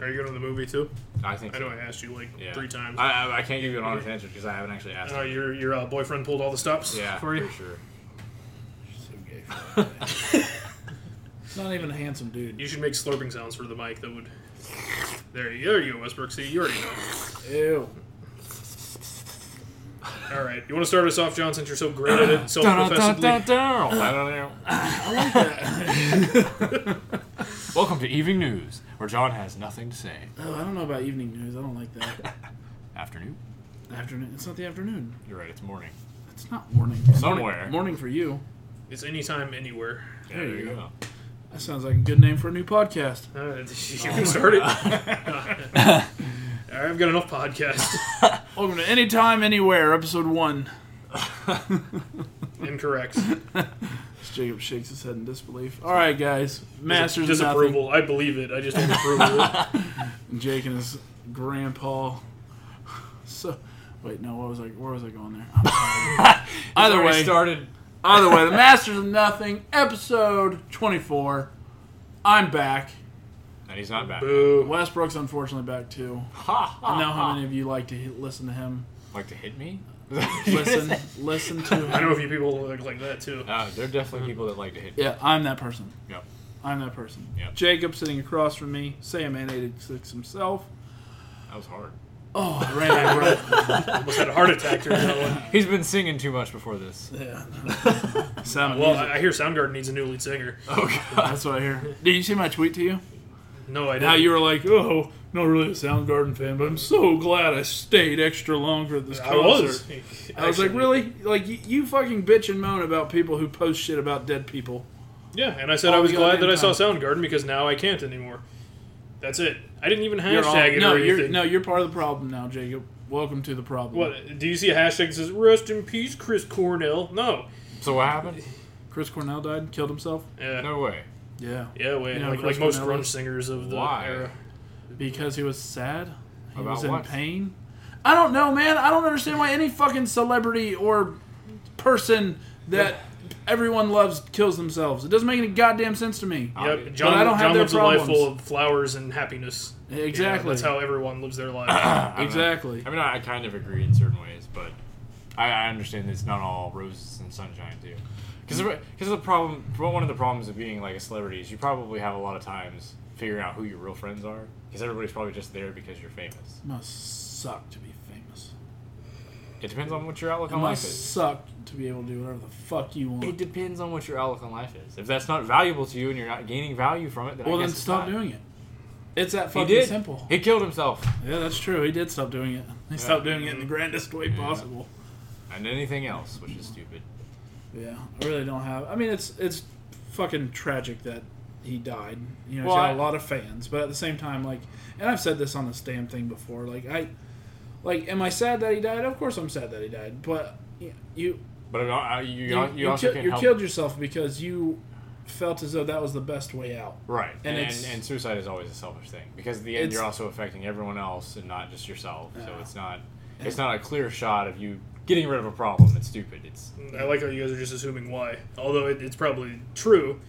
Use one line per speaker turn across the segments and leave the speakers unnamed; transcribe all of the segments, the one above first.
Are you going to the movie too?
I think.
I
so.
know I asked you like
Yeah.
three times.
I, I, I can't give you an honest answer because I haven't actually asked.
uh, your your uh, boyfriend pulled all the stops
yeah,
for you.
sure.
So gay for that. Not even a handsome dude.
You should make slurping sounds for the mic. That would. There you, there you go, Westbrook. See, you already know.
Ew.
All right, you want to start us off, John, since you're so great at it, self-professedly.
I don't know.
I like that.
Welcome to Evening News, where John has nothing to say.
oh, I don't know about evening news. I don't like that.
Afternoon.
Afternoon. It's not the afternoon.
You're right. It's morning.
It's not morning.
Somewhere.
Morning, morning for you.
It's anytime, anywhere.
Yeah,
There you go. That sounds like a good name for a new podcast.
Uh, you can start it. All right, I've got enough podcasts.
Welcome to Anytime, Anywhere, Episode 1.
Incorrect.
Jacob shakes his head in disbelief. All right, guys. Masters of nothing.
disapproval. I believe it. I just don't approve of it.
Jake and his grandpa. So, wait, no, what was I? Where was I going there? I'm sorry. either
We
way,
started.
either way, the Masters of Nothing, episode 24. I'm back.
And he's not back.
Boo.
Westbrook's unfortunately back too.
Ha, ha,
I know how
ha.
many of you like to he- listen to him.
Like to hit me?
Listen, listen to
I
him.
know a few people that look like that too.
Uh, there are definitely people that like to hit me.
Yeah, I'm that person.
Yep.
I'm that person.
Yep.
Jacob sitting across from me, Sam Man 86 himself.
That was hard.
Oh, I ran out of breath.
Almost had a heart attack during that one.
He's been singing too much before this.
Yeah. Sound
Well,
music.
I, I hear Soundgarden needs a new lead singer.
Oh, God.
That's what I hear. Did you see my tweet to you?
No, I didn't.
How you were like, oh, not really a Soundgarden fan, but I'm so glad I stayed extra long for this
I
concert.
was.
I was like,
Actually.
really? Like, you, you fucking bitch and moan about people who post shit about dead people.
Yeah, and I said
All
I was
the
glad that
goddamn
I saw Soundgarden because now I can't anymore. That's it. I didn't even hashtag
You're all-
it
no,
or
you're,
anything.
no, you're part of the problem now, Jacob. Welcome to the problem.
What? Do you see a hashtag that says "Rest in peace, Chris Cornell"? No.
So what happened?
Chris Cornell died, killed himself?
Yeah.
No way.
Yeah.
Yeah. Wait.
You know,
like
Chris
like most
Cornell
grunge
is-
singers of the
Why?
era.
Because he was sad? He
About
was in
what?
pain? I don't know, man. I don't understand why any fucking celebrity or person that everyone loves kills themselves. It doesn't make any goddamn sense to me.
Yep. John,
I don't
John
have their
lives a life
problems.
full of flowers and happiness. Yeah,
Exactly.
that's how everyone lives their life.
I don't know.
Exactly.
I mean, I, I kind of agree in certain ways, but I, I understand it's not all roses and sunshine too. Because the problem, one of the problems of being like a celebrity is you probably have a lot of times figuring out who your real friends are because everybody's probably just there because you're famous.
It must suck to be famous.
It depends on what your outlook
It
on life
must
is.
suck to be able to do whatever the fuck you
It
want.
depends on what your outlook on life is. If that's not valuable to you and you're not gaining value from it, then
Well,
I
then
guess it's
stop
not.
doing it. It's that
He
fucking
did.
simple.
He killed himself.
Yeah, that's true. He did stop doing it. He stopped doing
Mm-hmm.
it in the grandest way possible.
And anything else, which is stupid.
Yeah, I really don't have. I mean, it's it's fucking tragic that he died. You know,
Well,
he's
I-
got a lot of fans, but at the same time, like, and I've said this on this damn thing before. Like, I, like, am I sad that he died? Of course, I'm sad that he died. But y- you,
But it, al- you,
you,
you,
you
also
ki-
can't
you
help.
killed yourself because you felt as though that was the best way out.
Right,
And
and and,
it's-
and suicide is always a selfish thing because at the end
It's-
you're also affecting everyone else and not just yourself. So
Yeah.
it's not it's not a clear shot of you getting rid of a problem. It's stupid. It's
I like how you guys are just assuming why, although it, it's probably true.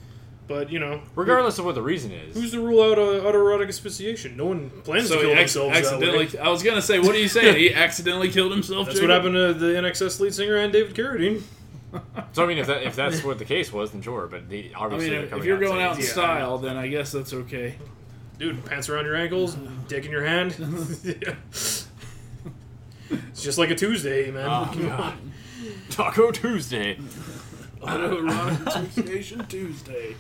But you know,
regardless of what the reason is.
who's to rule out uh, autoerotic asphyxiation? No one plans to kill
acc-
themselves. that way.
I was gonna say, what do you say? he accidentally killed himself.
That's what
Jacob?
happened to the NXS lead singer and David Carradine.
so I mean, if that if that's what the case was, then sure. But the,
I
obviously,
mean,
they're
if,
coming
if you're going out in
saying-
Yeah.
style, then I guess that's okay.
Dude, pants around your ankles, dick in your hand. Yeah. It's just like a Tuesday, man.
Ah.
Oh, God. Taco Tuesday.
Autoerotic Station Tuesday.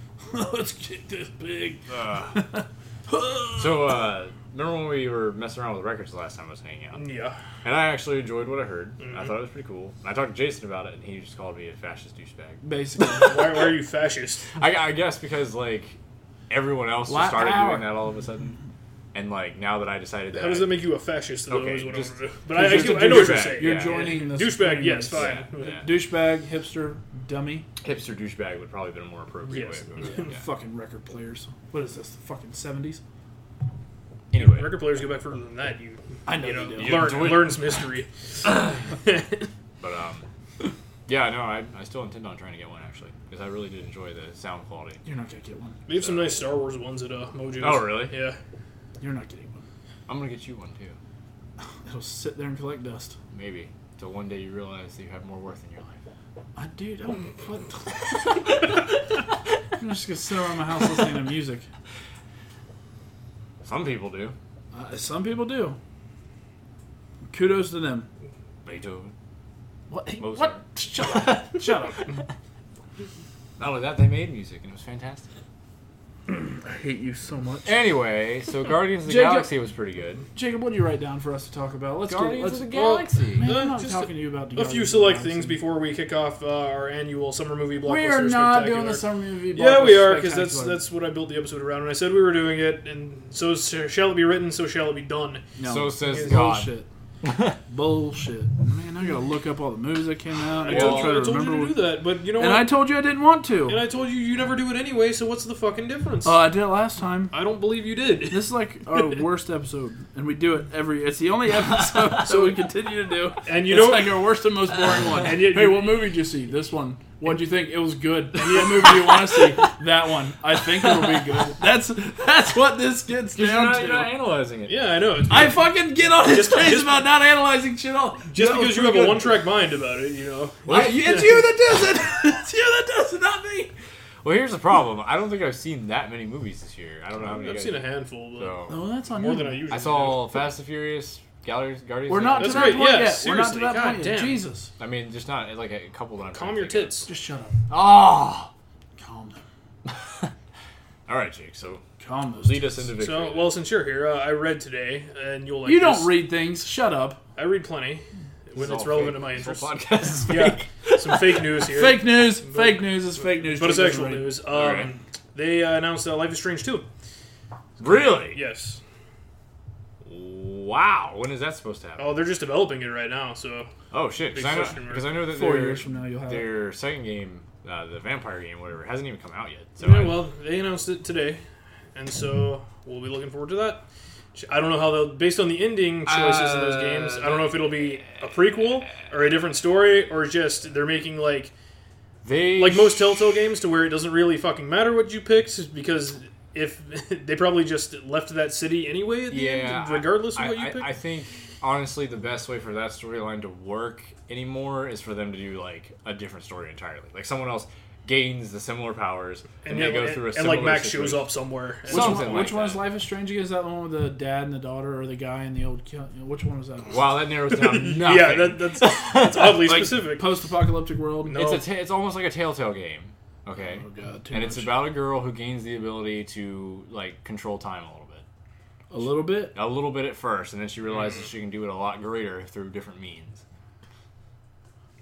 Let's kick this pig.
Uh, so uh, remember when we were messing around with records the last time I was hanging out,
yeah.
and I actually enjoyed what I heard.
Mm-hmm.
I thought it was pretty cool. And I talked to Jason about it, and he just called me a fascist douchebag.
Basically,
Why, why are you fascist?
I, I guess because like everyone else
Why
just started
our-
doing that all of a sudden, and like now that I decided that,
How does that make you a fascist? Though,
Okay,
is what I
just-
wanna do. but I, I, do-
you're just
I
a
know what you're
douchebag.
saying.
you're
Yeah,
joining the
Douchebag, yes,
screamers.
fine.
Yeah.
Douchebag, hipster, dummy.
hipster douchebag would probably been a more appropriate
Yes.
way. Of doing it. Yeah.
Fucking record players. What is this? The fucking seventies?
Anyway,
Record players go back further than that. You,
I know
you
they
know,
do.
You
learn,
enjoy-
learns mystery.
but um, yeah, no, I, I still intend on trying to get one actually because I really did enjoy the sound quality.
You're not gonna get one.
They have some nice Star Wars ones at uh, Mojo's.
Oh, really?
Yeah.
You You're not getting one.
I'm gonna get you one too.
It'll sit there and collect dust.
Maybe till one day you realize that you have more worth in your life.
I dude, I don't. What the- I'm just gonna sit around my house listening to music.
Some people do.
Uh, some people do. Kudos to them.
Beethoven.
What? Hey,
Mozart.
what? Shut up! Shut up!
Not only that, they made music and it was fantastic.
I hate you so much.
Anyway, so Guardians of the
Jacob-
Galaxy was pretty good.
Jacob, what do you write down for us to talk about? Let's
Guardians
get. Let's,
of the Galaxy.
Man,
Uh,
I'm not
just
talking to you about the
A few
Guardians
select
of the
things
Galaxy.
before we kick off uh, our annual summer movie blockbuster.
We are not
spectacular.
doing the summer movie.
Yeah,
blockbuster
we are because that's
spectacular.
that's what I built the episode around, and I said we were doing it, and so s- shall it be written, so shall it be done.
no.
So says
It's
God.
bullshit. bullshit. Man, I gotta look up all the movies that came out.
I
I
Well,
told
gotta
you,
try to
I told you
remember.
to do
what-
that, but you know
And I
what?
told you I didn't want
and
to.
I told you you never do it anyway, so what's the fucking difference?
Uh, I did it last time.
I don't believe you did.
This is like our worst episode, and we do it every. It's the only episode, so we continue to do.
And you
it's
don't-
like our worst and most boring one.
And yet
hey,
you-
what movie did you see? This one. What do you think? It was good. And what movie do you want to see? That one. I think it'll be good. That's that's what this gets
You're
down
not,
to.
you're not analyzing it.
Yeah, I know. It's-
I fucking get on his
Just-
face
just-
about not analyzing shit all.
just
That was
because you have
pretty
a
good.
one-track mind about it, you know.
I- it's you that does it. It's you that does it, not me.
Well, here's the problem. I don't think I've seen that many movies this year. I don't know how many.
I've
guys-
seen a handful, but
So
Oh, that's on
more
you.
than I usually.
I saw Fast and Furious, Galleries, Guardians.
We're
of the
not to
That's
that
great,
point
yeah,
yet. We're not to
seriously,
that
God
point yet.
damn.
Jesus,
I mean, just not like a couple that I'm.
do.
trying
Calm
to
your
think of.
tits.
just shut up.
Oh.
Ah. Calm down.
All right, Jake. So
Calm those.
lead us into victory.
So, well, since you're here, uh, I read today, and you'll like.
You
this.
don't read things. Shut up.
I read plenty when it's relevant to my interests.
Podcast is
Yeah,
fake.
some fake news here.
Fake news. Fake news is fake news.
But it's
Jake
actual
doesn't read.
news. Um,
Alright.
They uh, announced that Life is Strange 2.
Really?
Yes.
Wow. When is that supposed to happen?
Oh, they're just developing it right now, so.
Oh shit.
Big
Because I,
question
know-
mark.
'cause I know that
Four
their-
years from now, you'll have it.
their second game, uh, the vampire game, whatever, hasn't even come out yet. So
Yeah,
I-
well, they announced it today, and so we'll be looking forward to that. Sh- I don't know how they'll. Based on the ending choices of those
Uh,
games, I don't know if it'll be a prequel or a different story or just they're making like.
they
like most Telltale games, to where it doesn't really fucking matter what you picked because if they probably just left that city anyway, at the
Yeah,
end, regardless of
I,
what you
I,
picked.
I think honestly, the best way for that storyline to work anymore is for them to do like a different story entirely. Like someone else gains the similar powers, and,
and,
they
yeah,
go
and-
through a
and
similar
like Max shows
situation.
up somewhere.
Which,
And
Something
one,
like
which one's
that.
Life is Strange? Is that the one with the dad and the daughter, or the guy and the old? ki- Which one was that?
Wow, that narrows down nothing.
yeah, that, that's, that's oddly
Like-
specific.
Post-apocalyptic world.
No.
it's a ta- it's almost like a Telltale game. Okay,
Oh god, too
and
much.
it's about a girl who gains the ability to like control time a little bit.
a little bit.
a little bit at first, and then she realizes
Mm.
she can do it a lot greater through different means.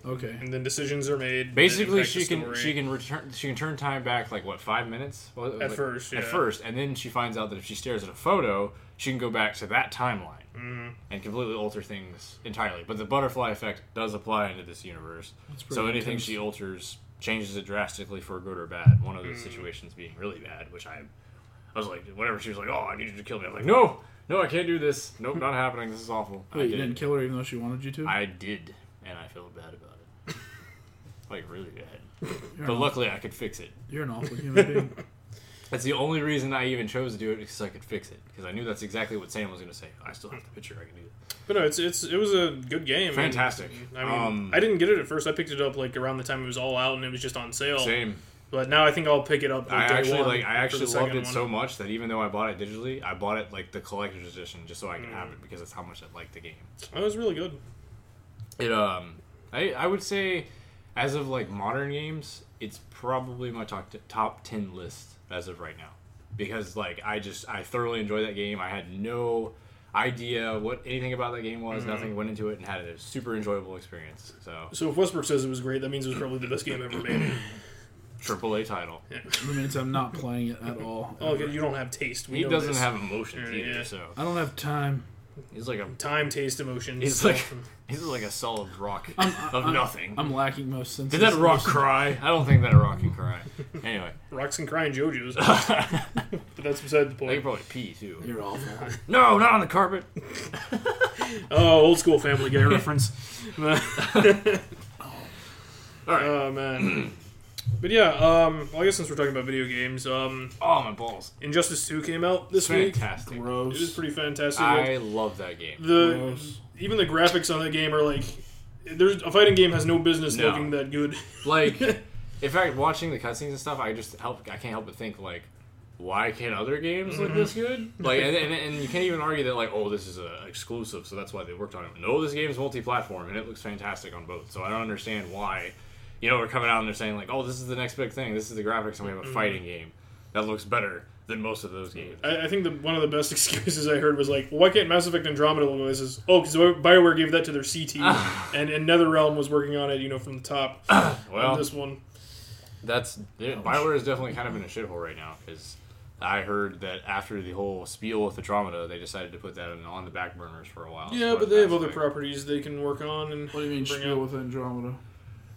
Okay.
And then decisions are made. that
Basically,
impact the
she can
story.
she can return she can turn time back like what five minutes Well,
At
like,
first,
at
yeah.
first, and then she finds out that if she stares at a photo, she can go back to that timeline
Mm-hmm.
and completely alter things entirely. But the butterfly effect does apply into this universe,
pretty
so anything
intense.
she alters changes it drastically for good or bad. One of those
Mm.
situations being really bad, which I I was like, whenever she was like, "Oh, I need you to kill me," I'm like, "No, no, I can't do this. Nope, not happening. This is awful." I
Wait, you
did it.
didn't kill her even though she wanted you to.
I did, and I felt bad about it. like really bad.
you're,
But
Mm-hmm.
an,
luckily, I could fix it.
you're an awful human being.
That's the only reason I even chose to do it because I could fix it. Because I knew that's exactly what Sam was going to say. I still have the picture. I can do it.
But no, it's it's it was a good game. and-
Fantastic.
I mean,
Um,
I didn't get it at first. I picked it up like around the time it was all out and it was just on sale.
Same.
But now I think I'll pick it up. Like,
I
day
actually
one
like.
for
I
the
actually loved
second
it
one.
so much that even though I bought it digitally, I bought it like the collector's edition just so I could
Mm.
have it because that's how much I liked the game.
Oh, It was really good.
It um, I I would say, as of like modern games, it's probably my top top ten list as of right now, because like I just I thoroughly enjoyed that game. I had no idea what anything about that game was. Nothing went into it and had a super enjoyable experience. So
So if Westbrook says it was great, that means it was probably the best game ever made.
triple A title.
I mean, it's, I'm not playing it at all.
Oh, okay, you don't have taste. We
He
know
doesn't
this.
have emotions
Yeah,
either.
yeah.
So
I don't have time.
he's like a
time, taste, emotions.
he's like he's like a solid rock of nothing.
I'm lacking most senses.
Did that rock cry? I don't think that a rock can cry. Anyway,
rocks and crying JoJo's, but
they
that's beside the
could
point.
probably pee too.
You're awful.
No, not on the carpet.
Oh, old school Family Guy reference.
All right.
Oh man. But yeah, um, well, I guess since we're talking about video games, um,
Oh my balls!
Injustice Two came out this week.
Fantastic.
It is
Gross.
pretty fantastic.
I love that game.
the
Gross.
even the graphics on that game are like, there's a fighting game has no business
No.
looking that good.
Like, in fact, watching the cutscenes and stuff, I just help. I can't help but think like, why can't other games
Mm-hmm.
look this good? Like, and, and, and you can't even argue that like, oh, this is a exclusive, so that's why they worked on it. No, this game is multi-platform, and it looks fantastic on both. So I don't understand why, you know, we're coming out and they're saying like, oh, this is the next big thing. This is the graphics, and we
Mm-hmm.
have a fighting game that looks better than most of those games.
I, I think the, one of the best excuses I heard was like, well, why can't Mass Effect Andromeda look like this? Is oh, because Bioware gave that to their CT,
Ah.
and, and NetherRealm was working on it, you know, from the top. on
Well,
this one,
That's yeah, Bioware is definitely kind of in a shithole right now because I heard that after the whole spiel with Andromeda, they decided to put that in, on the back burners for a while.
yeah,
So
but they have
that's
other
like-
properties they can work on. And
What do you mean
bring
spiel
out.
with Andromeda?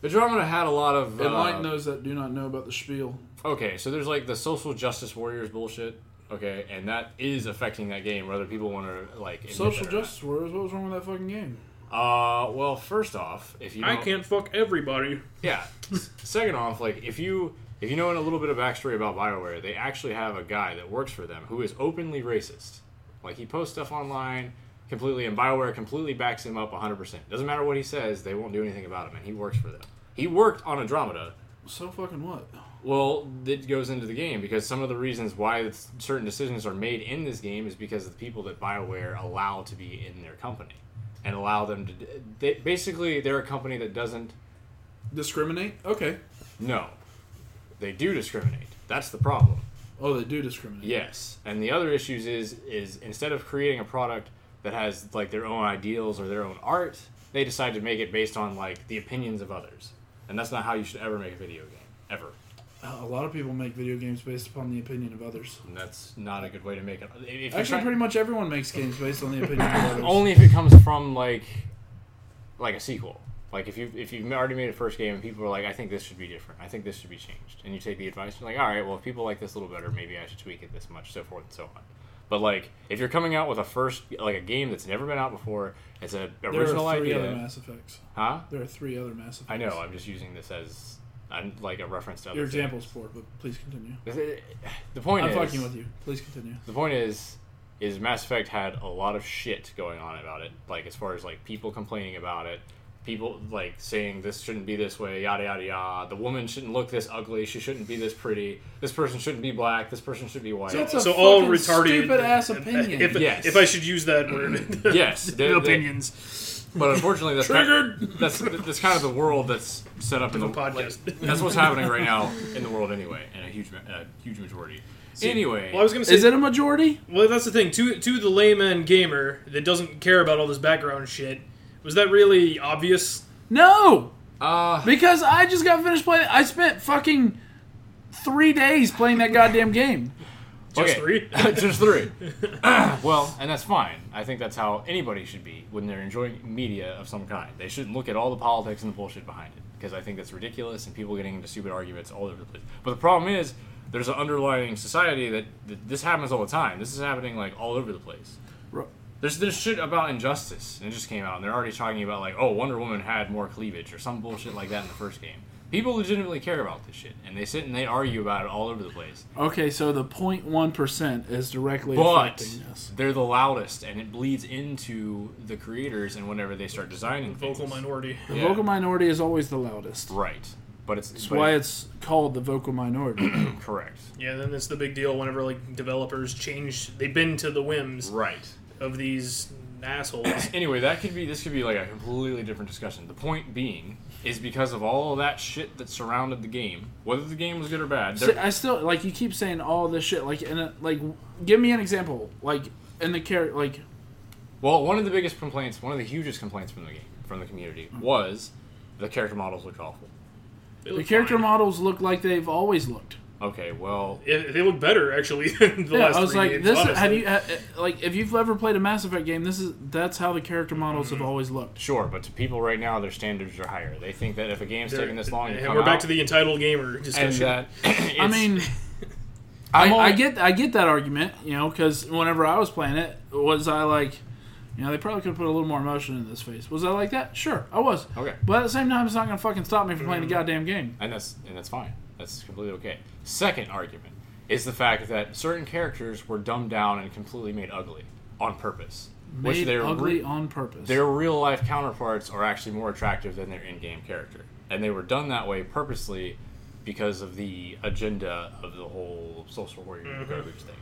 Andromeda had a lot of uh,
Enlighten those that do not know about the spiel.
okay, so there's like the social justice warriors bullshit. Okay, and that is affecting that game, whether people want to like admit
Social
that or not.
justice warriors. What was wrong with that fucking game?
Uh, well, first off, if you
I
don't-
can't fuck everybody.
Yeah. S- Second off, like if you if you know a little bit of backstory about Bioware, they actually have a guy that works for them who is openly racist. Like he posts stuff online completely, and Bioware completely backs him up 100. percent Doesn't matter what he says, they won't do anything about him, and he works for them. He worked on Andromeda.
So fucking what?
Well, that goes into the game because some of the reasons why it's- certain decisions are made in this game is because of the people that BioWare allow to be in their company and allow them to. d- They, basically, they're a company that doesn't
Discriminate? Okay.
No. They do discriminate. That's the problem.
Oh, they do discriminate.
Yes. And the other issues is is instead of creating a product that has like their own ideals or their own art, they decide to make it based on like the opinions of others. And that's not how you should ever make a video game. Ever.
Uh, a lot of people make video games based upon the opinion of others.
And that's not a good way to make it. If you're
Actually,
trying-
pretty much everyone makes games based on the opinion of others.
only if it comes from like like a sequel. Like if you if you've already made a first game and people are like, I think this should be different. I think this should be changed, and you take the advice, you're like, all right, well if people like this a little better, maybe I should tweak it this much, so forth and so on. But like if you're coming out with a first like a game that's never been out before, it's a
there
original
are three other
idea,
Mass Effects.
huh?
There are three other Mass Effects.
I know. I'm just using this as I'm like a reference to other
Your
things.
example's poor, but please continue.
The point
I'm
is,
fucking with you. Please continue.
the point is is Mass Effect had a lot of shit going on about it, like as far as like people complaining about it, people like saying this shouldn't be this way, yada yada yada. The woman shouldn't look this ugly, she shouldn't be this pretty. This person shouldn't be black, this person should be white.
That's a
So all
fucking
retarded
stupid ass opinion.
If,
Yes.
if I should use that word,
Yes, they- they-
opinions.
But unfortunately, that's
Triggered.
Kind that's that's kind of the world that's set up in the
podcast.
like, that's what's happening right now in the world anyway, and a huge ma- a huge majority. anyway,
Well, I was gonna say
Is it a majority?
Well, that's the thing. To to the layman gamer that doesn't care about all this background shit, was that really obvious?
No,
uh,
because I just got finished playing. I spent fucking three days playing that goddamn game.
Just
Okay.
three.
just three. well, and that's fine. I think that's how anybody should be when they're enjoying media of some kind. They shouldn't look at all the politics and the bullshit behind it because I think that's ridiculous and people getting into stupid arguments all over the place. But the problem is, there's an underlying society that, that this happens all the time. This is happening like all over the place.
Ro-
There's there's shit about injustice, and it just came out, and they're already talking about like, oh, Wonder Woman had more cleavage or some bullshit like that in the first game. People legitimately care about this shit, and they sit and they argue about it all over the place.
Okay, so the 0.1 percent is directly
but
affecting us.
they're the loudest, and it bleeds into the creators and whenever they start designing things.
Vocal minority.
The
Yeah.
vocal minority is always the loudest.
Right, but it's
That's
but
why it's called the vocal minority.
it's correct.
Yeah, then it's the big deal whenever like developers change. They bend to the whims
Right.
of these assholes.
Anyway, that could be this could be like a completely different discussion. The point being is because of all that shit that surrounded the game, whether the game was good or bad.
See,
there-
I still like you keep saying all this shit. Like, and it- like, give me an example. Like, in the character, like,
Well, one of the biggest complaints, one of the hugest complaints from the game, from the community,
Mm.
was the character models looked awful.
They
the
look
character
fine.
models look like they've always looked.
Okay, well,
Yeah, they look better actually. Than the
Yeah,
last
I was
three
like,
games,
this.
honestly.
Have you ha- uh, like if you've ever played a Mass Effect game? This is that's how the character models
Mm-hmm.
have always looked.
sure, but to people right now, their standards are higher. They think that if a game's
They're-
taking this long, to
and
come
we're back
out-
to the entitled gamer
and uh,
discussion.
that it's-
I mean,
I'm
I,
all-
I get I get that argument, you know, because whenever I was playing it, was I like, you know, they probably could have put a little more emotion in this face. Was I like that? Sure, I was.
Okay. Mm.
But at the same time, it's not gonna fucking stop me from playing the goddamn game.
and that's and that's fine. That's completely okay. Second argument is the fact that certain characters were dumbed down and completely made ugly on purpose.
Made
their
ugly
re-
on purpose.
their real life counterparts are actually more attractive than their in game character. And they were done that way purposely because of the agenda of the whole social warrior garbage thing.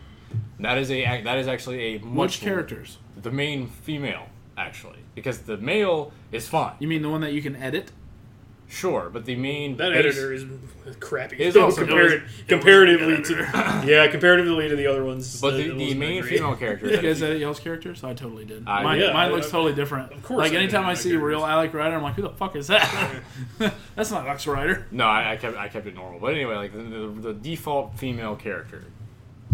And that is a that is actually a much
Mm-hmm. Which characters?
the main female actually because the male is fine
You mean the one that you can edit?
sure but the main
That
base-
editor is crappy.
It is also-
Compar-
it
comparatively to yeah, comparatively to the other ones.
but
that-
the,
that
the
wasn't that
main
great.
female character
You guys
that-
edit y'all's characters? I totally did.
I-
mine
Yeah,
mine
I-
looks totally different. Of
course I
Like
did
anytime I,
my
see a real
characters.
Alec Ryder, I'm like, who the fuck is that? That's not Alex Ryder.
no I, I kept I kept it normal but anyway like the, the, the default female character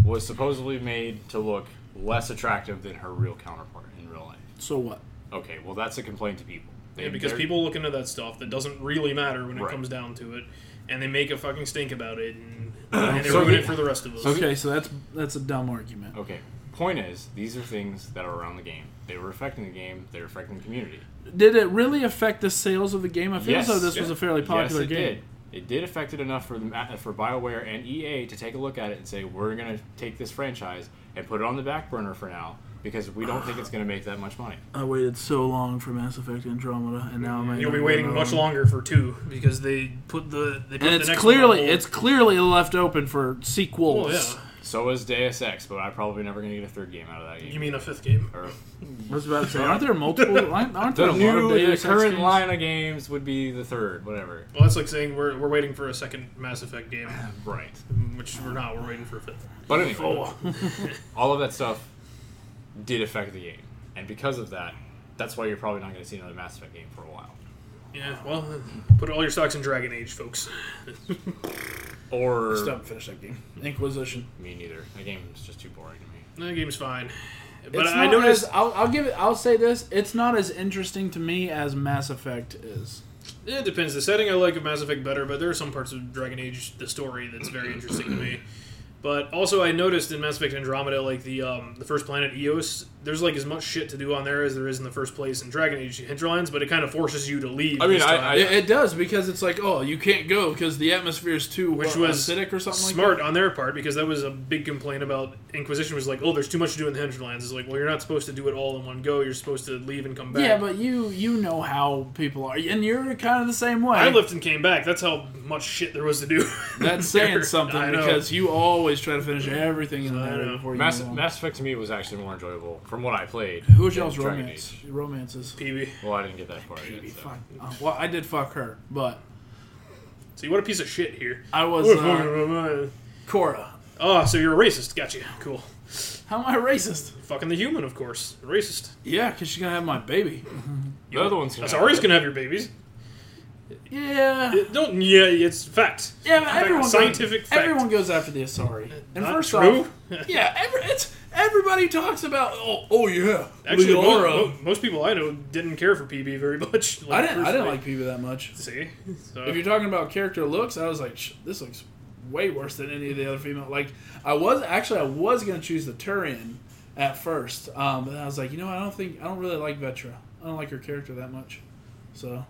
was supposedly made to look less attractive than her real counterpart in real life
So what?
okay well that's a complaint to people They-
Yeah, because
they're-
people look into that stuff that doesn't really matter when it
Right.
comes down to it, and they make a fucking stink about it, and, and they
So
ruin
the-
it for the rest of us.
Okay, so that's that's a dumb argument.
okay point is these are things that are around the game they were affecting the game they were affecting the community
Did it really affect the sales of the game? I feel
Yes.
as though this was
Yeah.
a fairly popular
yes, it
game.
Did. It did affect it enough for the, ma- for BioWare and EA to take a look at it and say we're going to take this franchise and put it on the back burner for now because we don't think it's going to make that much money.
I waited so long for Mass Effect Andromeda, and now I'm
You'll be waiting much longer for two because they put the they put
And
the
it's
next
clearly
one on
it's clearly left open for
hold.
sequels.
Oh,
So is Deus Ex, but I'm probably never going to get a third game out of that
yeah.
game.
You mean a fifth game?
or,
I was about to say, aren't there multiple? Aren't there
the
a lot of
new, the
Deus Ex
current
games?
line of games would be the third, whatever.
Well, that's like saying we're, we're waiting for a second Mass Effect game,
Right.
which we're not. We're waiting for a fifth.
But anyway,
Oh.
all of that stuff did affect the game, and because of that, that's why you're probably not going to see another Mass Effect game for a while.
Yeah, well, put all your stocks in Dragon Age, folks.
Or
Stop and finish that game. Inquisition.
me neither. That game is just too boring to me.
That game's fine, but
It's
I
not
noticed
as- I'll, I'll give it. I'll say this. It's not as interesting to me as Mass Effect is.
It depends. The setting I like of Mass Effect better, but there are some parts of Dragon Age, the story, that's very interesting to me. But also, I noticed in Mass Effect Andromeda, like the um, the first planet Eos, there's like as much shit to do on there as there is in the first place in Dragon Age Hinterlands, but it kind of forces you to leave.
I mean,
this
I-
time.
I-
It, it does because it's like, oh, you can't go because the atmosphere is too
Which
what,
was
acidic or something. like
smart on their part because that was a big complaint about Inquisition was like, oh, there's too much to do in the Hinterlands. It's like, well, you're not supposed to do it all in one go. You're supposed to leave and come back.
Yeah, but you you know how people are, and you're kind of the same way.
I left and came back. That's how much shit there was to do.
That's saying
there.
something
I know.
because you always try to finish everything in the
I
narrative
know.
before you.
Mass,
move on.
Mass Effect to me was actually more enjoyable from what I played.
Who was
than
y'all's
Dragon
romance?
Age.
Romances.
PB.
Well, I didn't get that far. Yet, so.
Fuck. Uh, well, I did fuck her, but
See, what a piece of shit here.
I was uh,
Oh,
Cora.
so you're a racist. Gotcha. Cool.
How am I racist?
Fucking the human, of course. Racist.
Yeah, because she's gonna have my baby.
The other one's gonna
That's
have-
always gonna have your babies.
Yeah.
Don't. Yeah, it's fact.
Yeah,
In
but
fact,
everyone
scientific
goes,
fact.
Everyone goes after the Asari. And
Not
first
true.
off, yeah, every, it's everybody talks about oh, oh yeah,
Actually, mo-
Leora.
mo- most people I know didn't care for PB very much. Like,
I didn't I didn't
personally.
like Peeba that much.
See, so
If you're talking about character looks, I was like, Shh, this looks way worse than any of the other female. Like I was actually I was gonna choose the Turian at first, um, but then I was like, you know, what, I don't think I don't really like Vetra. I don't like her character that much. So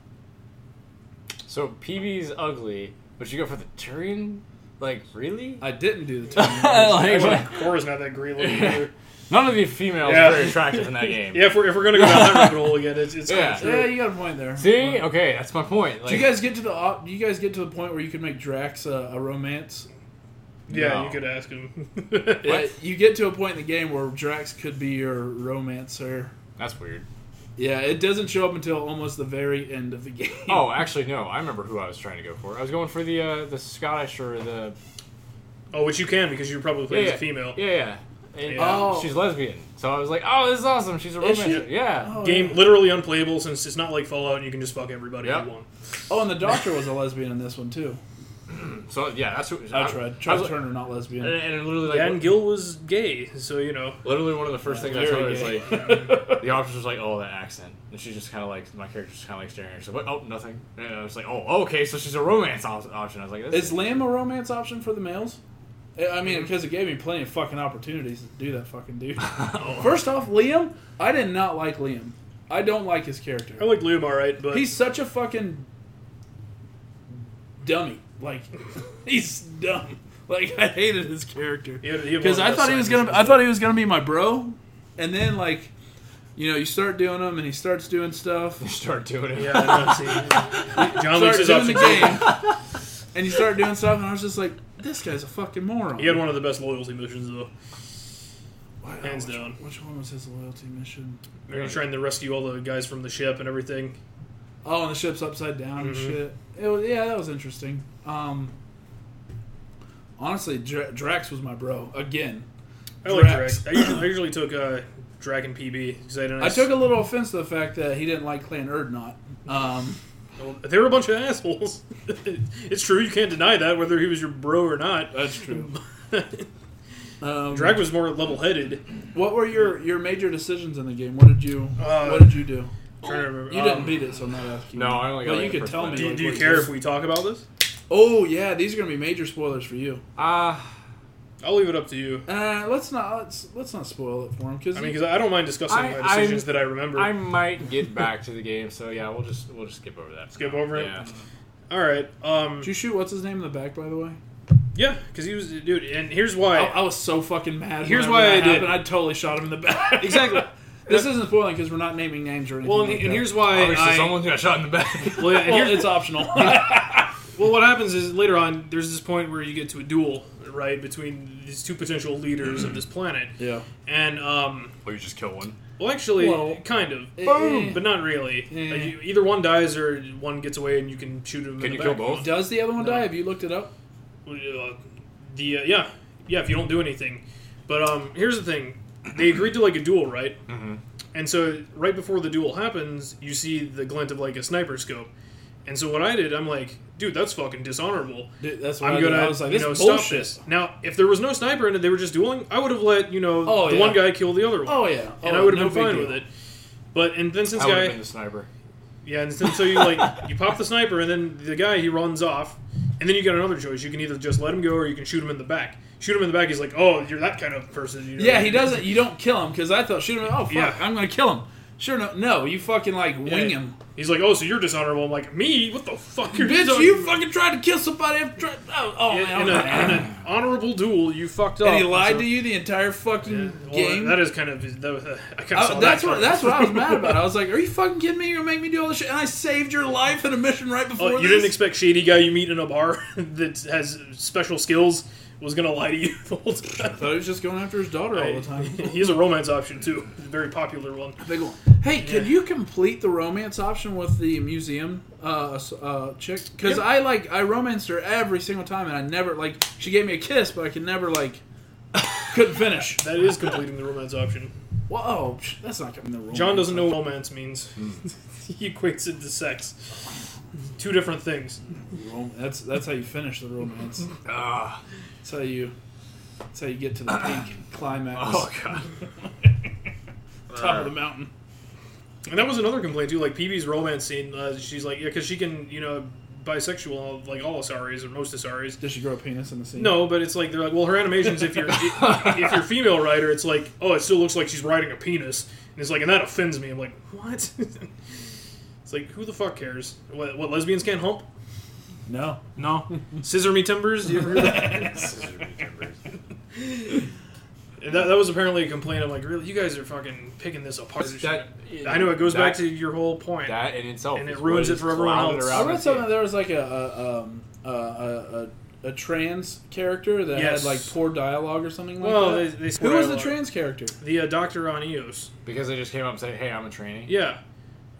So PB's ugly, but you go for the Turian? Like really?
I didn't do the Turian.
Like,
Actually, Cora's not that great looking either.
none of the females
Yeah.
are very attractive in that game.
Yeah, if we're, if we're gonna go down that rabbit hole again, it's, it's
Yeah.
yeah. true.
yeah, you got a point there.
See, okay, that's my point. Like,
Do you guys get to the op- do you guys get to the point where you could make Drax a, a romance?
Yeah,
No.
you could ask him.
Uh, you get to a point in the game where Drax could be your romancer.
that's weird.
Yeah, it doesn't show up until almost the very end of the game.
Oh, actually, no. I remember who I was trying to go for. I was going for the uh, the Scottish or the
oh, which you can because you probably play
yeah,
as a female.
Yeah, yeah. And,
Yeah.
um,
Oh.
she's lesbian. So I was like, oh, this is awesome. She's a romance.
she?
Yeah.
Oh,
Game literally unplayable since it's not like Fallout and you can just fuck everybody
Yep.
you want.
Oh, and the doctor was a lesbian in this one too.
So yeah, that's who.
I
I
tried.
was
Charles
like-
Turner not
and,
lesbian.
and literally like
Yeah, and Gil was gay, so you know.
Literally, one of the first things I
Very
told her is
gay.
like, the officer's like, "Oh, that accent," and she's just kind of like, my character's kind of like staring. at her. She's like, "Oh, nothing." And I was like, "Oh, okay, so she's a romance op- option." I was like, this
Is Lamb a romance option for the males? Mm-hmm. I- I mean, because it gave me plenty of fucking opportunities to do that fucking dude.
Oh,
First off, Liam, I did not like Liam. I don't like his character.
I like Liam alright, but
He's such a fucking dummy. Like he's dumb. Like I hated his character
He had- he had
because
one of
I
the
thought
best
he was
side
gonna. I
missions.
thought he was gonna be my bro, and then like, you know, you start doing them, and he starts doing stuff.
Start doing it.
Yeah, I know. See, John Wick's
Start
his
doing the
option. too.
game, and you start doing stuff, and I was just like, this guy's a fucking moron.
He had one of the best loyalty missions though.
Wow,
hands
which,
down.
Which one was his loyalty mission?
They're trying to rescue all the guys from the ship and everything.
Oh, and the ship's upside down and
Mhm.
shit. It was yeah, that was interesting. Um, honestly, Dra- Drax was my bro again.
I like
Drax.
Drax. I usually, I usually took uh, Dragon PB because I didn't.
I took a little offense to the fact that he didn't like Clan Erdnot. Um,
Well, they were a bunch of assholes. it's true. You can't deny that, whether he was your bro or not.
That's true. um,
Drag was more level-headed.
what were your, your major decisions in the game? What did you
Uh,
What did you do?
I'm trying to remember.
You
Um,
didn't beat it, so I'm not asking.
No,
you.
I only got
But
like
you
the
could
first
tell me.
one.
Do,
like,
do you
what
care
did.
if we talk about this?
Oh yeah, these are gonna be major spoilers for you.
Ah,
I'll leave it up to you.
Uh, let's not let's let's not spoil it for him because
I mean, because I don't mind discussing
I-
my decisions
I'm-
that I remember.
I might get back to the game, so yeah, we'll just we'll just skip over that. for
Skip
now.
over it?
Yeah.
All right. Um.
did you shoot what's his name in the back? By the way,
Yeah, because he was dude, and here's
I,
why.
I was so fucking mad.
Here's
whenever
why
that
I did.
happened. I totally shot him in the back.
Exactly.
this isn't spoiling because we're not naming names or anything.
well, and,
like
and
that.
here's why.
Obviously,
I,
someone got shot in the back.
well, yeah, and
well,
here's-
it's optional.
Well, what happens is later on, there's this point where you get to a duel, right, between these two potential leaders of this planet.
yeah.
And, um,
or you just kill one.
well, actually,
Well,
kind of.
eh,
Boom.
But not really.
Eh.
Like, you, either one dies or one gets away and you can shoot him.
Can
in
you
the
kill
back.
both?
Does the other one
No.
die? Have you looked it up?
Uh, the, uh, yeah. Yeah, if you don't do anything. But um, here's the thing they agreed to, like, a duel, right?
Mm-hmm.
Mhm.
And so, right before the duel happens, you see the glint of, like, a sniper scope. And so, what I did, I'm like, dude, that's fucking dishonorable.
Dude, that's what
I'm
I did.
gonna,
I was like,
you
this
know,
is
stop
bullshit.
this. Now, if there was no sniper in it, they were just dueling. I would have let you know
Oh,
the
yeah.
one guy kill the other one,
Oh yeah.
and
oh,
I would
no
have
big
been fine
deal.
with it. But and then since
I would have been
guy,
the sniper.
yeah, and since so you like you pop the sniper, and then the guy he runs off, and then you got another choice. You can either just let him go, or you can shoot him in the back. Shoot him in the back. He's like, oh, you're that kind of person. You know?
Yeah, he doesn't. You don't kill him because I thought shoot him. Oh fuck,
Yeah.
I'm gonna kill him. Sure, no, no, you fucking like wing
Yeah.
him.
He's like, oh, so you're dishonorable. I'm like, me? What the fuck? You're
Bitch,
dishonorable."
you fucking tried to kill somebody. After, oh, oh
in,
man, I'm
in a,
not-
in an honorable duel, you fucked up.
and he lied
so-
to you the entire fucking
Yeah, well,
game.
That is kind of that, was- I kind of
I-
saw
Uh, that's
that
what
coming.
that's what I was mad about. I was like, "Are you fucking kidding me? You're gonna make me do all this shit?" And I saved your life in a mission right
Oh,
before
you
this.
didn't expect shady guy you meet in a bar that has special skills was gonna lie to you the whole time.
thought he was just going after his daughter all the time.
He's a romance option too, a very popular one.
Big one. Hey, could you complete the romance option with the museum uh, s- uh, chick? Because
Yeah.
I like I romanced her every single time, and I never like she gave me a kiss, but I could never like couldn't finish.
That is completing the romance option.
Whoa, psh, that's not coming the romance.
John doesn't know what romance means. he equates it to sex. Two different things.
Rom- That's that's how you finish the romance.
Ah.
That's how you. That's how you get to the peak climax,
oh god.
top of the mountain.
And that was another complaint too. Like PB's romance scene, uh, she's like, yeah, because she can, you know, bisexual like all Asaris or most Asaris.
Does she grow a penis in the scene?
No, but it's like they're like, well, her animations. If you're if you're female writer, it's like, oh, it still looks like she's riding a penis, and it's like, and that offends me. I'm like, what? it's like, who the fuck cares? What, what lesbians can't hump?
no.
No, scissor me timbers. You ever hear that? And that, that was apparently a complaint. I'm like, really, you guys are fucking picking this apart.
That-
I know it goes back
that-
to your whole point.
that in itself,
And it
is
ruins
what
it for
is
everyone
clouded
else.
around
I read
the
something
game.
that there was like a a, um, a, a, a, a trans character that
Yes.
had like poor dialogue or something like
well, they,
that.
they
Who was the
dialogue.
trans character?
The uh, doctor on Eos.
because they just came up and said, "Hey, I'm a trainee."
Yeah,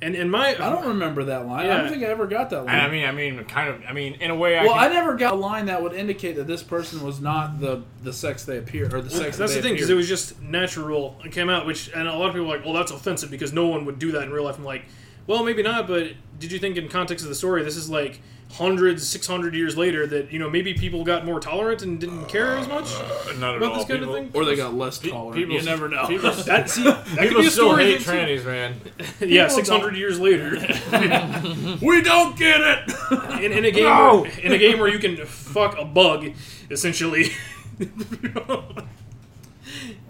and and my
I don't remember that line. I
Yeah.
don't think I ever got that line.
And I mean, I mean, kind of. I mean, in a way, I.
well,
can-
I never got a line that would indicate that this person was not the the sex they appear or the
Well, that's
sex. that
the
they
thing because it
appear.
was just natural. It came out, which and a lot of people are like, "Well, that's offensive because no one would do that in real life." I'm like, "Well, maybe not, but did you think in context of the story, this is like hundreds, six hundred years later that you know maybe people got more tolerant and didn't care as much
not at
about
all.
this kind
People-
of thing?"
or they got less tolerant.
people-
you never know.
people-
That, see, that could
People
be a
still
story.
hate
that-
trannies, man.
yeah,
People
six hundred
don't-
years later,
we don't get it.
in, in a game,
No!
where, in a game where you can fuck a bug, essentially.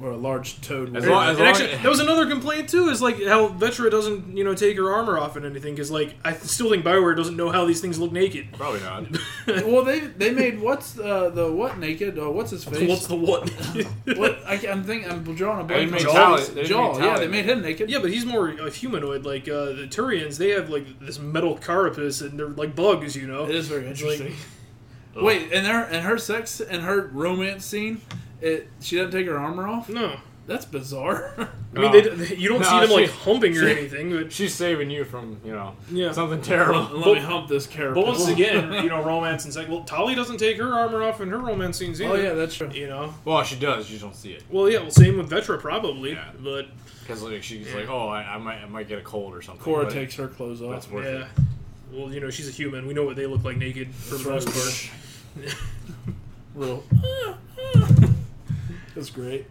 or a large toad.
As
with-
long- as
and actually, that was another complaint too. Is like how Vetra doesn't, you know, take her armor off and anything. Because like, I still think Bioware doesn't know how these things look naked.
Probably not.
well, they they made what's uh, the what naked? Uh, what's his face?
What's the what?
what I, am thinking I'm drawing a
They
blank.
made
on-
Talos- they made
Jaw, yeah,
Talos.
they made him naked.
yeah, but he's more uh, humanoid. Like uh, the Turians, they have like this metal carapace, and they're like bugs, you know.
It is very
like-
interesting. Wait, and her and her sex and her romance scene, it she doesn't take her armor off.
No,
That's bizarre.
I mean, they, they, you don't
No,
see them like
she-
humping or
she-
anything. But,
She's saving you from you know
Yeah.
something terrible.
Let
But-
me hump this character.
but once again, you know, romance and sex. Well, Tali doesn't take her armor off in her romance scenes either.
oh yeah, that's true.
You know.
Well, she does. You just don't see it
Well, yeah. Well, same with Vetra probably.
Yeah.
But
because like she's like, oh, I, I might I might get a cold or something.
Cora
but
takes her clothes off.
That's worth
yeah. Well, you know, she's a human. We know what they look like naked for the most part.
Real. that's great.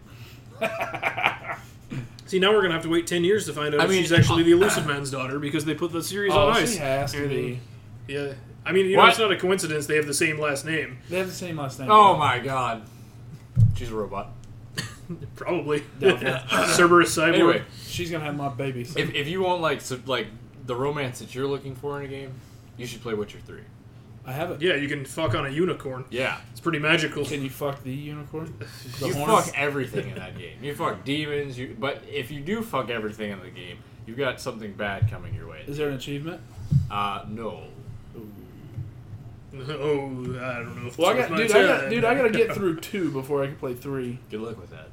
See, now we're gonna have to wait ten years to find out
I
if
mean,
she's actually the elusive man's daughter because they put the series
oh,
on
she
ice.
has to be.
Yeah, I mean, you know,
What?
it's not a coincidence they have the same last name.
They have the same last name.
it. Oh my god, she's a robot.
Probably
Doubtful.
Cerberus cyborg.
Anyway,
she's gonna have my baby. So.
if, if you want like so, like the romance that you're looking for in a game, you should play Witcher Three.
I have it.
Yeah, you can fuck on a unicorn.
Yeah,
It's pretty magical.
Can you fuck the unicorn? The
you
horns?
fuck everything in that game. You fuck demons. You but if you do fuck everything in the game, you've got something bad coming your way.
Is there an achievement?
Uh, no.
oh, I don't know. If
Well, I
it's
got,
worth
dude,
my
I got,
time.
dude, I gotta get through two before I can play three.
Good luck with that.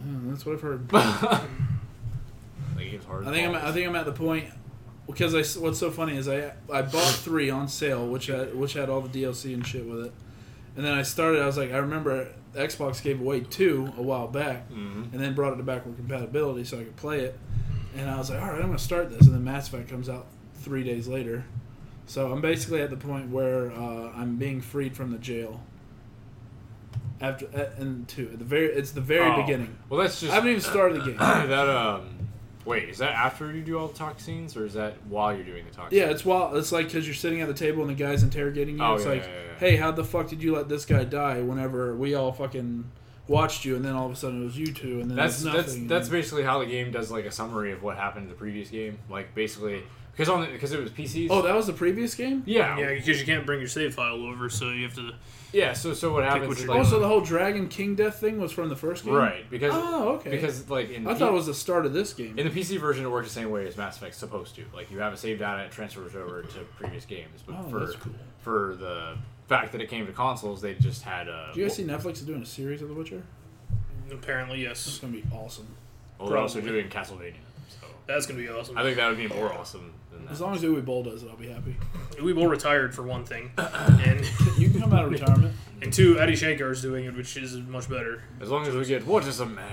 Mm, that's what I've heard.
that game's hard.
I think I'm.
balls.
I think I'm at the point because I s What's so funny is I I bought three on sale, which had, which had all the DLC and shit with it, and then I started. I was like, I remember Xbox gave away two a while back,
Mhm.
and then brought it to backward compatibility so I could play it. And I was like, all right, I'm gonna start this, and then Mass Effect comes out three days later. So I'm basically at the point where uh, I'm being freed from the jail. After uh, and two, at the very it's the very
Oh.
beginning.
Well, that's just.
I haven't even started the game.
that um. Wait, is that after you do all the talk scenes, or is that while you're doing the talk?
Yeah, it's wild. It's like because you're sitting at the table and the guy's interrogating you.
Oh,
it's
yeah,
like,
yeah, yeah, yeah.
hey, how the fuck did you let this guy die? Whenever we all fucking watched you, and then all of a sudden it was you two, and then
That's
it's nothing.
that's that's basically how the game does like a summary of what happened in the previous game. Like basically because on because it was PCs.
oh, that was the previous game.
yeah,
Yeah,
yeah,
because you can't bring your save file over, so you have to.
So so what happens?
what
is,
you
like,
Also, Oh, the whole Dragon King death thing was from the first game.
right because
Oh, okay.
because like in
I
P-
thought it was the start of this game.
in the PC version it works the same way as Mass Effect's supposed to. Like you have a save data, it transfers over to previous games. But
Oh,
for
that's cool.
for the fact that it came to consoles, they just had uh, a.
Do you guys see Netflix is doing a series of The Witcher?
Apparently,
It's
yes.
gonna be awesome.
well, they're also
probably.
doing Castlevania. So
That's gonna be awesome.
I think that would be more awesome than
As
that.
long as Uwe Boll does it, I'll be happy.
We all retired for one thing, and
You can come out of retirement.
and two, Adi Shankar's doing it, which is much better.
As long as we get what is a man,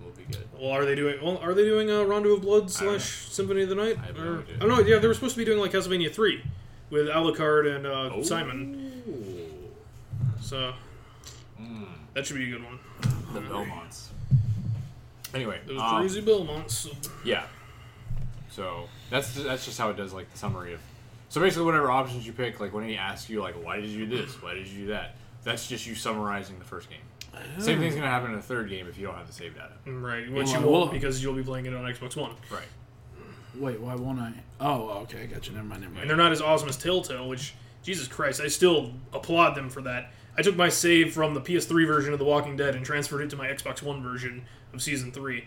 we'll be good.
Well, are they doing? Well, are they doing a Rondo of Blood
don't know.
slash Symphony of the Night?
I have no
Or-
idea.
oh no, yeah, they were supposed to be doing like Castlevania three with Alucard and uh,
Oh.
Simon.
Ooh.
So
Hmm.
that should be a good one.
The Belmonts. Anyway,
Those
um,
crazy Belmonts. So.
yeah. So that's that's just how it does like the summary of. So basically, whatever options you pick, like when he asks you, like, why did you do this? Why did you do that? That's just you summarizing the first game. Same thing's gonna happen in the third game if you don't have the save data.
Right, which
Well, I
you won't
will.
because you'll be playing it on Xbox One.
Right.
Wait, why won't I? Oh, okay, I got you. Never mind. Never
And
mind.
they're not as awesome as Telltale, which Jesus Christ, I still applaud them for that. I took my save from the PS3 version of The Walking Dead and transferred it to my Xbox One version of season three.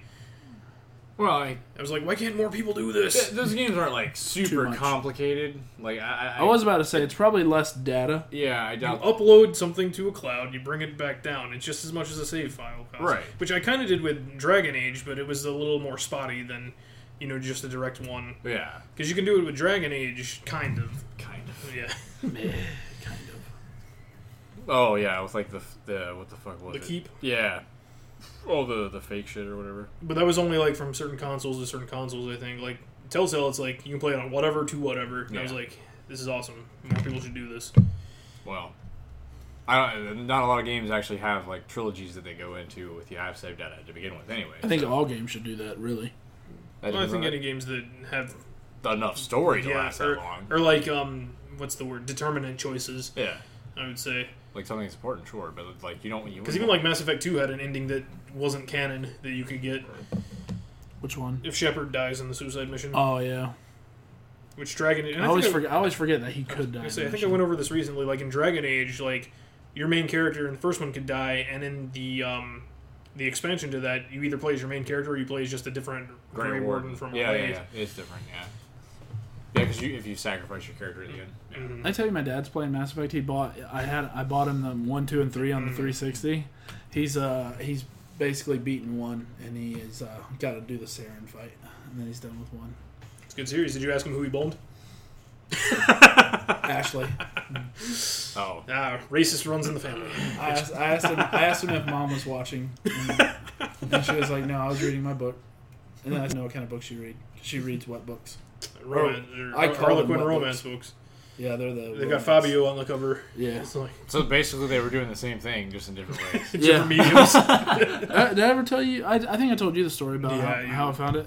Well, I,
I was like, why can't more people do
th-
this?
those games aren't like super
much.
complicated. Like I, I,
I was about to say it's probably less data.
Yeah, I
You
doubt.
upload something to a cloud, you bring it back down. It's just as much as a save file costs.
Right.
Which I kind of did with Dragon Age, but it was a little more spotty than, you know, just a direct one.
Yeah,
Because you can do it with Dragon Age, kind of.
kind of.
Yeah.
kind of.
Oh yeah, with like the f- the what the fuck was
The
it?
keep.
Yeah. Oh, the the fake shit or whatever.
But that was only like from certain consoles to certain consoles, I think. Like Telltale, it's like you can play it on whatever to whatever. And I was
Yeah.
like, this is awesome. More people should do this.
Well, I don't, not a lot of games actually have like trilogies that they go into with the I have saved data to begin with. Anyway,
I think all games should do that, really.
That
Well, I
doesn't
think any
really-
games that have
enough story to
yeah,
last that
or,
long.
or like um, what's the word? Determinant choices.
yeah,
I would say
like something that's important, sure, but like you don't you
Because even like Mass Effect Two had an ending that wasn't canon that you could get
Which one?
if Shepard dies in the suicide mission,
Oh yeah,
which Dragon. And
I,
I,
always
think I-
forget. I always forget that he could die.
I,
in
say, I
that
think I
shit.
went over this recently. Like in Dragon Age, like your main character in the first one could die, and in the um, the expansion to that, you either play as your main character or you play as just a different Grey, Warden. from
yeah, yeah,
Blade.
yeah, it's different, yeah, yeah, because you if you sacrifice your character at the end, yeah.
Mhm.
I tell you, my dad's playing Mass Effect. He bought. I had. I bought him the one, two, and three on the
Mm.
360. He's uh. He's basically beaten one, and he is uh, got to do the Saren fight, and then he's done with one.
It's a good series. Did you ask him who he boned?
Ashley,
oh,
Ah, racist runs in the family.
I asked, I asked him. I asked him if mom was watching, and, and she was like, "No, I was reading my book." And then I said, know what kind of books you read. 'cause She reads what books?
Romance, or
I call them
Harlequin
what
romance books.
Yeah, they're the.
They've got Fabio on the cover.
Yeah.
It's like,
so basically they were doing the same thing just in different ways.
yeah.
Yeah. Uh, did I ever tell you? I, I think I told you the story about
Yeah,
how,
you-
how I found it.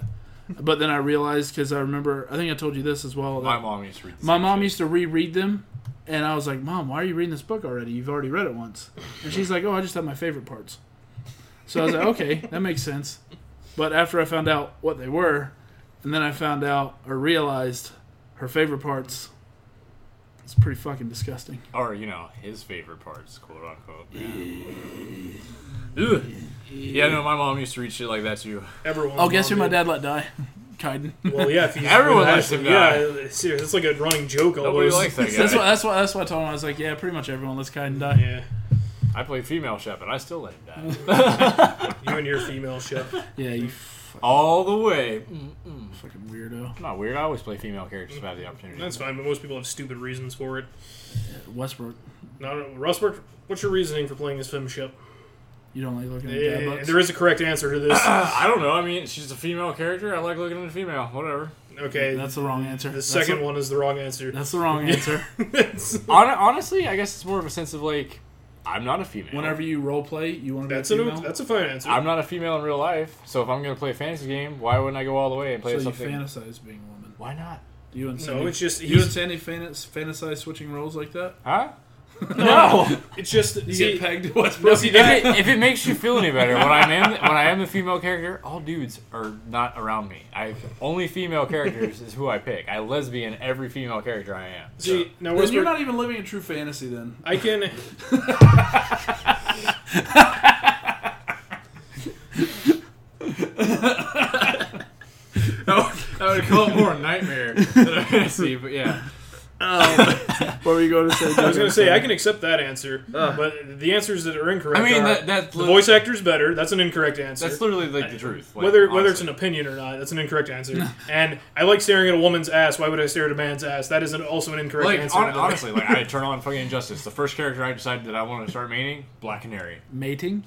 But then I realized because I remember, I think I told you this as well.
My
That
mom used to read. The
my
same
mom
shit.
used to reread them, and I was like, "Mom, why are you reading this book already? You've already read it once." And she's like, "Oh, I just have my favorite parts." So I was like, "Okay, that makes sense." But after I found out what they were, and then I found out or realized her favorite parts, it's pretty fucking disgusting.
or you know his favorite parts, quote unquote.
Ugh.
Yeah, no, my mom used to read shit like that too.
Everyone.
Oh, guess who my dad let die? Kaiden.
Well, yeah, if he's
Everyone
with
likes him
Ashley,
now.
Yeah, it's, serious. it's like a running joke almost.
Nobody likes that guy.
That's what. That's what. That's what I told him. I was like, "Yeah, pretty much everyone lets Kaiden die."
Yeah,
I played female chef, and I still let him die
you and your female chef.
Yeah, you f-
all the way. Mm-mm.
fucking weirdo.
I'm not weird. I always play female characters if I have the opportunity.
That's fine, but most people have stupid reasons for it.
Westbrook,
Not Rustberg. What's your reasoning for playing this fem ship?
you don't like looking at dad
Eh,
butts.
There is a correct answer to this.
I don't know. I mean, she's a female character. I like looking at a female. Whatever.
Okay,
That's the wrong answer.
the
That's
second
the-
one is the wrong answer.
That's the wrong answer.
that's
Hon- honestly, I guess it's more of a sense of like, I'm not a female.
Whenever you role play, you want to be
that's
a
a
female.
that's a fine answer.
I'm not a female in real life, so if I'm gonna play a fantasy game, why wouldn't I go all the way and play
so
something?
you fantasize being a woman.
why not?
You and Sandy,
no, it's just
you and
he's,
Sandy fantas- fantasize switching roles like that.
Huh?
No,
it's just
you
see,
get pegged. What's
no, see, that-
If it, if it makes you feel any better, when I am when I am the female character, all dudes are not around me. I only female characters is who I pick. I lesbian every female character I am. so.
see now
Then you're
Rustberg,
not even living a true fantasy. Then
I can.
I would call it more a nightmare than a fantasy, but yeah.
where were you going to say?
I was gonna say I can accept that answer, but the answers that are incorrect.
Oh. I mean,
are,
that, that's
the
li-
voice actor's better. That's an incorrect answer.
that's literally like the truth. Like,
whether whether it's
honestly.
an opinion or not, that's an incorrect answer. and I like staring at a woman's ass. Why would I stare at a man's ass? That is an, also an incorrect
like
answer.
hon-
by the way.
honestly, like I turn on fucking Injustice. The first character I decided that I wanted to start maining, Black Canary.
mating.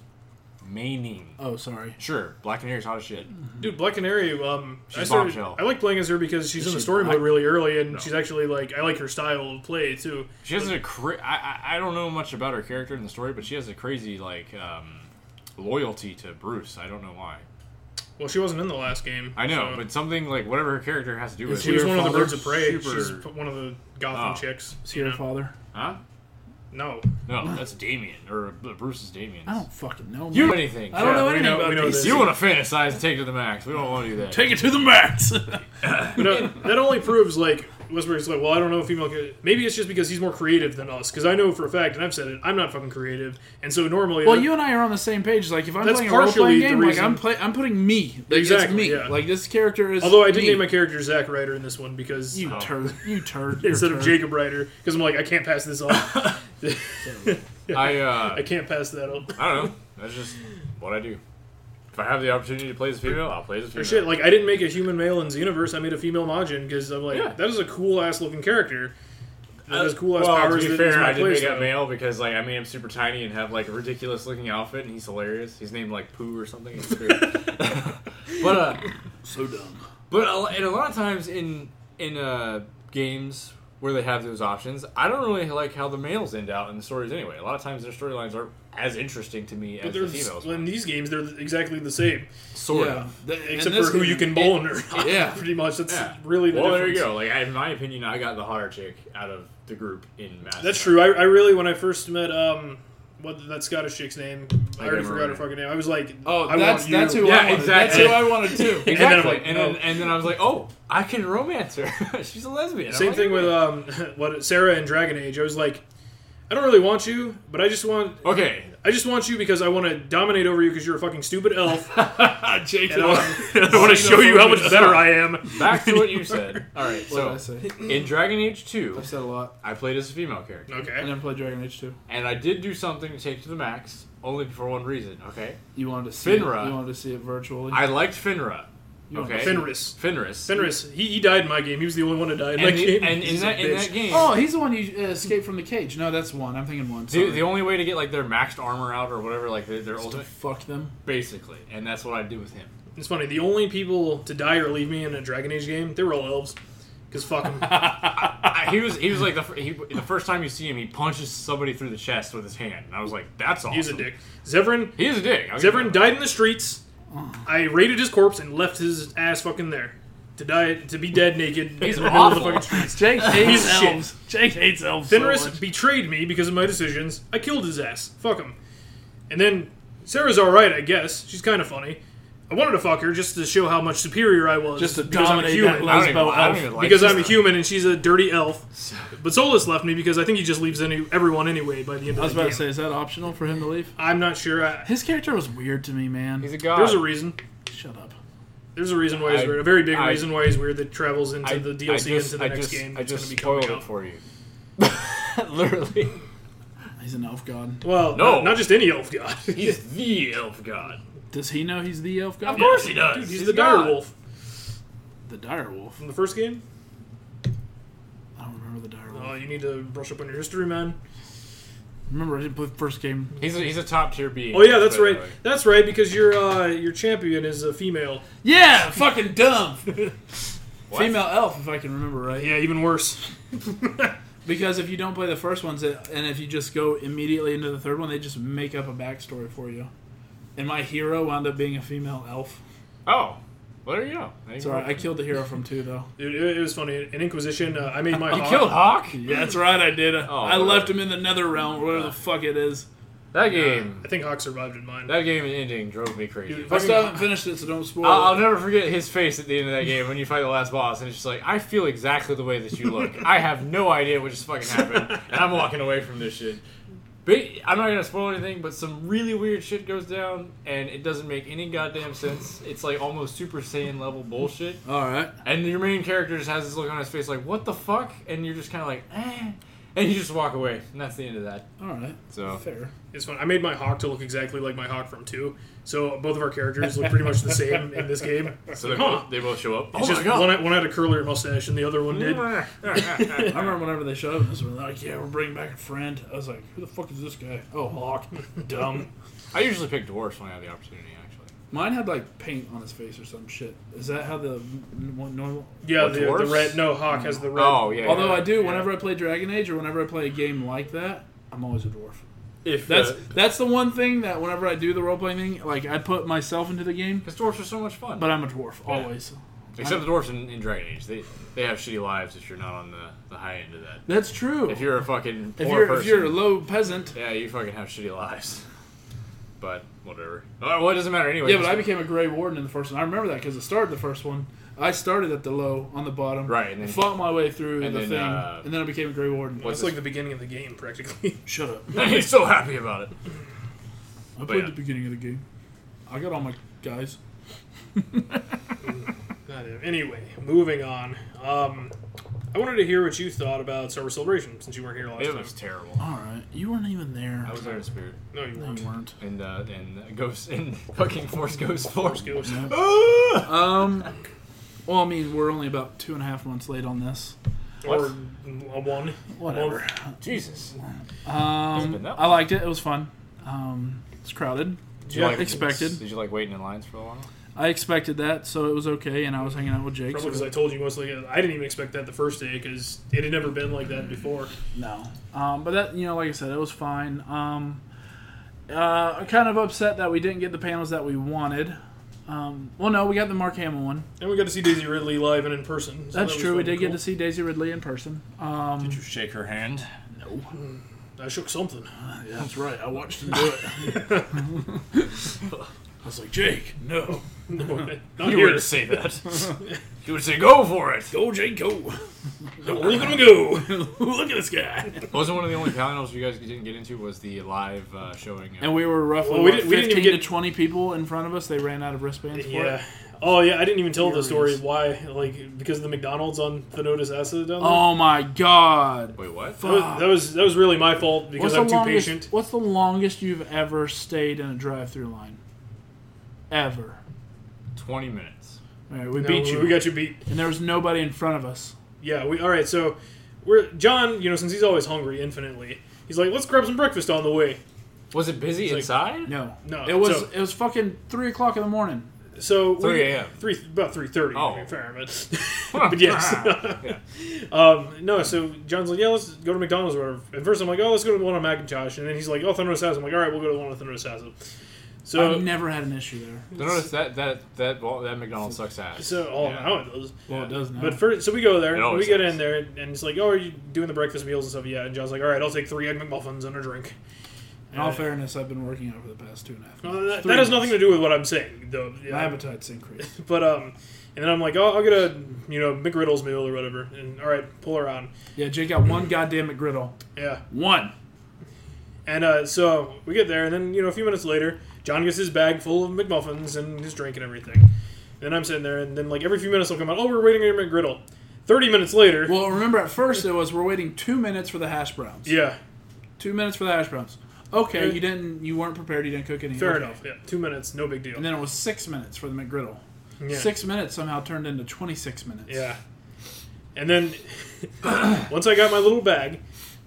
Maining.
Oh, sorry.
Sure, Black Canary's hot as shit.
dude, Black Canary. Um, I,
She's
started,
bombshell.
I like playing as her because she's in the
She's
story
black.
mode really early, and
No.
she's actually like I like her style of play too.
She has a cra- I, I I don't know much about her character in the story, but she has a crazy like um, loyalty to Bruce. I don't know why.
Well, she wasn't in the last game.
I know,
so-
but something like whatever her character has to do with
she
it.
was
your
one of the
father?
birds of prey.
Super-
She's p- one of the Gotham
Oh.
chicks.
Is he
You
your
know?
father?
Huh?
No,
No, that's Damien or B- Bruce is Damien.
I don't fucking know.
You
man.
know anything?
Oh. I don't
Yeah,
know
we
anything
know-
about
we know
these.
this.
You want to fantasize and take it to the max? We don't want to do that.
Take it to the max.
But, uh, that only proves like Westbrook's like, well, I don't know if female. ca- Maybe it's just because he's more creative than us. Because I know for a fact, and I've said it, I'm not fucking creative, and so normally, uh,
Well, you and I are on the same page. Like, if I'm
That's
playing a role playing
partially the
game, like
reason-
I'm play, I'm putting me. Like,
Exactly,
It's me.
yeah.
Like this character is.
Although I did
me.
name my character Zack Ryder in this one because
You turd. You turd. You're a
instead of
turd.
Jacob Ryder, because I'm like, I can't pass this off.
I uh,
I can't pass that up.
I don't know. That's just what I do. If I have the opportunity to play as a female, I'll play as a female.
Or shit, like I didn't make a human male in Xenoverse. I made a female Majin because I'm like,
Yeah. Uh,
that is a cool ass looking character. That has cool ass
well,
powers.
to be
that is
fair,
my
I did make
playstyle.
up male because like I made him super tiny and have like a ridiculous looking outfit, and he's hilarious. He's named like Pooh or something. It's weird. but uh,
So dumb.
but a, and a lot of times in in uh games where they have those options, I don't really like how the males end out in the stories anyway. A lot of times their storylines aren't as interesting to me
But
as
they're
the
s-
females.
in these games, they're exactly the same,
Sort
yeah.
of.
Th- in
except
this
for who
game,
you can
it-
bowl under.
yeah.
pretty much. That's
Yeah.
really the
well, there
difference.
you go. Like, I, in my opinion, I got the hotter chick out of the group in math.
That's true. I, I really when I first met um what that Scottish chick's name, I,
I
already forgot
can't
her
remember.
fucking name. I was like,
Oh,
I
that's
want you.
that's who
Yeah,
I wanted. That's
exactly.
who I wanted too.
And then I'm
Exactly.
like,
And then, and, then, I was like, oh, I can romance her. She's a lesbian. I'm
Same
like,
thing with
okay.
um what Sarah and Dragon Age. I was like, I don't really want you, but I just want
Okay.
I just want you because I want to dominate over you because you're a fucking stupid elf.
Jake,
uh, And I want to show you how much better I am.
Back to what you said. All right.
What did I
So
say?
in Dragon Age 2,
I've said a lot.
I played as a female character,
I
Okay.
never played Dragon Age 2.
and I did do something to take to the max, only for one reason. Okay.
You wanted to see
Finra.
it. You wanted to see it virtually.
I liked Finra.
You wanted
Okay.
to see it.
Fenris.
Fenris.
Fenris. He, he died in my game. He was the only one to die in my
And, the-
game.
and in
He's a
that in
bitch.
that game,
Oh, he's the one you uh, escaped from the cage. No, that's one. I'm thinking one.
the,
Sorry.
the only way to get like their maxed armor out or whatever, like their, their
Just to
ultimate,
fuck them.
basically, and that's what I do with him.
It's funny. The only people to die or leave me in a Dragon Age game, they were all elves. Because fuck 'em.
I- he was he was like the, fir- he, the first time you see him, he punches somebody through the chest with his hand, and I was like, that's awesome.
He's a dick. Zevran.
He is a dick. I'll give him
Zevran
that.
died in the streets. I raided his corpse and left his ass fucking there to die to be dead naked
He's
in the middle of the
awful.
fucking streets.
Jake hates
He's shit.
elves. Jake hates elves. so
Fenris
much.
betrayed me because of my decisions. I killed his ass. Fuck him. And then Sarah's all right, I guess. She's kind of funny. I wanted to fuck her just to show how much superior I was.
Just to
because I'm
dominate
human.
that
I don't even,
Lesbo
I don't
elf.
even like
because
this
I'm a
guy.
human and she's a dirty elf. But Solus left me because I think he just leaves any, everyone anyway by the end of
I was
the
about
game.
to say, is that optional for him to leave?
I'm not sure. I,
His character was weird to me, man.
He's a god.
there's a reason.
Shut up.
There's a reason why he's
I-
weird. A very big
I-
reason why he's weird that travels into
I-
the
I
DLC
just-
into the
I
next
just-
game.
I
that's
just
gonna be coming
spoiled it
out.
for you. Literally,
He's an elf god.
Well,
No.
not, not just any elf god.
he's the elf god.
Does he know he's the elf god?
Of course he does.
Dude, he's,
He's
the dire
God.
wolf
The dire wolf.
from the first game.
I don't remember the dire wolf.
Oh, you need to brush up on your history, man.
Remember, I didn't play the first game.
He's a, he's a top tier being.
Oh yeah, that's
by the
right.
way.
That's right because your uh, your champion is a female.
Yeah, fucking dumb.
What?
Female elf, if I can remember right.
Yeah, even worse.
Because if you don't play the first ones, it- and if you just go immediately into the third one, they just make up a backstory for you. And my hero wound up being a female elf.
Oh, well there you go. There you
Sorry,
go.
I killed the hero from two though.
Dude, it, it was funny. In Inquisition, uh, I made my
You
hawk.
killed Hawk.
Yeah, that's right, I did. I
Oh, really?
left him in the Nether Realm, whatever the fuck it is.
That game.
I think Hawk survived in mine.
That game ending drove me crazy.
Dude,
I still haven't finished it, so don't spoil.
I'll, I'll
it.
never forget his face at the end of that game when you fight the last boss, and it's just like, I feel exactly the way that you look. I have no idea what just fucking happened, and I'm walking away from this shit. But I'm not gonna spoil anything, but some really weird shit goes down, and it doesn't make any goddamn sense. It's like almost Super Saiyan level bullshit,
All right.
and your main character just has this look on his face like, what the fuck? And you're just kind of like, eh, and you just walk away, and that's the end of that.
All right.
So
Fair.
It's fun. I made my hawk to look exactly like my hawk from two, so both of our characters look pretty much the same in this game.
so they,
Huh.
both, they both show up.
It's just one, had- one had a curlier mustache and the other one did.
I remember whenever they showed up, this one, they're like, "Yeah, we're bringing back a friend." I was like, "Who the fuck is this guy?" Oh, Hawk. Dumb.
I usually pick dwarfs when I have the opportunity, actually.
Mine had like paint on his face or some shit. Is that how the n- n- normal?
Yeah,
What,
the, the
dwarfs?
red. No, hawk has the red.
Oh yeah.
Although
yeah,
I do,
yeah.
whenever I play Dragon Age or whenever I play a game like that, I'm always a dwarf.
if
That's
that's
that's the one thing that whenever I do the role playing thing, like I put myself into the game,
because dwarfs are so much fun.
but I'm a dwarf always.
Except the dwarfs in, in Dragon Age, they they have shitty lives if you're not on the, the high end of that.
That's true.
If you're a fucking poor
if you're,
person,
if you're a low peasant,
yeah, you fucking have shitty lives. But whatever. Oh, well, it doesn't matter anyway.
yeah. But I became a Grey Warden in the first one. I remember that because it started the first one. I started at the low on the bottom,
Right, and then-
fought my way through
and
the
then,
thing,
uh,
and then I became a Grey Warden.
What's
It's like the beginning of the game, practically.
Shut up.
he's so happy about it.
I played
yeah.
the beginning of the game. I got all my guys.
God, anyway, moving on. Um, I wanted to hear what you thought about Summer Celebration since you weren't here last
It
time.
was terrible.
All right, you weren't even there.
I was there in spirit,
No, you
no,
weren't.
you weren't.
and uh, and ghost and fucking force ghost force.
Ghost.
Ah!
Um, well, I mean, we're only about two and a half months late on this.
Or a one.
Whatever.
Jesus. Hasn't been
Um,
that
I liked it. It was fun. Um, it's crowded.
Did
Yeah,
expected.
Did you like waiting in lines for a while?
I expected that, so it was okay. And I was hanging out with Jake.
Probably because
so-
I told you mostly. uh, I didn't even expect that the first day because it had never been like that before.
no. Um, but that you know, like I said, it was fine. Um, uh, I'm kind of upset that we didn't get the panels that we wanted. Um, well, no, we got the Mark Hamill one.
And we got to see Daisy Ridley live and in person. so
That's
that was
true. We
fucking
did get
cool.
to see Daisy Ridley in person. Um,
Did you shake her hand?
I shook something.
That's right. I watched him do it. I was like, Jake, no.
Not
You
here.
were to say that. you would say, go for it.
Go, Jake, go.
We're gonna go.
Look at this guy.
Wasn't one of the only panels you guys didn't get into was the live uh, showing. Of,
And we were roughly
Well, we
what,
didn't- we didn't
15
even
to
get-
20 people in front of us. They ran out of wristbands for
Yeah.
it.
Oh yeah, I didn't even tell the story
Furious.
why. Like because of the McDonald's on Thenotis acid down there.
Oh, my God.
Wait, what?
That was- that was that was really my fault because
What's the,
I'm too
longest,
patient.
what's the longest you've ever stayed in a drive through line? Ever.
Twenty minutes.
All right, we
No,
beat you.
We got you beat.
and there was nobody in front of us.
Yeah. We all right. So we're John. You know, since he's always hungry infinitely, he's like, let's grab some breakfast on the way.
Was it busy
like-
inside?
No.
No,
It was,
so-
it was fucking 3 o'clock in the morning.
So we-
3 a.m..
Three about three thirty.
Oh.
Oh, fair, but, but yes. um, no, so John's like, yeah, let's go to McDonald's or whatever. At first, I'm like, oh, let's go to the one on Macintosh, and then he's like, oh, Thunder Assassin. I'm like, all right, we'll go to the one with Thunder Assassin. So
I've never had an issue there.
No, Notice that that that well, that McDonald's sucks ass.
so oh,
Yeah.
now it does.
Well, it does now.
But first, so we go there,
It
and
always
we get
does.
in there, and it's like, oh, are you doing the breakfast meals and stuff? Yeah. And John's like, all right, I'll take three egg McMuffins and a drink.
In all
Uh,
fairness, I've been working out for the past two and a half
Uh, that,
months.
that has nothing to do with what I'm saying, though.
do My appetite's increased.
But um, and then I'm like, oh, I'll get a you know McGriddles meal or whatever, and all right, pull her on.
Yeah, Jake got one goddamn McGriddle.
Yeah.
One.
And uh, so we get there, and then you know a few minutes later, John gets his bag full of McMuffins and his drink and everything. Then I'm sitting there, and then like every few minutes, I'll come out. Oh, we're waiting on your McGriddle. Thirty minutes later,
Well, remember at first it was we're waiting two minutes for the hash browns.
yeah,
Two minutes for the hash browns. Okay,
Yeah.
you didn't, you weren't prepared. You didn't cook any.
fair
okay.
enough. Yeah, two minutes, no big deal.
And then it was six minutes for the McGriddle.
yeah.
Six minutes somehow turned into twenty-six minutes.
Yeah. And then once I got my little bag,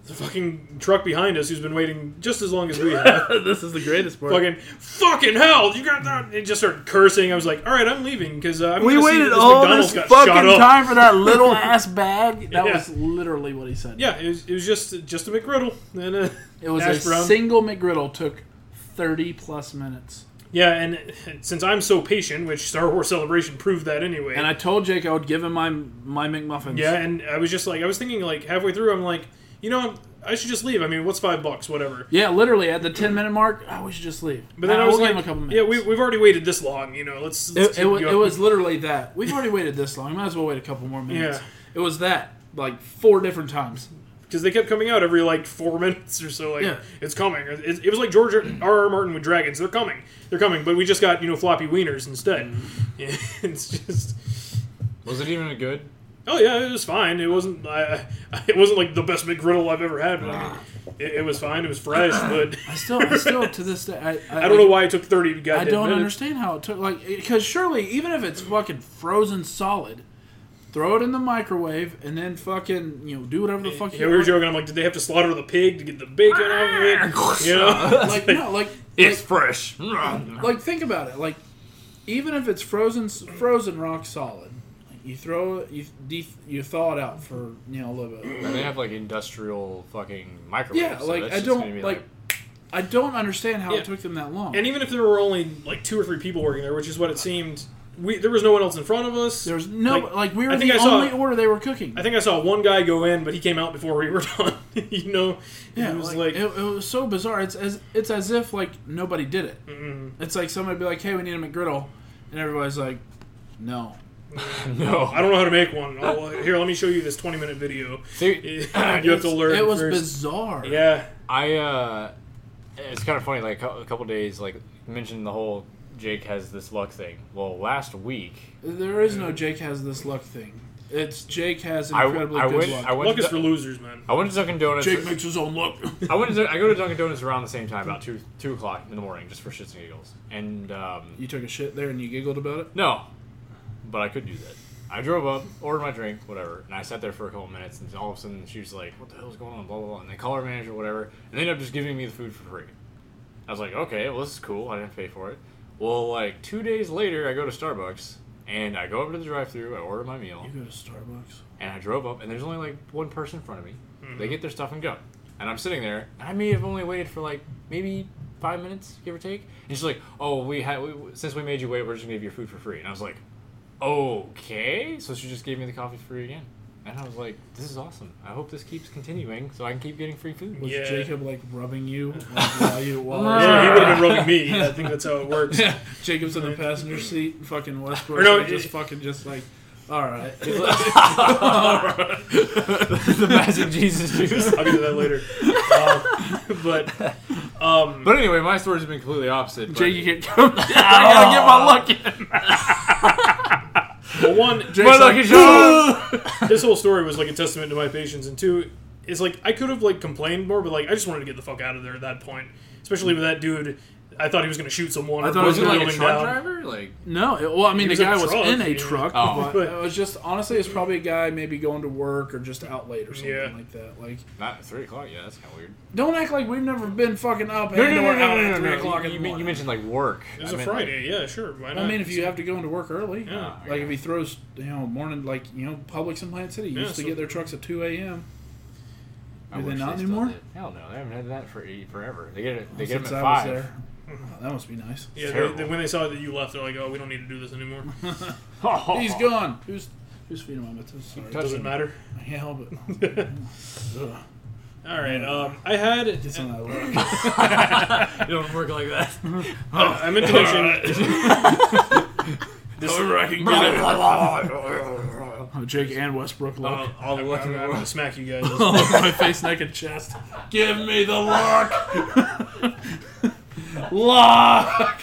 the fucking truck behind us, who's been waiting just as long as we have,
this is the greatest part.
fucking fucking hell, you got that? And just started cursing. I was like, all right, I'm leaving because uh, I'm
we
gonna see that
waited
this
all
McDonald's
this
got shot
fucking
up.
time for that little ass bag. That
Yeah.
was literally what he said.
Yeah, it was, it was just just a McGriddle, and uh,
It was
hash
a
brown.
single McGriddle took thirty plus minutes.
yeah, and since I'm so patient, which Star Wars Celebration proved that anyway.
And I told Jake I would give him my my McMuffins.
yeah, and I was just like, I was thinking like halfway through, I'm like, you know, I should just leave. I mean, what's five bucks, whatever.
Yeah, literally at the ten minute mark, oh, we should just leave.
But then
Nah,
I was
we'll
like,
give him a couple minutes.
yeah, we, we've already waited this long, you know. Let's, let's
it,
keep
it, was,
going.
it was literally that. We've already waited this long. Might as well wait a couple more minutes.
Yeah.
It was that like four different times.
because they kept coming out every like four minutes or so. Like
Yeah.
it's coming. It, it was like George R. R. Martin with dragons. They're coming. They're coming. But we just got you know floppy wieners instead. Yeah,
Mm-hmm.
it's just.
Was it even good?
Oh yeah, it was fine. It wasn't. I, I, it wasn't like the best McGriddle I've ever had, but I mean, it, it was fine. It was fresh, but
I still, I still to this day, I, I,
I don't know why it took thirty goddamn
I don't
minutes.
understand how it took like because surely even if it's fucking frozen solid, throw it in the microwave and then fucking you know do whatever the fuck
Yeah,
you
we were
want.
joking. I'm like, did they have to slaughter the pig to get the bacon off of it? You know,
like no like
It's fresh.
like think about it like even if it's frozen frozen rock solid like, you throw it you de- you thaw it out for you know a little bit
And they have like industrial fucking microwaves.
yeah
so
like
that's
i
just gonna
don't
be,
like, i don't understand how
Yeah.
it took them that long
And even if there were only like two or three people working there, which is what it seemed, we there was no one else in front of us.
there's no like, we were
I think
the
I saw-
only order they were cooking
I think I saw one guy go in, but he came out before we were done. you know,
yeah,
it was like,
it, it was so bizarre. It's as it's as if like nobody did it.
Mm-hmm.
It's like somebody be like, "Hey, we need a McGriddle," and everybody's like, "No."
I
no.
don't know how to make one. Oh, here, let me show you this twenty minute video. you
Dude,
have to learn.
It was
first.
bizarre.
Yeah,
I uh, it's kind of funny. Like a cou- a couple days, like you mentioned the whole Jake has this luck thing. Well, last week
There is no Jake has this luck thing. It's Jake has
I,
incredibly
I
good
went
luck.
I went
luck is
to,
for
Du-
losers, man.
I went to Dunkin' Donuts.
Jake makes his own luck.
I went to, I go to Dunkin' Donuts around the same time, about two two o'clock in the morning, just for shits and giggles. And um,
you took a shit there and you giggled about it.
No, but I could do that. I drove up, ordered my drink, whatever, and I sat there for a couple minutes, and all of a sudden she was like, "What the hell's going on?" Blah blah blah, and they call her manager, whatever, and they end up just giving me the food for free. I was like, "Okay, well this is cool. I didn't pay for it." Well, like two days later, I go to Starbucks and I go over to the drive-through, I order my meal,
You go to Starbucks.
and I drove up, and there's only like one person in front of me. They get their stuff and go, and I'm sitting there, and I may have only waited for like maybe five minutes, give or take. And she's like, "Oh, we had we, since we made you wait, we're just gonna give you your food for free." And I was like, "Okay." So she just gave me the coffee free again, and I was like, "This is awesome. I hope this keeps continuing, so I can keep getting free food."
Was
Yeah.
Jacob like rubbing you like, while you
Yeah,
while
he would have been rubbing me. I think that's how it works.
Jacob's in the passenger seat, and fucking Westbrook,
Or no,
like, just
it-
fucking just like, all right,
the magic Jesus juice.
I'll get to that later. Um, but um,
But anyway, my story's been completely opposite. but-
Jake, you can't come. down.
Oh.
I gotta get my luck in.
well, one,
Jake's
lucky
like,
shot.
this whole story was like a testament to my patience, and two, it's like I could have like complained more, but like I just wanted to get the fuck out of there at that point. Especially with that dude, I thought he was going to shoot someone.
I
or
thought he
Was
burn
it
the
like a
building
truck
down.
driver? Like
No, it- well, I mean,
He was
the
in a
guy was
truck,
in a
yeah.
truck,
Oh.
but it was just honestly, it's probably a guy maybe going to work or just out late or something
Yeah.
like that. Like,
not three o'clock? Yeah, that's kind of weird.
don't act like we've never been fucking up.
No,
and
no, no,
we're
no,
out
no,
at
no,
three
no.
o'clock in
You, you,
the
mean- you
morning.
mentioned like work.
It was
a
a Friday, yeah, sure. Why not?
I mean, if you have to go into work early,
Yeah.
oh, like if he throws, you know, morning, like you know, Publix in Plant City
Yeah,
used to
so-
get their trucks at two a.m.
I
Do they
wish
not
still
anymore?
did. Hell no, they haven't had that for eight, forever. They get it. They get
Since
them at
I was
five. Mm-hmm.
there, Oh, that must be nice.
yeah, they,
terrible.
they- when they saw that you left, they're like, "Oh, we don't need to do this anymore."
Oh,
He's gone. Who's who's feeding my mittens? Sorry,
touched
Doesn't matter.
yeah, but Ugh.
All right, um, I had.
Get some of that work.
You don't work like that.
I, I meant to mention. this,
I can get
Oh, Jake and Westbrook
Oh.
look.
Uh, I'll look I'm, I'm gonna smack you guys.
Oh, my face, neck, and chest. Give me the lock. lock.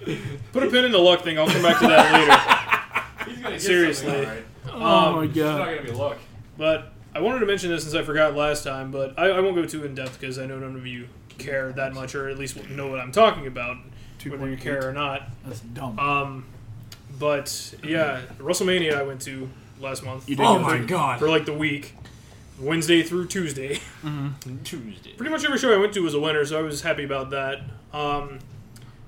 Put a pin in the luck thing. I'll come back to that
it.
Seriously.
Oh my
It's not
god.
gonna be luck.
later. But I wanted to mention this since I forgot last time. But I, I won't go too in depth because I know none of you care that much, or at least know what I'm talking about, whether you care or not.
That's dumb.
Um, but yeah, WrestleMania I went to last month.
You did
Oh
go
my
to-
god.
For like the week, Wednesday through Tuesday.
Tuesday.
pretty much every show I went to was a winner, so I was happy about that. Um,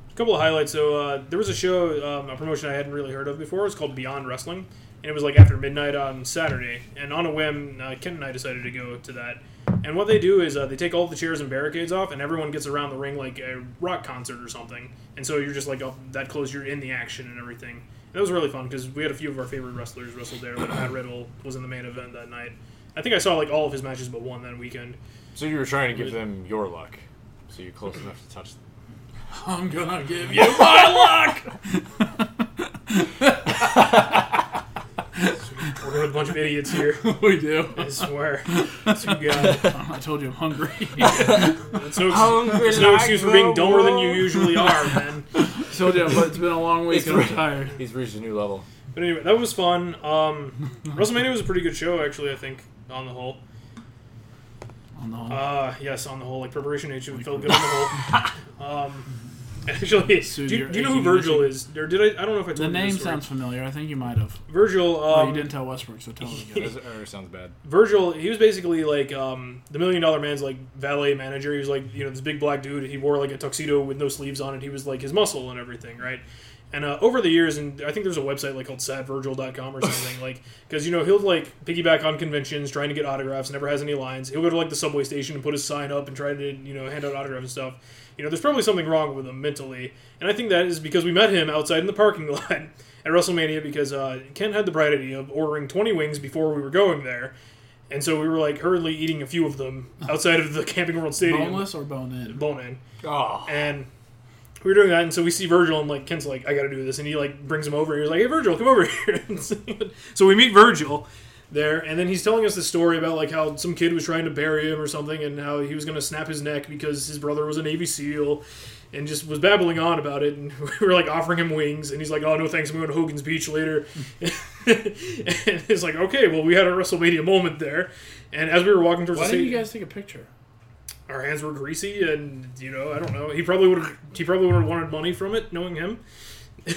a couple of highlights. So uh, there was a show, um, a promotion I hadn't really heard of before. It was called Beyond Wrestling, and it was like after midnight on Saturday. And on a whim, uh, Ken and I decided to go to that. And what they do is uh, they take all the chairs and barricades off, and everyone gets around the ring like a rock concert or something. And so you're just like up that close, you're in the action and everything. And that was really fun because we had a few of our favorite wrestlers wrestle there. Like Matt Riddle was in the main event that night. I think I saw like all of his matches but one that weekend.
So you were trying to give them your luck, so you're close enough to touch. Them.
I'm gonna give you my lock.
We're a bunch of idiots here.
we do.
I swear. To God.
I told you I'm hungry.
That's no,
Oh,
there's no excuse for being dumber than you usually are, man.
told you, but it's been a long week. and I'm tired.
He's reached a new level.
But anyway, that was fun. Um, WrestleMania was a pretty good show, actually, I think, on the whole.
Oh, no.
Uh, yes, on the whole. Like, Preparation H would feel good on the whole. Um, actually, do, you- do you know who Virgil is? Or did I? I don't know if I told
the
you this
name
story.
sounds familiar. I think you might have.
Virgil,
Oh,
um,
you didn't tell Westbrook, so tell him again.
That sounds bad.
Virgil, he was basically like um, the Million Dollar Man's like valet manager. He was like you know this big black dude. He wore like a tuxedo with no sleeves on it. He was like his muscle and everything, right? And uh, over the years, and I think there's a website like called sadvirgil.com or something, like because you know he'll like piggyback on conventions, trying to get autographs, never has any lines. He'll go to like the subway station and put his sign up and try to you know hand out autographs and stuff. You know, there's probably something wrong with him mentally, and I think that is because we met him outside in the parking lot at WrestleMania because uh, Ken had the bright idea of ordering 20 wings before we were going there, and so we were like hurriedly eating a few of them outside of the Camping World Stadium.
Boneless or bone in?
Bone in.
Oh,
And we were doing that, and so we see Virgil, and like Ken's like, I gotta do this. And he like brings him over. He was like, Hey, Virgil, come over here. And so- so we meet Virgil there, and then he's telling us the story about like how some kid was trying to bury him or something, and how he was gonna snap his neck because his brother was a Navy SEAL. And just was babbling on about it, and we were like offering him wings, and he's like, "Oh no, thanks, I'm going to Hogan's Beach later." and it's like, "Okay, well, we had a WrestleMania moment there." And as we were walking towards
Why
the
didn't
stadium,
you guys take a picture?
our hands were greasy and you know i don't know he probably would have he probably would have wanted money from it knowing him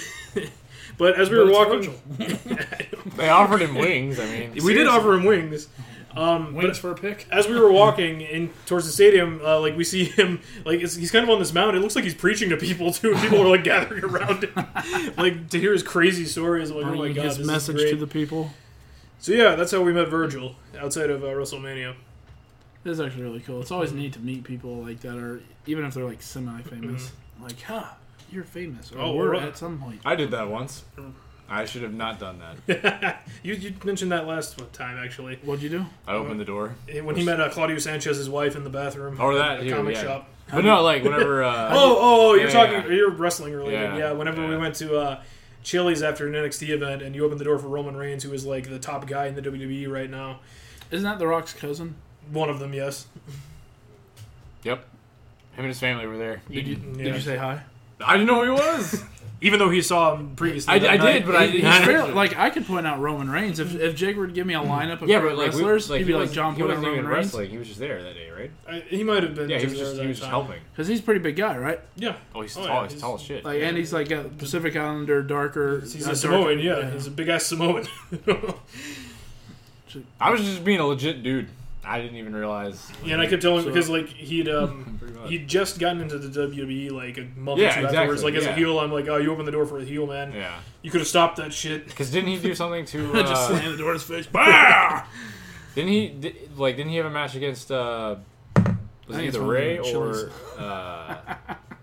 but as we
But
were
it's
walking
they offered him wings. I mean,
we did offer him wings
Oh,
Um,
Wings for a pick?
as we were walking in towards the stadium uh, like we see him like it's, he's kind of on this mound it looks like he's preaching to people too and people are like gathering around him like to hear his crazy stories like oh my
Bringing
god
his
this
message
is great.
to the people.
so yeah that's how we met virgil outside of uh, wrestlemania
It is actually really cool. It's always
Mm-hmm.
neat to meet people like that, or even if they're like semi-famous.
Mm-hmm.
Like, huh, you're famous, or
Oh,
oh, were
right.
at some point.
I did that once. I should have not done that.
you, you mentioned that last one time actually
What'd you do?
I opened the door.
when he met uh, Claudio Sanchez's wife in the bathroom
Or Oh, that,
at a
too,
comic
yeah.
shop.
But no, like whenever. Uh,
Oh, oh, oh, you're
Yeah,
talking,
yeah.
you're wrestling related. Yeah,
Yeah,
whenever we
yeah.
went to uh, Chili's after an NXT event, and you opened the door for Roman Reigns, who is like the top guy in the WWE right now.
Isn't that The Rock's cousin?
One of them, yes.
Yep. Him and his family were there.
Did you,
Yeah.
did you say hi?
I didn't know who he was.
Even though he saw him previously,
I,
that
I
night.
did, but I
He's
didn't. Mm-hmm.
fairly- like I could point out Roman Reigns if if Jake were to give me a lineup of
yeah,
current
but like we-
wrestlers,
like,
he'd
he
be like
wasn't-
John
he
Cena,
wasn't
Roman
even
Reigns,
wrestling. He was just there that day, right?
I- he might have been.
Yeah, he was
there
just
that
he was just
time.
helping.
because he's a pretty big guy, right?
Yeah,
Oh, he's
Oh, yeah,
tall. he's,
he's-
tall as shit.
Like and he's like a Pacific Islander, darker.
he's
uh,
a
dark-
Samoan. Yeah, he's a big ass Samoan.
I was just being a legit dude. I didn't even realize.
Yeah, and I kept telling
So-
because like he'd um
Pretty much.
he'd just gotten into the WWE like a month or
Yeah,
two
exactly,
afterwards. Like as a
yeah.
heel, I'm like, oh, you opened the door for a heel, man.
Yeah,
You could have stopped that shit.
because didn't he do something to?
I
Uh,
just slammed the door in his face.
Ah! didn't he di- like? Didn't he have a match against? Uh, was
I
it
think it's
either
one of
Ray
the
or?
Chili's.
Uh,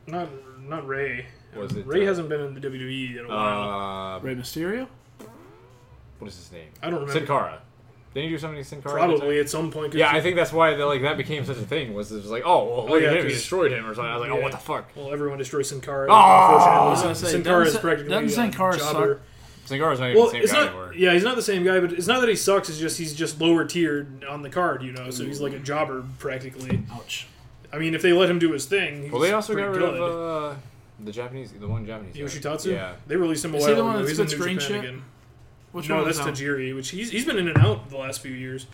Not not Ray.
was it
Ray
uh,
hasn't been in the WWE in a while.
Uh,
Rey Mysterio.
what is his name?
I don't remember.
Sin Cara. Didn't he do something to Sin Cara? at the
Probably
time?
at some point. 'cause
Yeah,
he-
I think that's why that like that became such a thing. Was it was like, oh, well, look
yeah,
at him, he
'cause-
destroyed him or something. I was like, oh,
Yeah.
what the fuck?
Well, everyone destroys Sin Cara.
Oh!
unfortunately.
I was gonna say,
Sin Cara is
doesn't-
practically
doesn't Sin
a
Cara
jobber.
Sin Cara's not even
Well,
the same
it's
guy
not.
anymore.
Yeah, he's not the same guy, but it's not that he sucks. It's just he's just lower tiered on the card, you know. So he's like a jobber practically.
Ouch.
I mean, if they let him do his thing, he's
Well, they also got
pretty
rid
good.
of uh, the Japanese, the one Japanese. guy.
Yoshitatsu?
Yeah.
They released him a
Is
while
he the one
ago.
that's
He's in
got
New
screen
Japan
shit?
again.
Which
No,
one
that's
was that?
Tajiri, which he's, he's been in and out the last few years.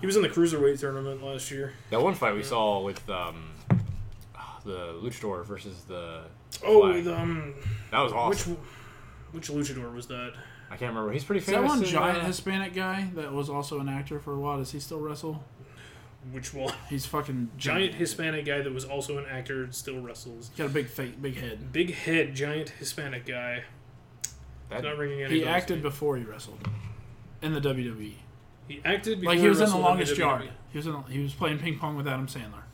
He was in the cruiserweight tournament last year.
That one fight we saw with um, the Luchador versus the.
Oh,
Flag.
the, um,
That was
which
awesome.
which luchador was that?
I can't remember. He's pretty
Is that
famous.
one
in,
giant
uh,
Hispanic guy that was also an actor for a while? Does he still wrestle?
Which one?
He's fucking
Giant Hispanic guy that was also an actor and still wrestles.
Got a big face, big head.
Big head, giant Hispanic guy.
that-
Not ringing any
He
bells.
acted before he wrestled in the WWE.
He acted before
like he was in the
wrestled
longest
WWE.
yard. He was in, he was playing ping pong with Adam Sandler.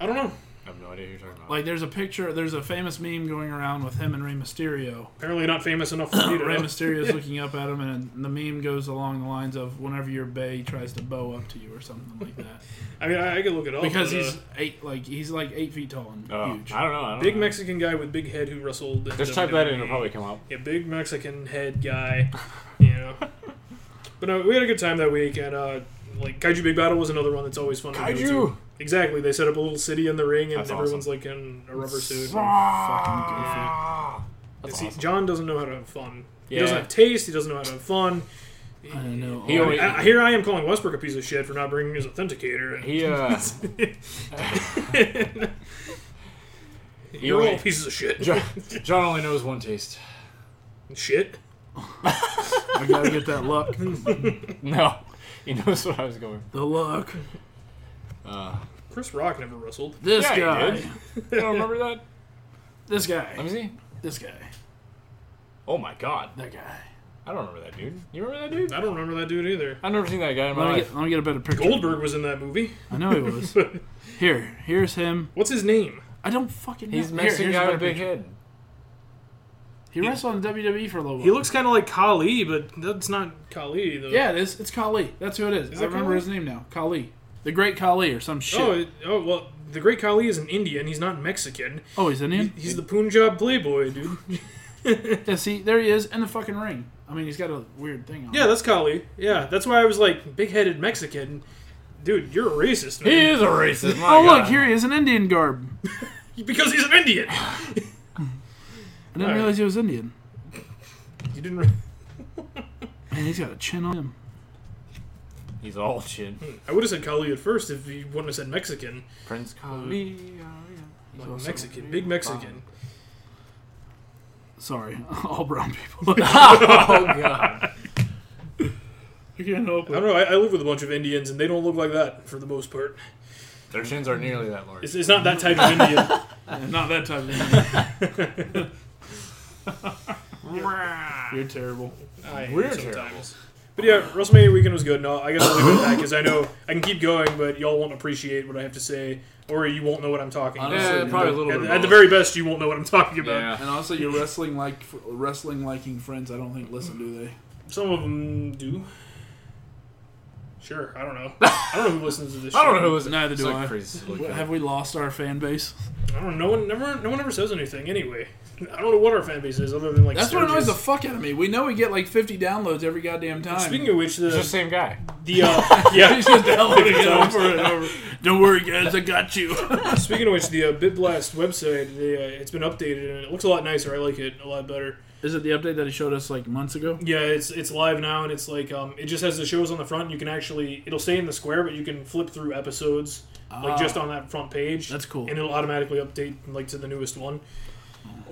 I don't know.
I have no idea who you're talking about.
Like there's a picture, there's a famous meme going around with him and Rey Mysterio.
Apparently not famous enough for me to
Rey
know.
Mysterio's looking up at him, and the meme goes along the lines of whenever your bay tries to bow up to you or something like that.
I mean, I, I could look it up.
Because
but, uh,
he's eight, like he's like eight feet tall and
oh,
huge.
I don't know. I don't
big
know.
Mexican guy with big head who wrestled. in E.
Just type that in;
WWE.
it'll probably come up.
Yeah, big Mexican head guy, you know. but no, we had a good time that week, and uh, like Kaiju Big Battle was another one that's always fun. To go to.
Kaiju.
Exactly, they set up a little city in the ring, and
That's
everyone's
awesome.
like in a rubber suit.
Ah. That's
See,
awesome.
John doesn't know how to have fun. He
Yeah.
doesn't have taste. He doesn't know how to have fun.
I don't know.
He
All
always-
I, I- here I am calling Westbrook a piece of shit for not bringing his authenticator. And
He uh,
You're all
only-
pieces of shit.
John, John only knows one taste.
shit.
I gotta get that luck.
No, he knows what I was going.
The luck.
Uh,
Chris Rock never wrestled.
This
Yeah, he
guy.
did. you don't remember that?
This
Let
guy.
me see.
This guy.
Oh my god,
That guy.
I don't remember that dude. You remember that dude?
I don't remember that dude either.
I've never seen that guy in my
Let me
life.
get, let me get a better picture.
Goldberg was in that movie.
I know he was. Here, here's him.
What's his name?
I don't fucking. know.
He's
Here,
Mexican
here's
guy
a
with a
better
big
picture.
head.
He wrestled in WWE for a little while.
He looks kind of like Kali, but that's not Kali though.
Yeah, it is. It's Kali. That's who it is. I
it
remember
Khali?
his name now. Kali. The Great Kali or some shit.
Oh,
Oh,
it, oh well, the Great Khali is an Indian. He's not Mexican.
Oh, he's Indian?
He's the Punjab playboy, dude.
Yeah, see, there he is in the fucking ring. I mean, he's got a weird thing on.
yeah, that's Khali. Yeah, that's why I was like big-headed Mexican. Dude, you're a racist,
He
man.
is a racist. my
Oh, look,
God.
here he is in Indian garb.
Because he's an Indian.
I didn't
Alright.
realize he was Indian.
You didn't. Re-
Man, he's got a chin on him.
He's all chin.
Hmm.
I would have said Khali at first if he wouldn't have said Mexican.
Prince Kali.
Uh, Like, Mexican, big Mexican.
Sorry, all brown people.
Oh god.
I can't help
I don't know. I, I live with a bunch of Indians, and they don't look like that for the most part.
Their chins are nearly that large.
It's, it's not that type of Indian.
Not that type of Indian.
We're
You're terrible.
I am
We're
sometimes.
terrible.
But But yeah, WrestleMania weekend was good. No, I guess I'll leave it at that because I know I can keep going, but y'all won't appreciate what I have to say, or you won't know what I'm talking about.
Honestly,
yeah, probably a little
At,
bit.
at
of
the
both.
very best, you won't know what I'm talking about.
yeah.
And also, your wrestling like wrestling liking friends, I don't think listen, do they?
Some of them do. Sure, I don't know. I don't know who listens to this.
I don't
show.
know who's
Neither do
it's like
I.
Crazy to look
Have
at.
we lost our fan base?
I don't know. No one never. No one ever says anything. Anyway, I don't know what our fan base is other than like.
That's what annoys the
Sturgis.
fuck out of me. We know we get like 50 downloads every goddamn time.
Speaking of which,
It's just
the
the same guy.
the uh, yeah.
He's just downloading it over and over. Don't worry, guys, I got you.
Speaking of which, the uh, BitBlast website they, uh, it's been updated and it looks a lot nicer. I like it a lot better.
Is it the update that he showed us like months ago?
Yeah, it's it's live now and it's like um, it just has the shows on the front. You can actually it'll stay in the square, but you can flip through episodes like just on that front page.
Ah. That's cool.
And it'll automatically update like to the newest one.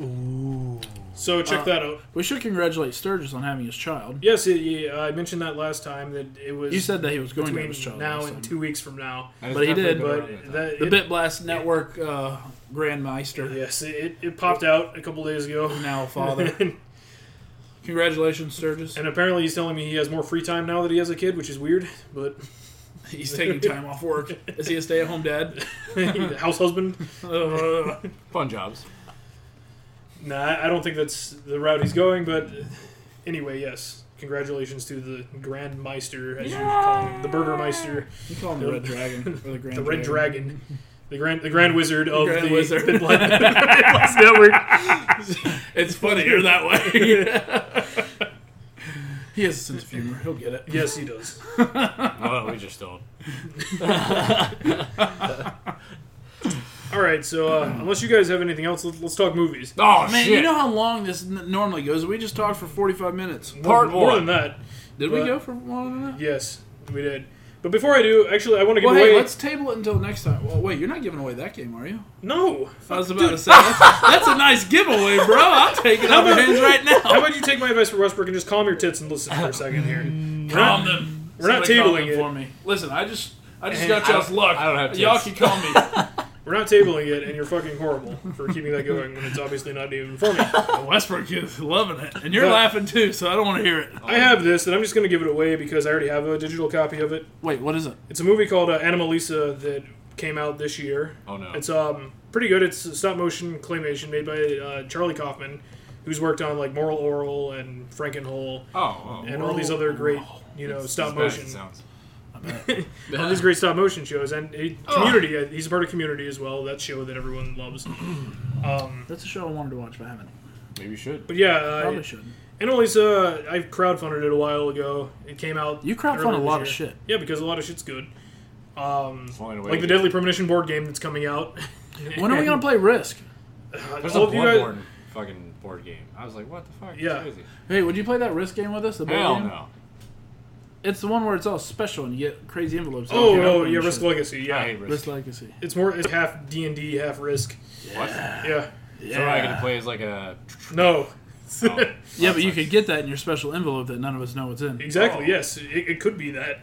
Ooh.
So check
Uh,
that out.
We should congratulate Sturgis on having his child.
Yes, it, yeah, I mentioned that last time that it was
You said that he was going to
between
have his child.
now
last
and
time.
two weeks from now.
It's
he
definitely been
did,
But
around that time.
that,
the
it-
BitBlast Network uh, Grandmeister,
yes, it, it popped out a couple days ago.
now a father.
and
Congratulations, Sturgis.
apparently he's telling me he has more free time now that he has a kid, which is weird. But
He's taking time off work. Is he a stay-at-home dad?
house husband,
Uh,
Fun jobs.
nah, I don't think that's the route he's going. But anyway, yes, congratulations to the Grand Meister, as you call him, the Burgermeister,
you call him the Red Dragon or the Grand
the Red Dragon, the Grand, the Grand Wizard of
Grand
the
Wizard.
Pit Black- Pit Black Network.
It's funnier that way. he has a sense of humor. He'll get it.
Yes, he does.
Oh, we just don't.
All right, so uh, unless you guys have anything else, let's, let's talk movies.
Oh
Man,
shit!
you know how long this n- normally goes? We just talked for 45 minutes.
Part
more, more
one.
than that.
Did
But-
we go for longer than that?
Yes, we did. But before I do, actually, I want to give
Well,
away.
hey, let's table it until next time. Well, wait, you're not giving away that game, are you?
No.
I was about to say, that's, that's a nice giveaway, bro. I'll take it out of your hands right
How
now.
about you take my advice for Westbrook and just calm your tits and listen for a second here? We're not-
Calm them.
we're not
Somebody calm
tabling
them
it.
for me. Listen, I just, I just
Hey,
got
I
y'all's
don't-
luck.
I don't have
Y'all can
tits.
call me.
We're not tabling it, and you're fucking horrible for keeping that going when it's obviously not even for me.
Westbrook is loving it, and you're
But-
laughing too, so I don't want to hear it.
I have this, and I'm just going to give it away because I already have a digital copy of it.
Wait, what is it?
It's a movie called uh, Animalisa that came out this year.
oh no.
It's um pretty good. It's a stop motion claymation made by uh, Charlie Kaufman, who's worked on like Moral Oral and Frankenhole
oh, oh.
and all these other great you know stop
It's bad,
motion
it sounds.
all these great stop motion shows and he, community uh, he's a part of community as well that show that everyone loves um,
That's a show I wanted to watch, but I haven't.
Maybe you should.
but yeah
Probably
uh,
should.
Annalisa I crowdfunded it a while ago it came out
You crowdfund
earlier
a
this
lot of
year.
shit.
yeah because a lot of shit's good um,
It's the only way
like the
to-
Deadly Premonition board game that's coming out
When are we gonna play Risk?
There's a
all of you guys-
Bloodborne fucking board game. I was like, what the fuck? It's
Yeah.
Crazy.
Hey, would you play that Risk game with us? The board
Hell
game?
no.
It's the one where it's all special and you get crazy envelopes.
oh
You
no
open
yeah
and
Risk
shit.
Legacy yeah
I hate risk.
Risk Legacy.
it's more it's half D and D half Risk
What?
yeah
So I can play as like a.
no
Oh,
Yeah, but
that's
you
nice.
could get that in your special envelope that none of us know what's in.
exactly
Oh.
yes it, it could be that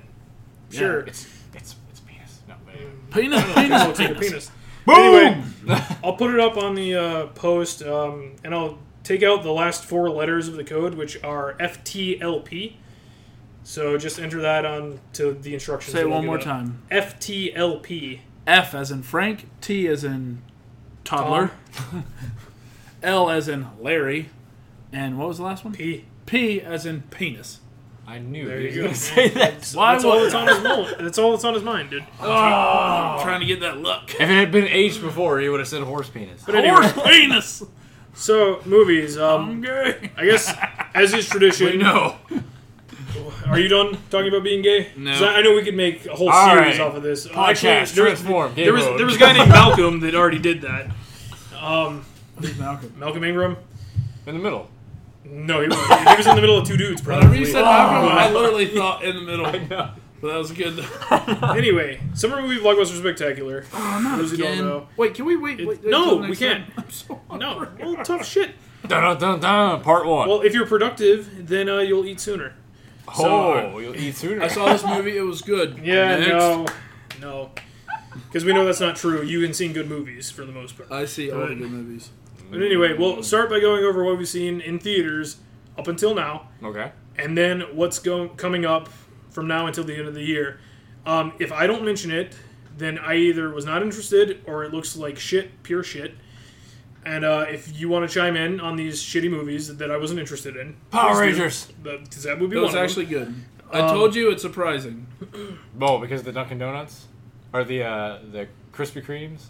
Yeah,
sure
It's it's it's penis. No. but anyway.
Peanut,
I'll
peanut,
take a
peanut.
penis. Anyway,
Boom!
I'll put it up on the uh, post, um, and I'll take out the last four letters of the code, which are FTLP. So just enter that on to the instructions.
Say it
and I'll
one
get
more
up.
time.
FTLP.
F as in Frank, T as in toddler, L as in Larry, and what was the last one?
P.
P as in penis.
I knew
There
he was
you go.
gonna say that.
Why
That's all
would
that's
I?
on his mind. That's all that's on his mind, dude.
I'm trying to get that look.
If it had been aged before, he would have said horse penis.
But anyway,
Horse penis.
so movies. Um,
gay.
I guess as is tradition.
no.
Are you done talking about being gay?
No.
'Cause I, I know we could make a whole
All
series
right.
off of this. Uh, actually,
Podcast
there was-
transform.
There was there was a guy named Malcolm that already did that. Um,
Who's Malcolm?
Malcolm Ingram.
in the middle.
No, he was, he was in the middle of two dudes.
Whenever
Probably.
you said Malcolm, I literally thought in the middle,
I know.
but that was good.
anyway, summer movie blockbuster spectacular. For those who don't know.
Wait, can we wait? wait
It- no,
until next
we can't.
time? I'm so
No,
hungry.
well, tough shit.
Dun, dun, dun, dun, part one.
Well, if you're productive, then uh, you'll eat sooner.
oh, you'll eat sooner.
I saw this movie. It was good.
Yeah,
Next.
no, no, because we know that's not true. You haven't seen good movies for the most part.
I see all the good movies.
But anyway, we'll start by going over what we've seen in theaters up until now,
okay.
and then what's going coming up from now until the end of the year. Um, if I don't mention it, then I either was not interested or it looks like shit, pure shit. And uh, if you want to chime in on these shitty movies that I wasn't interested in,
Power
please do.
Rangers.
The- 'cause that would be
It
one. of
was
them.
actually good. I told you it's surprising.
Oh, because the Dunkin' Donuts or the uh, the Krispy Kremes.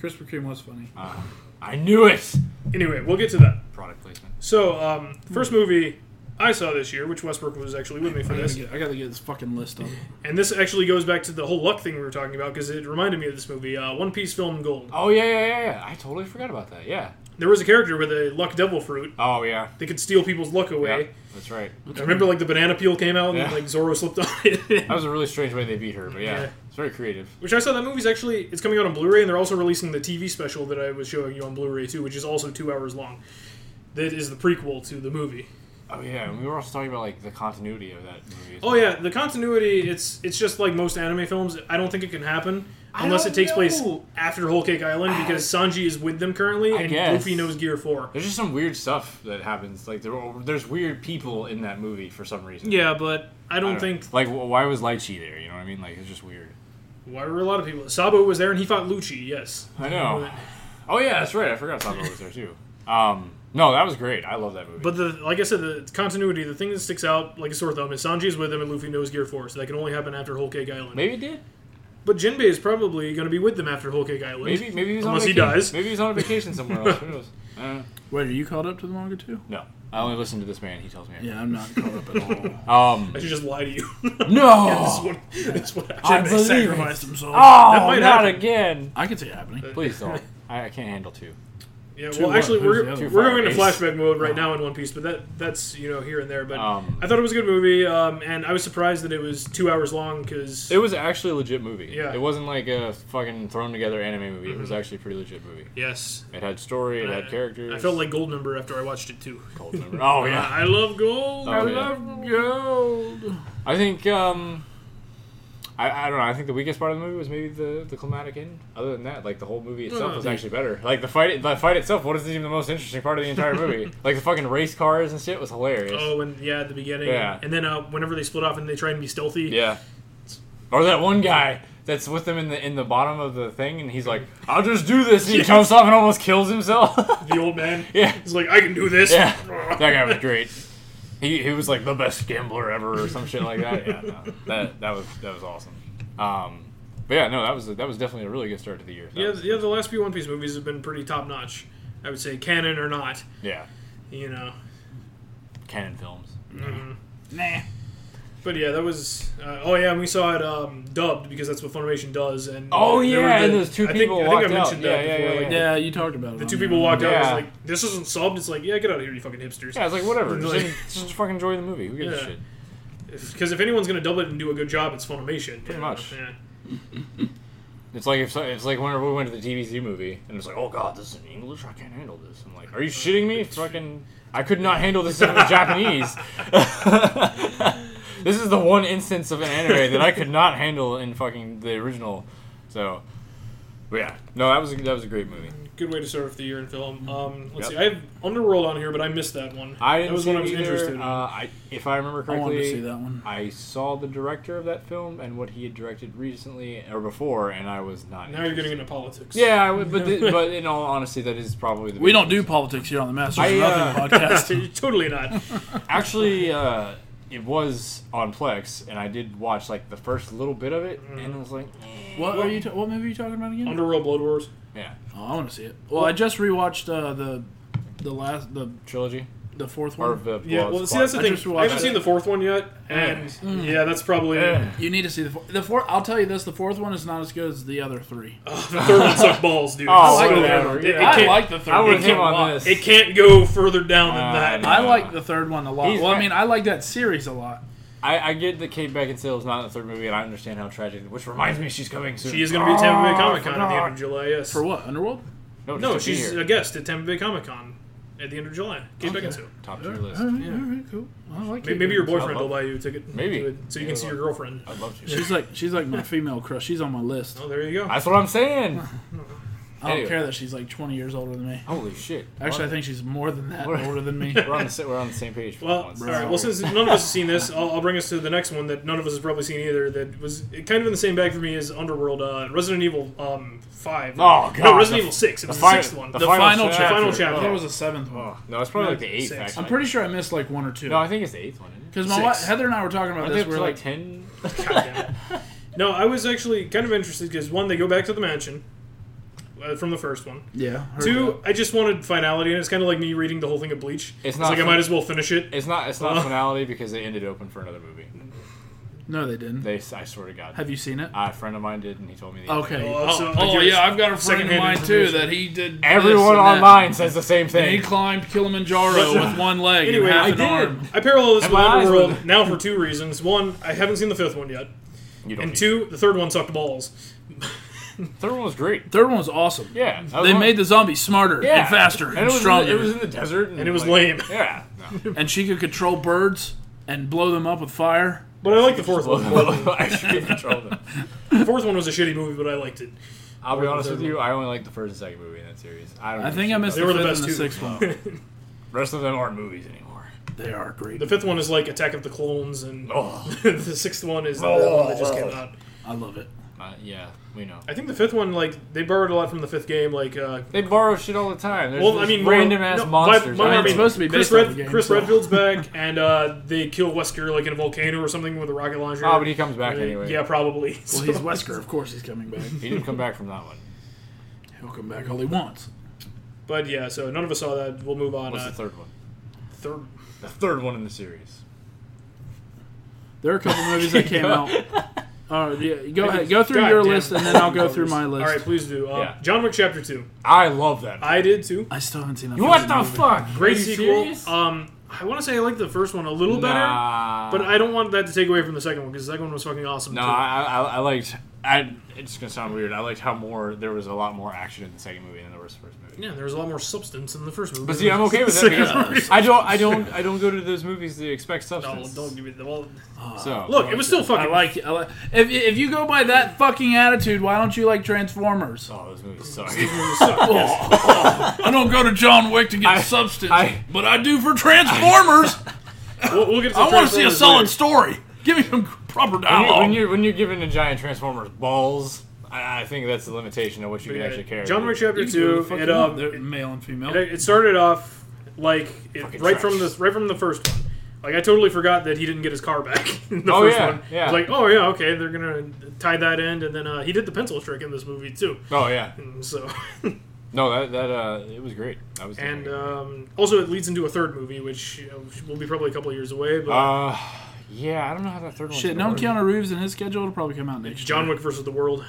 Krispy Kreme was funny.
Uh, I knew it.
anyway, we'll get to that.
Product placement.
So, um, first movie I saw this year, which Westbrook was actually with me for
I gotta,
this,
get, I gotta get this fucking list up.
and this actually goes back to the whole luck thing we were talking about because it reminded me of this movie, uh, One Piece Film Gold.
Oh yeah, yeah, yeah, yeah. I totally forgot about that. Yeah.
There was a character with a luck devil fruit
Oh yeah.
that could steal people's luck
Yeah,
away.
that's right.
I remember like the banana peel came out and
Yeah.
like Zoro slipped on it.
That was a really strange way they beat her, but yeah,
Yeah.
it's very creative.
which I saw that movie's actually it's coming out on Blu-ray, and they're also releasing the TV special that I was showing you on Blu-ray too, which is also two hours long. That is the prequel to the movie.
Oh yeah, and we were also talking about like the continuity of that movie. as
Oh
well.
yeah, the continuity it's it's just like most anime films. I don't think it can happen
I
unless
don't
it takes place
know.
after Whole Cake Island because Sanji is with them currently
I
and
guess.
Goofy knows Gear 4.
There's just some weird stuff that happens. Like there, there's weird people in that movie for some reason.
Yeah, but I
I
don't think
like wh- why was Lychee there? You know what I mean? Like it's just weird.
why were a lot of people Sabo was there and he fought Lucci, yes.
I know. Oh yeah, that's right. I forgot Sabo was there too. Um, no, that was great. I love that movie.
But the like I said, the continuity, the thing that sticks out like a sore thumb is Sanji is with them and Luffy knows Gear 4, so that can only happen after Whole Cake Island.
maybe it did.
But Jinbei is probably going to be with them after Whole Cake Island.
Maybe maybe he's
Unless
on
he
vacation.
dies.
Maybe he's on a vacation somewhere else. Who knows? I don't know.
Wait, are you caught up to the manga too?
No, I only listen to this man. He tells me.
Yeah, I'm not caught up at all.
Um.
I should just lie to you.
No.
that's what, that's what happened.
I believe
sacrificed
it.
themselves.
Oh,
That might
not
happen.
again.
Ah! I could see it happening.
Please don't. I, I can't handle two.
Yeah,
Two
well,
what?
actually,
Who's
we're,
the other
we're
one?
going into
Two Fire
flashback mode right now in One Piece, but that that's you know here and there. But
Oh. Um,
I thought it was a good movie, um, and I was surprised that it was two hours long because
It was actually a legit movie.
Yeah.
It wasn't like a fucking thrown together anime movie. It was actually a pretty legit movie.
yes,
It had story. It
I-
had characters.
I felt like Goldmember after I watched it too.
Gold member. Oh
Uh,
yeah.
I love gold.
Oh,
I
yeah.
love
gold.
I think um, I, I don't know. I think the weakest part of the movie was maybe the the climatic end. Other than that, like the whole movie itself
Uh.
was actually better. Like the fight, the fight itself. What is even the most interesting part of the entire movie? like the fucking race cars and shit was hilarious.
Oh, and yeah, at the beginning,
Yeah.
and then uh, whenever they split off and they try and be stealthy,
Yeah. Or that one guy that's with them in the in the bottom of the thing, and he's like, "I'll just do this." And he jumps off and almost kills himself.
the old man,
yeah,
he's like, I can do this.
yeah. That guy was great. He, he was like the best gambler ever, or some shit like that. Yeah, no, that that was that was awesome. Um, but yeah, no, that was that was definitely a really good start to the year. That
yeah,
was-
yeah. The last few One Piece movies have been pretty top notch. I would say canon or not,
yeah.
you know.
Canon films.
Nah.
But yeah, that was. Uh, oh yeah, and we saw it um, dubbed because that's what Funimation does. And
Oh,
uh, there
yeah,
were
and those two
I
people
think, I
walked
think I mentioned
out.
that
Yeah, yeah,
before.
yeah,
like,
yeah.
Yeah, you talked about it.
The
on
two
there.
people walked out.
Yeah.
It's like this isn't subbed. It's like yeah, get out of here, you fucking hipsters.
Yeah, it's like whatever.
Like-
Just, just fucking enjoy the movie. Who gives a
Yeah.
shit?
Because if anyone's gonna dub it and do a good job, it's Funimation. Pretty
much.
Yeah.
It's like if so, it's like whenever we went to the TVZ movie and it's like, oh god, this is in English. I can't handle this. I'm like, are you shitting me? Fucking, I could not handle this in Japanese. this is the one instance of an anime that I could not handle in fucking the original. So, but yeah, no, that was a, that was a great movie.
Good way to start off the year in film. Um, let's
Mm-hmm. Yep.
see. I have Underworld on here, but I missed that one.
I
that was
one
one I was interested in.
Uh, I, if I remember
I
correctly,
wanted to see that one.
I saw the director of that film and what he had directed recently or before, and I was not.
now you're
interested.
getting into politics.
Yeah, I would, but the, but in all honesty, that is probably the
We don't
biggest-
do politics here on the Masters
I,
of
uh,
Nothing podcast.
totally not.
Actually, uh, it was on Plex, and I did watch like the first little bit of it, and I was like, eh.
what are you? ta- what movie are you talking about again?
Underworld Blood Wars.
yeah,
oh, I want to see it. Well, I just rewatched uh, the the last the
trilogy
the fourth
or
one.
the
Yeah, well, see, that's the
I
thing.
just
I
watched
haven't
it.
seen the fourth one yet, and yeah, that's probably
Eh.
You need to see the four, the fourth. I'll tell you this: the fourth one is not as good as the other three.
Ugh, uh, the third one sucked balls, dude.
Oh, I
So
like
bad.
that.
It-
Yeah.
it
I
can't-
like
the third.
I would
one.
came on this.
It can't go further down than
Uh,
that.
no.
I like the third one a lot.
He's
well, I
right.
mean, I like that series a lot.
I, I get that Kate Beckinsale is not in the third movie, and I understand how tragic. Which reminds me, she's coming soon.
She is going to be at Tampa Bay
Oh,
Comic Con at the end
forgot.
of July. Yes.
For what Underworld?
No, just
no,
to be
she's
here.
a guest at Tampa Bay Comic Con at the end of July. Kate
Okay.
Beckinsale.
top tier
All
list.
right, all right, cool. I like
Maybe,
it.
maybe your
I
boyfriend
love-
will buy you a ticket.
Maybe.
to it so you
Yeah,
can see
I
your
love-
girlfriend.
I'd love to.
She's like she's like my female crush. She's on my list.
Oh, there you go.
That's what I'm saying.
I don't
Anyway.
care that she's like 20 years older than me.
Holy shit!
Actually, I think she's more than that
What?
older than me.
we're on the sa- we're on the same page. For
Well, all
once.
right. Well, since none of us has seen this, I'll, I'll bring us to the next one that none of us has probably seen either. That was kind of in the same bag for me as Underworld, uh, Resident Evil um, Five.
Oh, God,
No, Resident
the-
Evil Six. It was the,
fi-
sixth one.
the
The,
final
final
chapter.
final
I
chapter.
think it was a seventh one.
Oh, no, it's probably like the eighth.
Six.
Actually,
I'm pretty sure I missed like one or two.
No, I think it's the eighth one. isn't it?
Because my
Six.
wife, Heather and I were talking about
Aren't
this.
they
We
up to,
are like,
ten.
God damn it. no, I was actually kind of interested because one, they go back to the mansion uh, from the first one.
yeah. heard
Two, I just wanted finality, and it's kind of like me reading the whole thing of Bleach.
It's
It's,
not
like I
fin-
might as well finish it.
It's not. It's not
Uh.
finality because they ended open for another movie.
that. No, they didn't.
They. I swear to God.
Have you seen it?
Uh, a friend of mine did, and he told me. The ending.
Okay.
Oh, so- like,
I've got a
secondhand information.
he did.
Everyone
this and that.
online says the same
And he
thing.
climbed Kilimanjaro
But-
with one leg. and
Anyway,
half
I
an
did.
arm.
I parallel this
And
with
my eyes
Underworld
went-
now for two reasons. One, I haven't seen the fifth one yet,
You don't
and
need-
two, the third one sucked balls.
third one was great.
Third one was awesome.
Yeah, that was
They
one-
made the zombies smarter
yeah.
and faster
And it
and,
was in the-
stronger.
it was in the desert, and,
it was
like-
lame.
Yeah, no.
and she could control birds and blow them up with fire.
But I like the fourth one.
Well, I should control them.
The fourth one was a shitty movie, but I liked it.
I'll be honest
third
with you. I only like the first and second movie in that series. I don't.
I
give a
think
shit
I
about
missed
They
the
were the
fifth
best
and the
two.
sixth one.
the rest of them aren't movies anymore.
They are great.
The fifth one is like Attack of the Clones, and
Oh,
the sixth one is the one that just came out.
I love it.
uh, yeah, we know.
I think the fifth one, like they borrowed a lot from the fifth game, like uh,
They borrow shit all the time. There's
Well, I
just
mean,
random ass
no, by-
monsters.
by-
I
I
mean,
mean,
it's supposed to be
Chris,
based on
Red-
the game,
Chris
so-
Redfield's back, and uh, they kill Wesker like in a volcano or something with a rocket launcher.
oh, but he comes back
Uh,
anyway.
Yeah, probably.
Well, he's Wesker. Of course, he's coming back.
he didn't come back from that one.
He'll come back all he wants.
But yeah, so none of us saw that. We'll move on.
What's
Uh,
the third one?
third?
The third one in the series.
There are a couple movies that came out. All right, yeah, go ahead. Go through
God
your
damn.
list, and then I'll go through my list.
All right, please do. Uh,
Yeah.
John Wick Chapter Two.
I love that.
I did too.
I still haven't seen that.
what
fucking
the
movie.
fuck?
Great
Are you
sequel.
serious?
Um, I want to say I like the first one a little better,
nah.
but I don't want that to take away from the second one because the second one was fucking awesome.
No,
too.
I, I, I liked. I, it's gonna sound weird. I liked how more there was a lot more action in the second movie than there was the first movie.
yeah, there was a lot more substance in the first movie.
But
than
see, I'm okay with
the
that
second
because
movie.
I don't, I don't, I don't go to those movies to expect
No,
substance.
don't give me the. Well,
So
look, it was still
I
fucking.
like it. I like, if, if you go by that fucking attitude, why don't you like Transformers?
Oh, those movies suck.
I don't go to John Wick to get
I-
substance,
I-
but I do for Transformers.
we'll, we'll get to
I want to see a
Transformers
solid
later.
story. Give me some proper
when, you're,
dialogue.
when you're when you're given a giant Transformers balls, I, I think that's the limitation of what you can
Yeah,
actually carry.
John Wick Chapter
You can do
Two.
what the
It,
fuck you want.
um,
They're male and female.
it, it started off like it,
Fucking
right
trash.
from the right from the first one. Like I totally forgot that he didn't get his car back in the
Oh,
first
yeah,
one.
yeah.
It's like, oh yeah, okay, they're gonna tie that end, and then uh, he did the pencil trick in this movie too.
Oh yeah,
And so,
no, that that uh, it was great. That was
and
uh,
um, also it leads into a third movie, which you know, will be probably a couple of years away. But
Um, Uh, yeah, I don't know how that third one.
Shit, knowing Keanu Reeves and his schedule, it'll probably come out next year.
John Wick versus the world,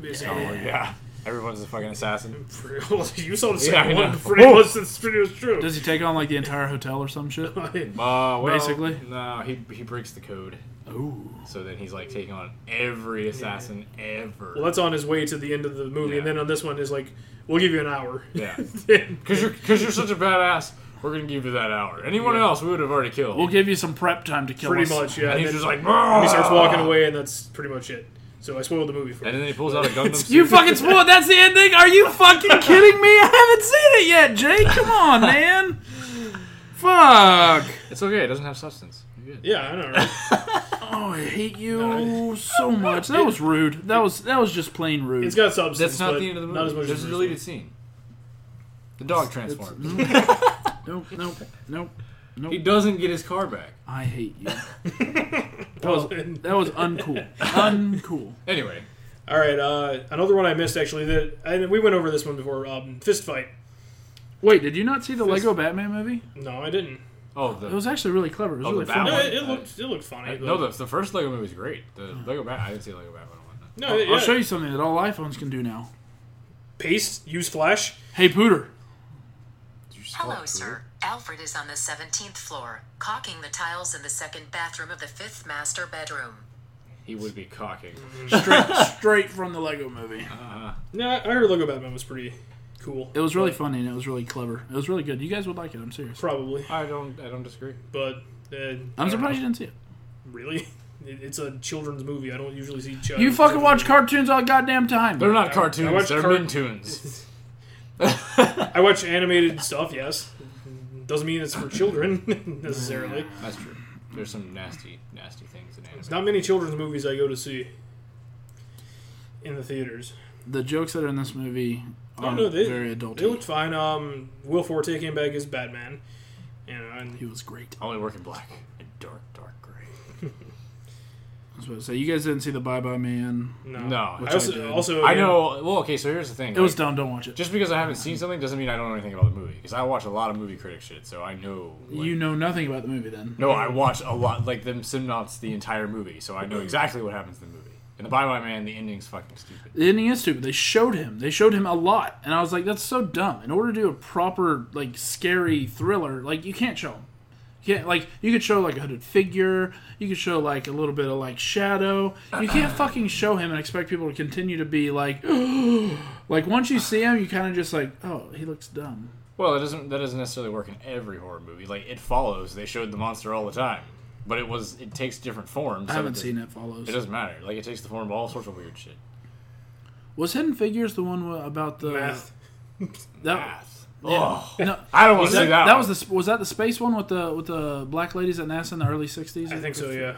basically.
Yeah, everyone's a fucking assassin.
Well, you saw the
Yeah, I
second
know.
one. Pretty much, it's pretty much true.
Does he take on like the entire hotel or some shit?
Uh, well,
Basically.
no, he he breaks the code,
Ooh.
so then he's like taking on every assassin ever.
well, that's on his way to the end of the movie,
Yeah.
and then on this one is like, we'll give you an hour.
yeah, because you're because you're such a badass. We're gonna give you that hour. Anyone else, we would have already killed.
We'll give you some prep time to kill
pretty
us.
much, yeah.
and
And
he's
then
just like,
he starts walking
"Argh."
away, and that's pretty much it. So I spoiled the movie for
And
you.
then he pulls out a Gundam. suit.
You fucking spoiled. That's the ending. Are you fucking kidding me? I haven't seen it yet, Jake. Come on, man. Fuck.
It's okay. It doesn't have substance. You're good.
Yeah, I know, right?
Oh, I hate you so much. That was rude. That was that was just plain rude.
It's got substance.
That's not
but
the end of the movie.
Not as much
There's
as
a
the
deleted
first
scene. The dog transforms.
nope, nope, nope.
he doesn't get his car back.
I hate you.
one.
That was uncool. Uncool.
Anyway,
All right, uh, another one I missed actually. That and we went over this one before. Um, Fist fight.
Wait, did you not see the Lego Batman movie?
No, I didn't.
oh
It
the
was actually really clever. It was
Oh, the
No,
really
Batman.
funny.
it, it looked it looked funny. but-
no the, the first Lego movie was great. The Lego Bat. I didn't see Lego Batman. on that.
no. yeah.
I'll show you something that all iPhones can do now.
Paste. Use flash.
Hey, Pooter.
Did you just call
Hello,
it
sir. Alfred is on the 17th floor, caulking the tiles in the second bathroom of the fifth master bedroom.
cool? He would be cocking.
Straight, straight from the Lego movie.
No, I heard Lego Batman was pretty cool.
It was really funny and it was really clever. It was really good. You guys would like it. I'm serious.
Probably,
I don't. I don't disagree.
but uh,
I'm surprised you didn't see it.
really. It, it's a children's movie. I don't usually see. Child-
You fucking watch cartoons all goddamn time.
They're not
I
cartoons.
watched
They're
cart-
mintoons.
I watch animated stuff, yes. Doesn't mean it's for children necessarily.
That's true. There's some nasty, nasty things in anime.
There's not many children's movies I go to see in the theaters.
The jokes that are in this movie
Oh
are
no, they
very
They looked
adult.
fine. Um, Will Forte came back as Batman. You know,
He
and uh,
was great.
I only work in black and dark, dark gray.
I was about to say, you guys didn't see the Bye Bye Man.
no,
No,
I
which I
also,
did.
also
I know. Well, okay. So here's the thing.
It was dumb. Don't watch it.
Just because I haven't seen something doesn't mean I don't know anything about the movie. Because I watch a lot of movie critic shit, so I know. like-
you know nothing about the movie then.
No, I watch a lot, like them synopsis the entire movie, so I know exactly what happens in the movie. And the Bye Bye Man, the ending's fucking stupid.
The ending is stupid. They showed him. They showed him a lot, and I was like, "That's so dumb." In order to do a proper, like, scary thriller, like you can't show him. You can't like you could show like a hooded figure. You could show like a little bit of like shadow. You can't fucking show him and expect people to continue to be like, like once you see him, you kind of just like, oh, he looks dumb.
Well, that doesn't that doesn't necessarily work in every horror movie. Like It Follows, they showed the monster all the time, but it was it takes different forms.
I
so
haven't
does-
seen it. Follows.
It doesn't matter. Like it takes the form of all sorts of weird shit.
Was Hidden Figures the one wa- about the
math.
That,
Ass.
Yeah.
Ugh.
no,
I don't want to
that,
see that.
that
one.
was the sp- was that the space one with the with the black ladies at NASA in the early '60s?
I think so. Yeah,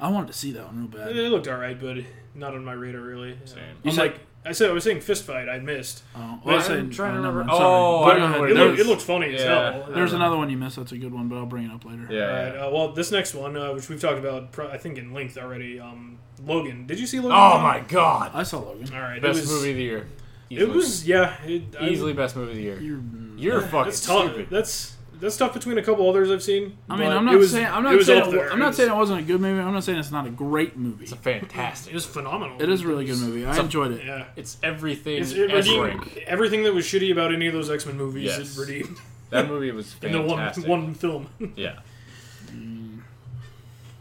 I wanted to see that one real bad.
it looked all right, but not on my radar really.
Same.
I'm
You said-
like I said, I was saying fist fight. I missed.
Oh,
Wait,
well, I said-
I'm trying to
oh, never
remember-
mind, sorry.
Oh,
But
I remember what
go ahead.
It, looked,
There's-
it looked funny as
yeah.
hell.
There's another one you missed. That's a good one, but I'll bring it up later.
yeah.
All right. Uh, well, this next one, uh, which we've talked about, pro- I think in length already. Um, Logan. Did you see Logan?
oh my god!
I saw Logan.
All right.
Best
it was,
movie of the year.
It was yeah. It, I-
easily best movie of the year.
You're-
You're fucking
That's tough.
stupid.
That's that's tough between a couple others I've seen.
I mean,
but
I'm
it
not
was,
saying I'm
it
not
was
saying
up
it,
there.
wa- I'm
It
not
was-
saying it wasn't a good movie. I'm not saying it's not a great movie.
It's a
It
fantastic.
was phenomenal.
It is a really good movie. I
It's a-
enjoyed it.
Yeah.
It's everything.
It's, it
at
redeemed
Brink.
everything that was shitty about any of those X Men movies.
Yes.
It redeemed
That movie was
in the one
fantastic.
one film.
Yeah.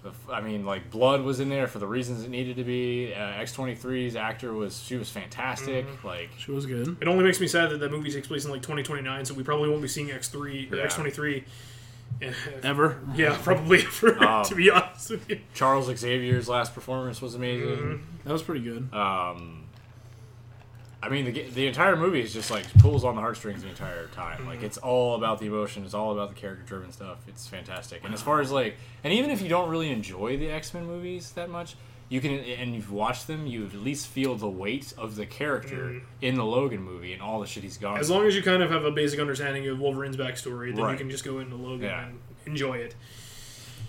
The f- I mean, like blood was in there for the reasons it needed to be. Uh, X 23s actor was she was fantastic. Like
She was good.
It only makes me sad that that movie takes place in like 2029, so we probably won't be seeing X three or
Yeah.
X twenty three.
Ever.
Yeah, probably for
Um,
to be honest with you.
Charles Xavier's last performance was amazing.
That was pretty good.
Um, I mean, the g- the entire movie is just like pulls on the heartstrings the entire time.
Mm-hmm.
Like it's all about the emotion. It's all about the character driven stuff. It's fantastic. And as far as like, and even if you don't really enjoy the X Men movies that much. You can, and you've watched them. You at least feel the weight of the character in the Logan movie and all the shit he's gone.
Mm. As
through.
long as you kind of have a basic understanding of Wolverine's backstory, then
Right.
you can just go into Logan
Yeah.
and enjoy it.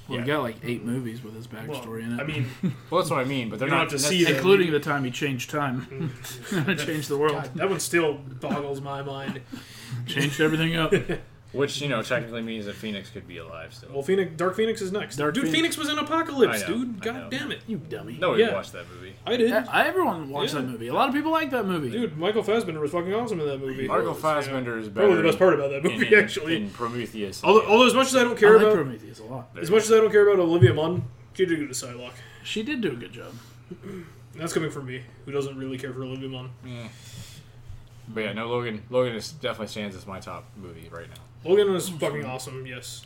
Well,
yeah.
he got like eight movies with his
Well,
backstory in it.
I mean,
Well, that's what I mean, but they're
You don't
not
have to see
necessarily-
them.
including the time he changed time, changed the world,
God, that one still boggles my mind.
changed everything up.
which you know technically means that Phoenix could be alive still.
Well, Phoenix, Dark Phoenix is next.
Dark
dude,
Phoenix.
Phoenix. was in Apocalypse,
I know,
dude.
I
God
know.
damn it.
you dummy.
Nobody
yeah.
watched that movie.
I did.
I- Everyone watched
Yeah.
that movie. A lot of people like that movie.
Dude, Michael Fassbender was fucking awesome in that movie.
Margot
Yeah.
Fassbender is better.
Probably the best part about that
in-
movie,
in-
actually.
in Prometheus.
although, although, as much as I don't
I
care
like
about
Prometheus a lot.
as much as I don't care about Olivia Munn, she did good to Psylocke.
She did do a good job.
And that's coming from me, who doesn't really care for Olivia Munn.
but yeah, no, Logan. Logan is definitely stands as my top movie right now.
Logan was fucking awesome. Yes.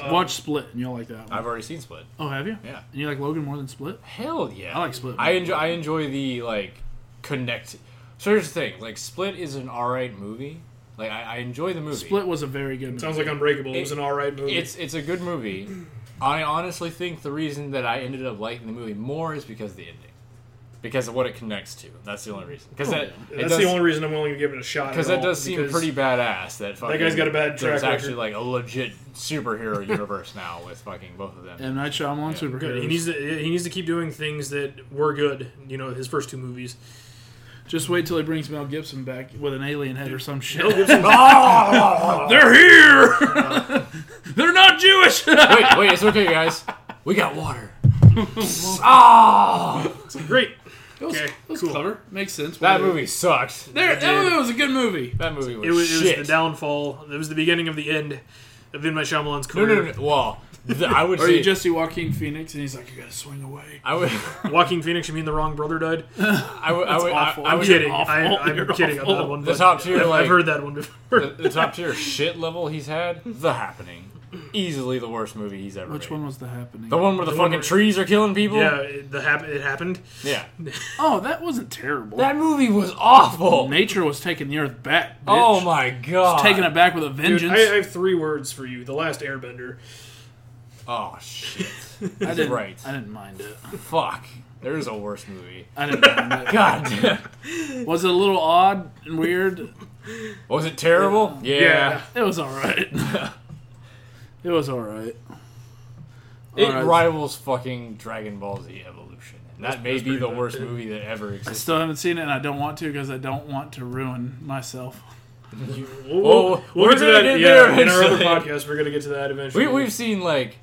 Um,
Watch Split, and you'll like that. One.
I've already seen Split.
Oh, have you?
Yeah,
And you like Logan more than Split?
hell yeah.
I like Split.
I enjoy. I enjoy the like connect. So here's the thing: like Split is an all right movie. Like I, I enjoy the movie.
Split was a very good movie.
Sounds like Unbreakable. It, was
It-
an all right movie.
It's it's a good movie. I honestly think the reason that I ended up liking the movie more is because of the ending, because of what it connects to. That's the only reason. Because that it
Oh, that's
does,
the only reason I'm willing to give it a shot.
because
at
that
all,
does seem
because
pretty badass. That fucking,
guy's got a bad track
There's
record.
actually like a legit superhero universe now with fucking both of them.
M Night Shyamalan
Good.
superheroes.
He needs to he needs to keep doing things that were good. You know, his first two movies.
Just wait till he brings Mel Gibson back with an alien head or some shit.
Oh!
They're here. They're not Jewish.
wait, wait, it's okay, guys. We got water. oh!
It's like, great.
okay,
Okay,
was
cool.
clever. Makes sense.
That
Why-
movie sucked.
There,
It
that
did.
movie was a good movie.
That movie was
It was,
shit.
it was the downfall. It was the beginning of the end of M Night Shyamalan's
no,
career.
no, no. no. Well, the, I would
Or
say
you just see Joaquin Phoenix, and he's like, "You gotta swing away."
I would.
Joaquin Phoenix, you mean the wrong brother died?
I would. I would, I,
awful.
I
I'm
would
kidding.
awful.
I, I'm
You're
kidding
awful.
on that one.
The
but
top tier,
I've,
like-
I've heard that one before.
the top tier shit level he's had, The Happening. easily the worst movie he's ever.
Which
made.
one was the happening?
The one where the,
The one
fucking
where-
trees are killing people.
Yeah, it, the hap- it happened.
Yeah.
Oh, that wasn't terrible.
That movie was awful.
Nature was taking the earth back. Bitch.
Oh my god.
Taking it back with a
Dude,
vengeance.
I, I have three words for you. The Last Airbender.
Oh shit.
I, didn't.
right.
I didn't mind it.
Fuck. There's a worse movie.
I didn't mind it.
God damn.
Was it a little odd and weird?
Was it terrible? Yeah.
It was all right. it was all right.
It
Alright.
rivals fucking Dragon Ball Z Evolution. And that may
that's
be
pretty
the
bad,
worst
yeah.
movie that ever
I
existed.
still haven't seen it, and I don't want to because I don't want to ruin myself.
We'll,
Well,
we'll- we'll
we're
get to
gonna
that.
get there
yeah, in our other
eventually.
podcast, we're gonna get to that eventually.
We, we've seen like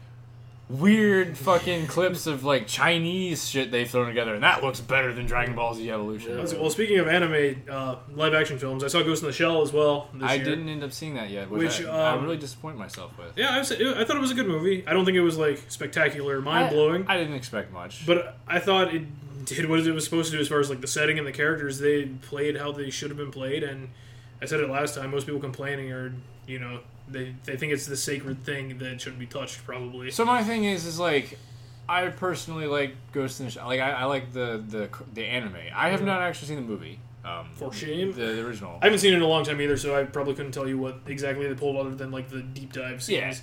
weird fucking clips of like Chinese shit they've thrown together, and that looks better than Dragon Ball Z Evolution.
Well, speaking of anime uh, live action films, I saw Ghost in the Shell as well. This
I
year.
didn't end up seeing that yet, which,
Which,
I,
um,
I really disappoint myself with.
Yeah, I, was, I thought it was a good movie. I don't think it was like spectacular, mind blowing,
I, I didn't expect much.
but I thought it did what it was supposed to do as far as like the setting and the characters. They played how they should have been played, and I said it last time. Most people complaining are, you know, they they think it's the sacred thing that shouldn't be touched. Probably.
So my thing is, is like, I personally like Ghost in the Shell. Like, I, I like the, the the anime. I have not actually seen the movie. Um,
For shame.
The, the original.
I haven't seen it in a long time either, so I probably couldn't tell you what exactly they pulled other than like the deep dive scenes.
yeah,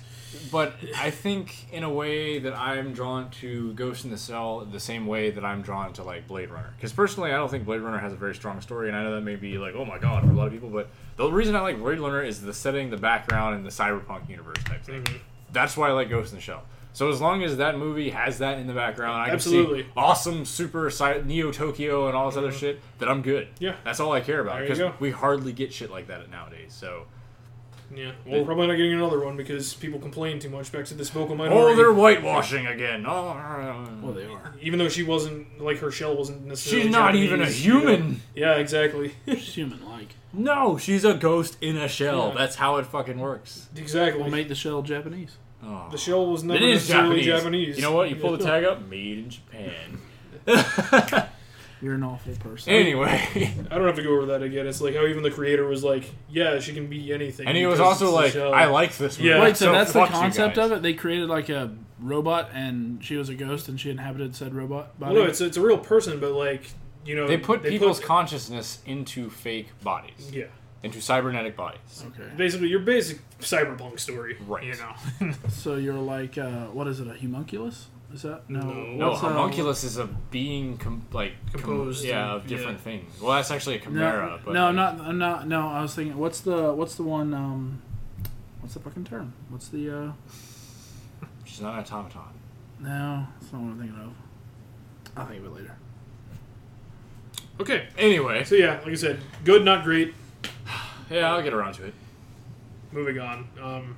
but I think in a way that I'm drawn to Ghost in the Shell the same way that I'm drawn to like Blade Runner. Because personally, I don't think Blade Runner has a very strong story, and I know that may be like, oh my god, for a lot of people. But the reason I like Blade Runner is the setting, the background, and the cyberpunk universe type thing.
Mm-hmm.
That's why I like Ghost in the Shell. So as long as that movie has that in the background, I can
Absolutely. Mm-hmm.
see awesome super sci- Neo Tokyo and all this other shit. That I'm good.
Yeah.
that's all I care about
There you
because
go.
we hardly get shit like that nowadays. So.
Yeah. Well, we're probably not getting another one because people complain too much. Back to this vocal
Oh,
minority.
they're whitewashing again. Oh,
Well, they are.
even though she wasn't like her shell wasn't necessarily.
she's not
Japanese,
even a
you know?
human.
Yeah, exactly.
It's human-like.
No, she's a ghost in a shell.
Yeah.
That's how it fucking works.
exactly.
We'll make the shell Japanese.
Oh.
the shell was never
It is
necessarily
Japanese.
Japanese.
You know what? You pull the tag up, made in Japan.
You're an awful person.
anyway,
I don't have to go over that again. It's like how even the creator was like, "Yeah, she can be anything."
and he was
because
also
it's a
like,
shell.
"I like this movie."
Yeah.
Wait, so, that's the
fuck you
concept
guys.
of it? They created like a robot, and she was a ghost, and she inhabited said robot
Well,
body.
no, it's it's a real person, but like you know,
They put
they
people's consciousness into fake bodies,
yeah,
into cybernetic bodies.
okay.
basically your basic cyberpunk story,
Right.
You know,
So you're like, uh, what is it? A homunculus? Is that no?
No.
No,
what's, uh,
homunculus is a being com- like com-
um, Composed
yeah,
of-
of different
yeah.
things. Well, that's actually a chimera,
No,
but
no, I'm not. I'm not. No, I was thinking. What's the? What's the one? Um, what's the fucking term? What's the? uh
She's not an automaton.
No, that's not what I'm thinking of. I'll think of it later.
Okay.
Anyway,
So yeah, like I said, good, not great.
yeah, I'll get around to it.
Moving on. Um,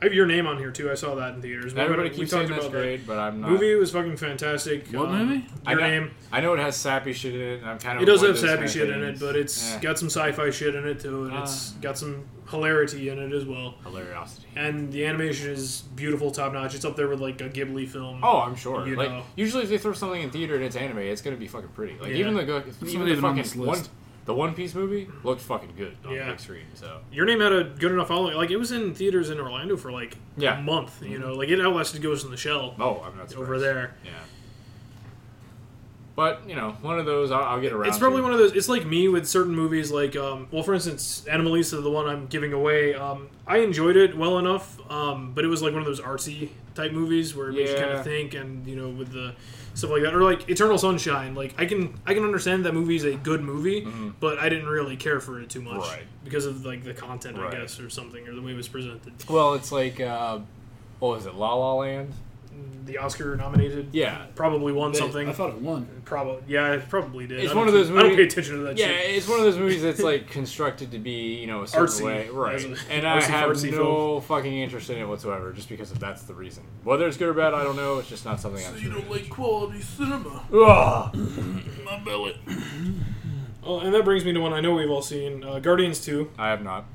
I have your name on here too. I saw that in theaters. We-
Everybody
we
keeps
talked
saying that's great, but
that.
I'm not.
Movie was fucking fantastic.
What
Um,
movie?
I
Your
know,
name.
I know it has sappy shit in it, and I'm kind of.
It does
avoid
have
those
sappy
kinda
shit in it,
things.
but it's
Yeah. Ah.
got some sci-fi shit in it too, and it's got some hilarity in it as well.
hilariosity.
And the animation is beautiful, top notch. It's up there with like a Ghibli film.
Oh, I'm sure.
You
like
know.
usually, if they throw something in theater and it's anime, it's gonna be fucking pretty. Like
Yeah.
even the go- even the
even on this
fucking one,
list.
the One Piece movie looked fucking good on
Yeah.
the big screen. So
Your name had a good enough following. Like it was in theaters in Orlando for like
Yeah.
a month. You know, like it outlasted Ghost in the Shell
oh, I'm not surprised.
over there.
Yeah. But you know, one of those I'll, I'll get around.
It's probably
to.
one of those. It's like me with certain movies, like um, well, for instance, Animalisa, the one I'm giving away. Um, I enjoyed it well enough, um, but it was like one of those artsy type movies where it makes you kind
Yeah.
of think, and you know, with the stuff like that, or like Eternal Sunshine. Like I can I can understand that movie is a good movie, but I didn't really care for it too much
Mm-hmm. Right.
because of like the content,
Right.
I guess, or something, or the way it was presented.
Well, it's like uh, what was it, La La Land?
The Oscar nominated,
Yeah.
probably won something.
I thought it won.
Probably, yeah, it probably did.
It's
I don't
one of
keep-
those
I don't
movie-
pay attention to that.
Yeah,
shit.
it's one of those movies that's like constructed to be, you know, a certain
Artsy.
way, right?
As a-
and I
artsy
have
fartsy
no fucking interest in it whatsoever, just because if that's the reason. Whether it's good or bad, I don't know. It's just not something I'm.
You don't like quality cinema.
Ugh.
My belly.
Oh, and that brings me to one I know we've all seen, uh, Guardians Two.
I have not.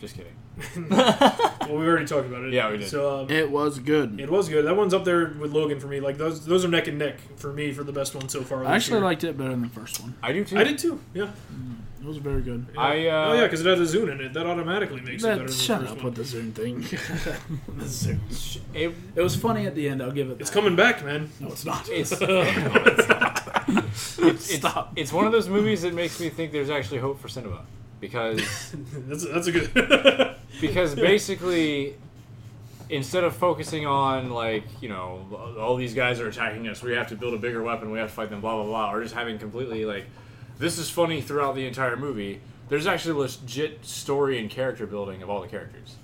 Just kidding.
Well, we already talked about it.
Yeah, we did.
So um,
It was good.
it was good. That one's up there with Logan for me. Like those, those are neck and neck for me for the best one so far.
I
this
actually
year.
liked it better than the first one.
I do too.
I did too. Yeah.
It was very good.
I uh,
oh yeah, because it had a Zune in it. That automatically makes it better than the
shut
first
up
one.
with the Zoom thing. the Zoom.
it,
It was funny at the end. I'll give it.
It's
that.
coming back, man.
No, it's not.
it's, it's, it's,
Stop.
it's one of those movies that makes me think there's actually hope for cinema because
That's that's a good.
because basically instead of focusing on like you know all these guys are attacking us we have to build a bigger weapon we have to fight them blah blah blah or just having completely like this is funny throughout the entire movie there's actually legit story and character building of all the characters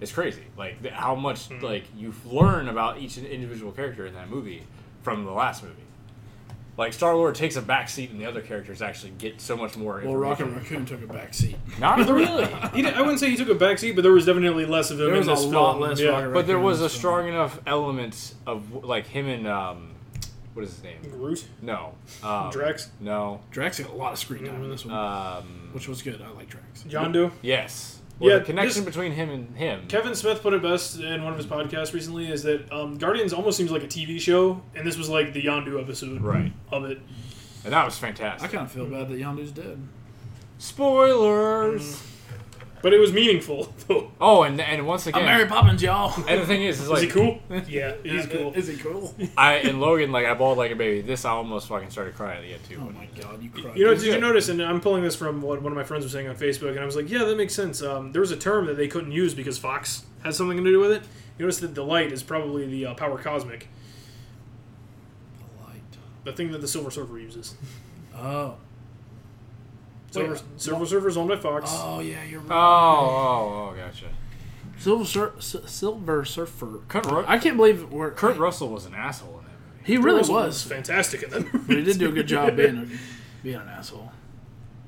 it's crazy like th- how much like you learn about each individual character in that movie from the last movie like Star Lord takes a back seat, and the other characters actually get so much more.
well, Rocket
information.
Raccoon took a back seat.
Not really.
He did, I wouldn't say he took a backseat, but there was definitely less of him
There
in
was
this
a
film.
lot less
yeah.
Rocket
But there
Raccoon
was a
was
strong enough element of like him and um, what is his name?
Groot,
No, um,
Drax,
No,
Drax got a lot of screen time in this one,
um,
which was good. I like Drax.
Yondu.
yes. Well,
Yeah,
the connection
this-
between him and him.
Kevin Smith put it best in one of his podcasts recently is that um, Guardians almost seems like a TV show, and this was like the Yondu episode
Right.
of it.
and that was
I
fantastic.
kind of feel bad that Yondu's dead.
Spoilers.
Mm. But it was meaningful, though.
Oh, and and once again,
Poppins, y'all.
and the thing is, is like
Is he cool? Yeah, he's cool.
Is he cool?
I and Logan, like I bawled like a baby. This I almost fucking started crying at the end too.
Oh my god, you cried.
You know,
He's
did you
good.
notice? And I'm pulling this from what one of my friends was saying on Facebook, and I was like, "Yeah, that makes sense." Um, there was a term that they couldn't use because Fox has something to do with it. You notice that the light is probably the uh, power cosmic, the thing that the Silver Surfer uses.
Oh.
Silver,
Wait,
Silver Surfer's owned by Fox.
Oh yeah, you're
Oh,
right.
oh, oh, gotcha.
Silver Sur- S- Silver Surfer.
Kurt, Ru-
I can't believe we're
Kurt Russell was an asshole in that movie.
He
There
really
also
was.
fantastic in that
But
movie.
he did do a good job being a, being an asshole.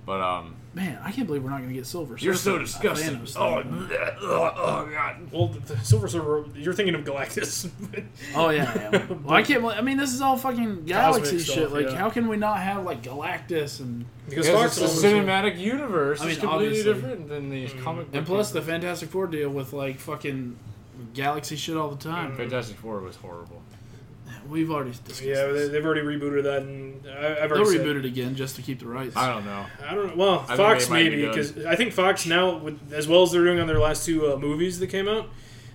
But um,
Man, I can't believe we're not going to get Silver Surfer.
you're so
a
disgusting.
Thanos
Oh,
thing.
oh god.
Well, the, the Silver Surfer, you're thinking of Galactus.
Oh yeah, yeah. Well, I can't. believe- I mean, this is all fucking galaxy
stuff,
shit. Like,
yeah.
how can we not have like Galactus and
because
Because
Fox owns
it's a
it.
cinematic universe.
I mean,
it's completely
obviously.
different than the
Hmm.
comic book.
and plus the Fantastic Four deal with like fucking galaxy shit all the
Mm.
time.
Fantastic Four was horrible.
We've already discussed.
Yeah, they,
this.
they've already rebooted that, and I, I've
they'll
already said-
reboot it again just to keep the rights.
I don't know.
I don't know. Well,
think
Fox
they might be
maybe
done.
because I think Fox now, with, as well as they're doing on their last two uh, movies that came out,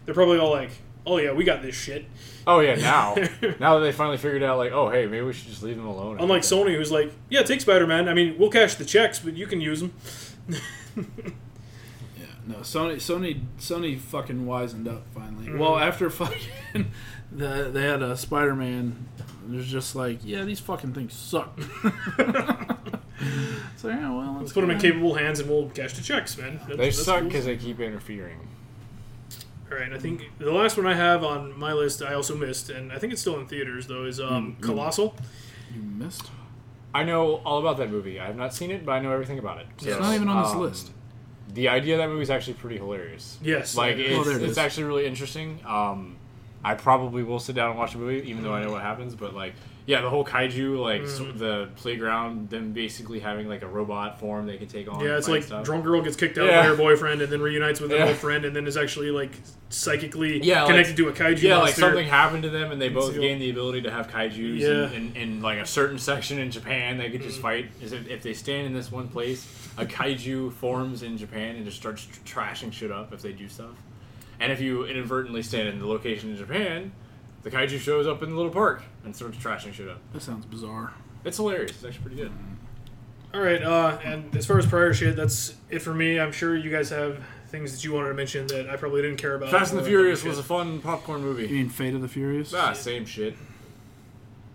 they're probably all like, "Oh yeah, we got this shit."
Oh yeah, now now that they finally figured out, like, oh hey, maybe we should just leave them alone.
Unlike Sony, who's like, "Yeah, take Spider Man. I mean, we'll cash the checks, but you can use them."
Yeah, no, Sony, Sony, Sony fucking wisened up finally.
Mm.
Well, after fucking the, they had a Spider Man, there's just like, yeah, these fucking things suck. so yeah, well,
Let's put them in
go ahead.
capable hands, and we'll cash the checks, man. That's-
They
that's
suck
cool.
because they keep interfering.
All right, I think the last one I have on my list I also missed, and I think it's still in theaters though, is um,
Mm-hmm.
Colossal.
You missed.
I know all about that movie. I have not seen it, but I know everything about it. So,
It's not even on this
Ah.
um,
list.
The idea of that movie is actually pretty hilarious.
Yes,
Like
I-
it's,
Oh, there it
it's
is.
actually really interesting. Um, I probably will sit down and watch the movie, even though I know what happens. But like, yeah, the whole kaiju, like so
Mm.
the playground, them basically having like a robot form they can take on.
Yeah,
and
it's
fight
like
stuff.
drunk girl gets kicked out by
Yeah.
her boyfriend and then reunites with her
Yeah.
old friend and then is actually like psychically
Yeah, like-
connected to a kaiju.
Yeah, like
monster.
something happened to them, and they both
Seal.
gained the ability to have kaiju's.
Yeah. Mm.
In, in, in like a certain section in Japan, they could just fight. Is it, if they stand in this one place, a kaiju forms in Japan and just starts tr- trashing shit up if they do stuff. And if you inadvertently stand in the location in Japan, the kaiju shows up in the little park and starts trashing shit up.
That sounds bizarre.
It's hilarious. It's actually pretty good.
All right, uh, and as far as prior shit, that's it for me. I'm sure you guys have things that you wanted to mention that I probably didn't care about.
Fast and the
Or-
Furious was a
shit.
fun popcorn
You
movie.
mean Fate of the Furious?
Ah, same shit.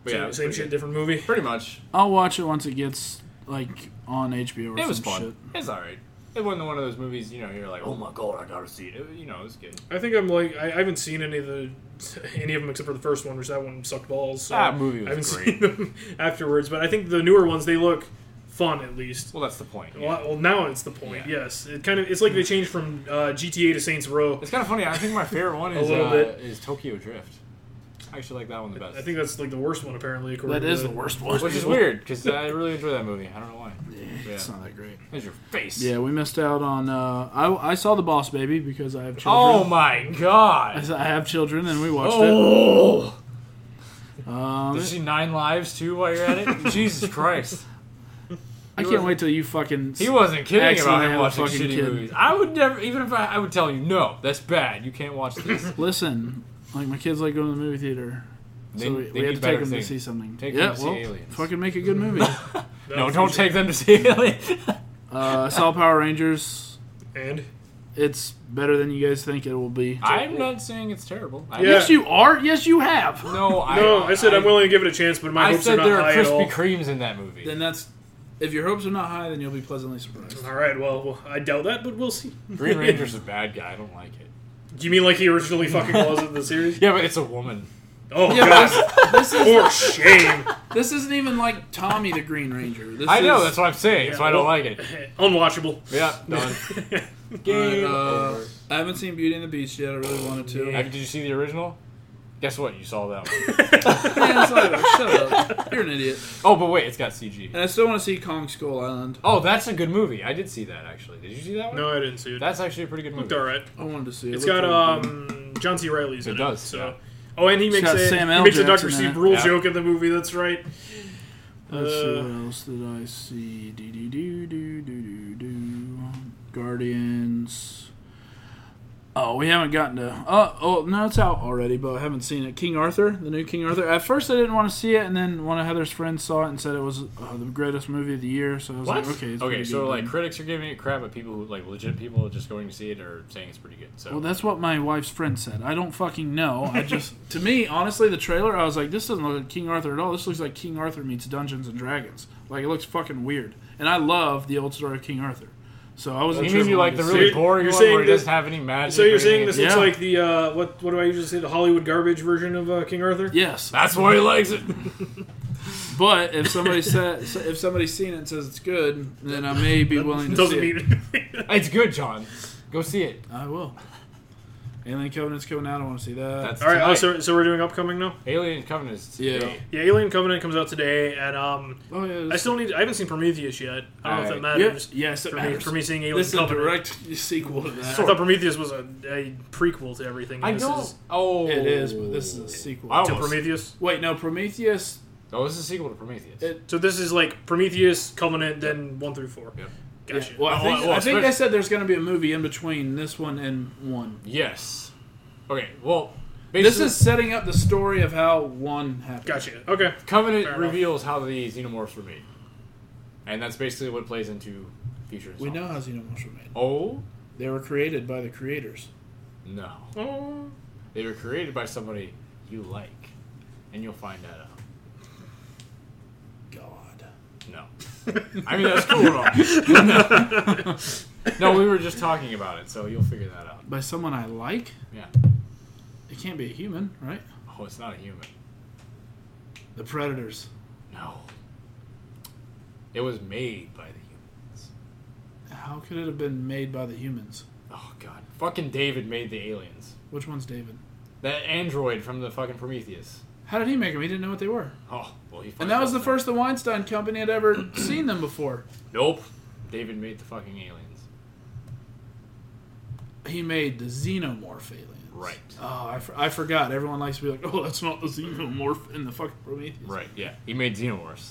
But yeah, it
same,
was
same
pretty
shit,
good.
different movie.
Pretty much.
I'll watch it once it gets like on HBO or
It was
some
fun.
shit.
It's all right. It wasn't one of those movies, you know, you're like, oh my god, I gotta see it. It- you know, it was good.
I think I'm like I, I haven't seen any of the any of them except for the first one, which that one sucked balls. So
That movie was
I haven't seen
great.
them afterwards, but I think the newer ones they look fun at least.
Well, that's the point.
Well, well, now it's the point. Yes, it kind of it's like they changed from uh, GTA to Saints Row.
It's kind of funny. I think my favorite one is
little
uh,
bit.
is Tokyo Drift. I actually like that one the best.
I think that's like the worst one apparently. according
That
to
is the worst one.
which is weird because I really enjoy that movie. I don't know why. Yeah.
It's not that great.
There's your face.
Yeah, we missed out on. Uh, I I saw the Boss Baby because I have children.
Oh my
I
god.
s- I have children, and we watched it.
Oh.
Um,
Did you see Nine Lives too while you're at it? Jesus Christ.
I can't
wasn't-
wait till you fucking.
He wasn't kidding
Accidentally
about
had
him
a
watching
fucking
shitty
kid.
movies. I would never, even if I, I would tell you, no, that's bad. You can't watch this.
Listen, like my kids like going to the movie theater,
They-
so we,
they
we
do
had to
better
take them to
things.
see something.
Take
yeah,
them to see
well,
Aliens.
fucking make a good movie.
no, don't take them to see it.
uh, I saw Power Rangers.
And
It's better than you guys think it will be.
I'm not saying it's terrible. I,
Yeah.
Yes, you are. Yes, you have.
No, I,
no, I, said I, am willing to give it a chance, but my
I
hopes are
said
not
there are
high at all.
Krispy Kremes in that movie.
Then that's if your hopes are not high, then you'll be pleasantly surprised.
all right, well, well, I doubt that, but we'll see.
Green Ranger's a bad guy. I don't like it.
Do you mean like he originally fucking was in the series?
Yeah, but it's a woman.
Oh
Yeah,
god,
but this, this is
for shame!
this isn't even like Tommy the Green Ranger. This
I know.
is-
That's what I'm saying. so I
well-
don't like it.
Unwatchable.
Yeah, done.
Alright,
Game
uh,
over.
I haven't seen Beauty and the Beast yet. I really wanted to.
Have- did you see the original? Guess what? You saw that one.
Man, it's like, shut up. You're an idiot.
oh, but wait, it's got CG.
And I still want to see Kong Skull Island.
Oh, that's a good movie. I did see that actually. Did you see that one?
No, I didn't see it.
That's actually a pretty good movie.
It's all right.
I wanted to see it.
It's
Looked
got
really good.
um John C. Riley's
It
in it.
does,
So.
yeah.
Oh, and he
It's
makes
got
a
Sam
he
L.
makes a
Jackson
Dr.
in
Steve
it.
Rule
Yeah.
joke in the movie. That's right.
Let's see
uh,
what else did I see. Do do do do do do do. Guardians. Oh, we haven't gotten to. Oh, oh, no, it's out already, but I haven't seen it. King Arthur, the new King Arthur. At first, I didn't want to see it, and then one of Heather's friends saw it and said it was uh, the greatest movie of the year. So I was like, okay, it's
okay,
pretty
so
good
like
then.
critics are giving it crap, but people who like legit people are just going to see it are saying it's pretty good. So
Well, that's what my wife's friend said. I don't fucking know. I just, to me, honestly, the trailer, I was like, this doesn't look like King Arthur at all. This looks like King Arthur meets Dungeons and Dragons. Like, it looks fucking weird. And I love the old story of King Arthur. So I was.
you mean you like the really
you're-
boring
you're
one where
saying
it doesn't
that-
have any magic?
So
or
you're saying
anything?
this
It's-
looks like
Yeah.
the uh, what what do I usually say the Hollywood garbage version of uh, King Arthur?
Yes,
That's why he likes it.
but if somebody says if somebody's seen it and says it's good, then I may be willing to
Doesn't
see it.
mean
it's good, John. Go see it.
I will. Alien Covenant's coming out. I want to see that.
That's
all right.
tonight.
Oh, so, so we're doing upcoming now.
Alien Covenant. is
Yeah.
today.
Yeah, Alien Covenant comes out today, and um,
oh yeah.
I still need. I haven't seen Prometheus yet. I don't know if that
Alright.
yeah,
matters
yes, it
for me
matters.
for me seeing Alien
this is a
Covenant.
direct sequel to that.
I thought Prometheus was a, a prequel to everything.
I
This
don't.
is
Oh,
It is, but this is a sequel.
I
to
almost-
Prometheus.
Wait, no, Prometheus.
Oh, this is a sequel to Prometheus.
It-
So this is like Prometheus, Covenant, then one through four.
Yeah.
Gotcha.
Well,
Well,
I think,
well,
I think
especially-
they said there's going to be a movie in between this one and one.
yes. Okay. Well,
This
basically,
is setting up the story of how one happened.
gotcha. Okay.
Covenant
Fair enough.
reveals how the xenomorphs were made, and that's basically what plays into future.
We know
installments.
how xenomorphs were made.
Oh
They were created by the creators.
no,
Oh,
they were created by somebody you like, and you'll find that out.
God.
No. I mean, that's cool. and all. no. we were just talking about it, so you'll figure that out.
By someone I like?
Yeah.
It can't be a human, right?
Oh, it's not a human.
The predators.
No. It was made by the humans.
How could it have been made by the humans?
Oh, God. Fucking David made the aliens.
Which one's David?
That android from the fucking Prometheus.
How did he make them? He didn't know what they were.
Oh, well, he. fucked
And that was
up
the
now.
first the Weinstein Company had ever seen them before.
Nope. David made the fucking aliens.
He made the xenomorph aliens.
Right.
Oh, I, for- I forgot. Everyone likes to be like, oh, that's not the xenomorph in the fucking Prometheus.
Right. Yeah. He made xenomorphs.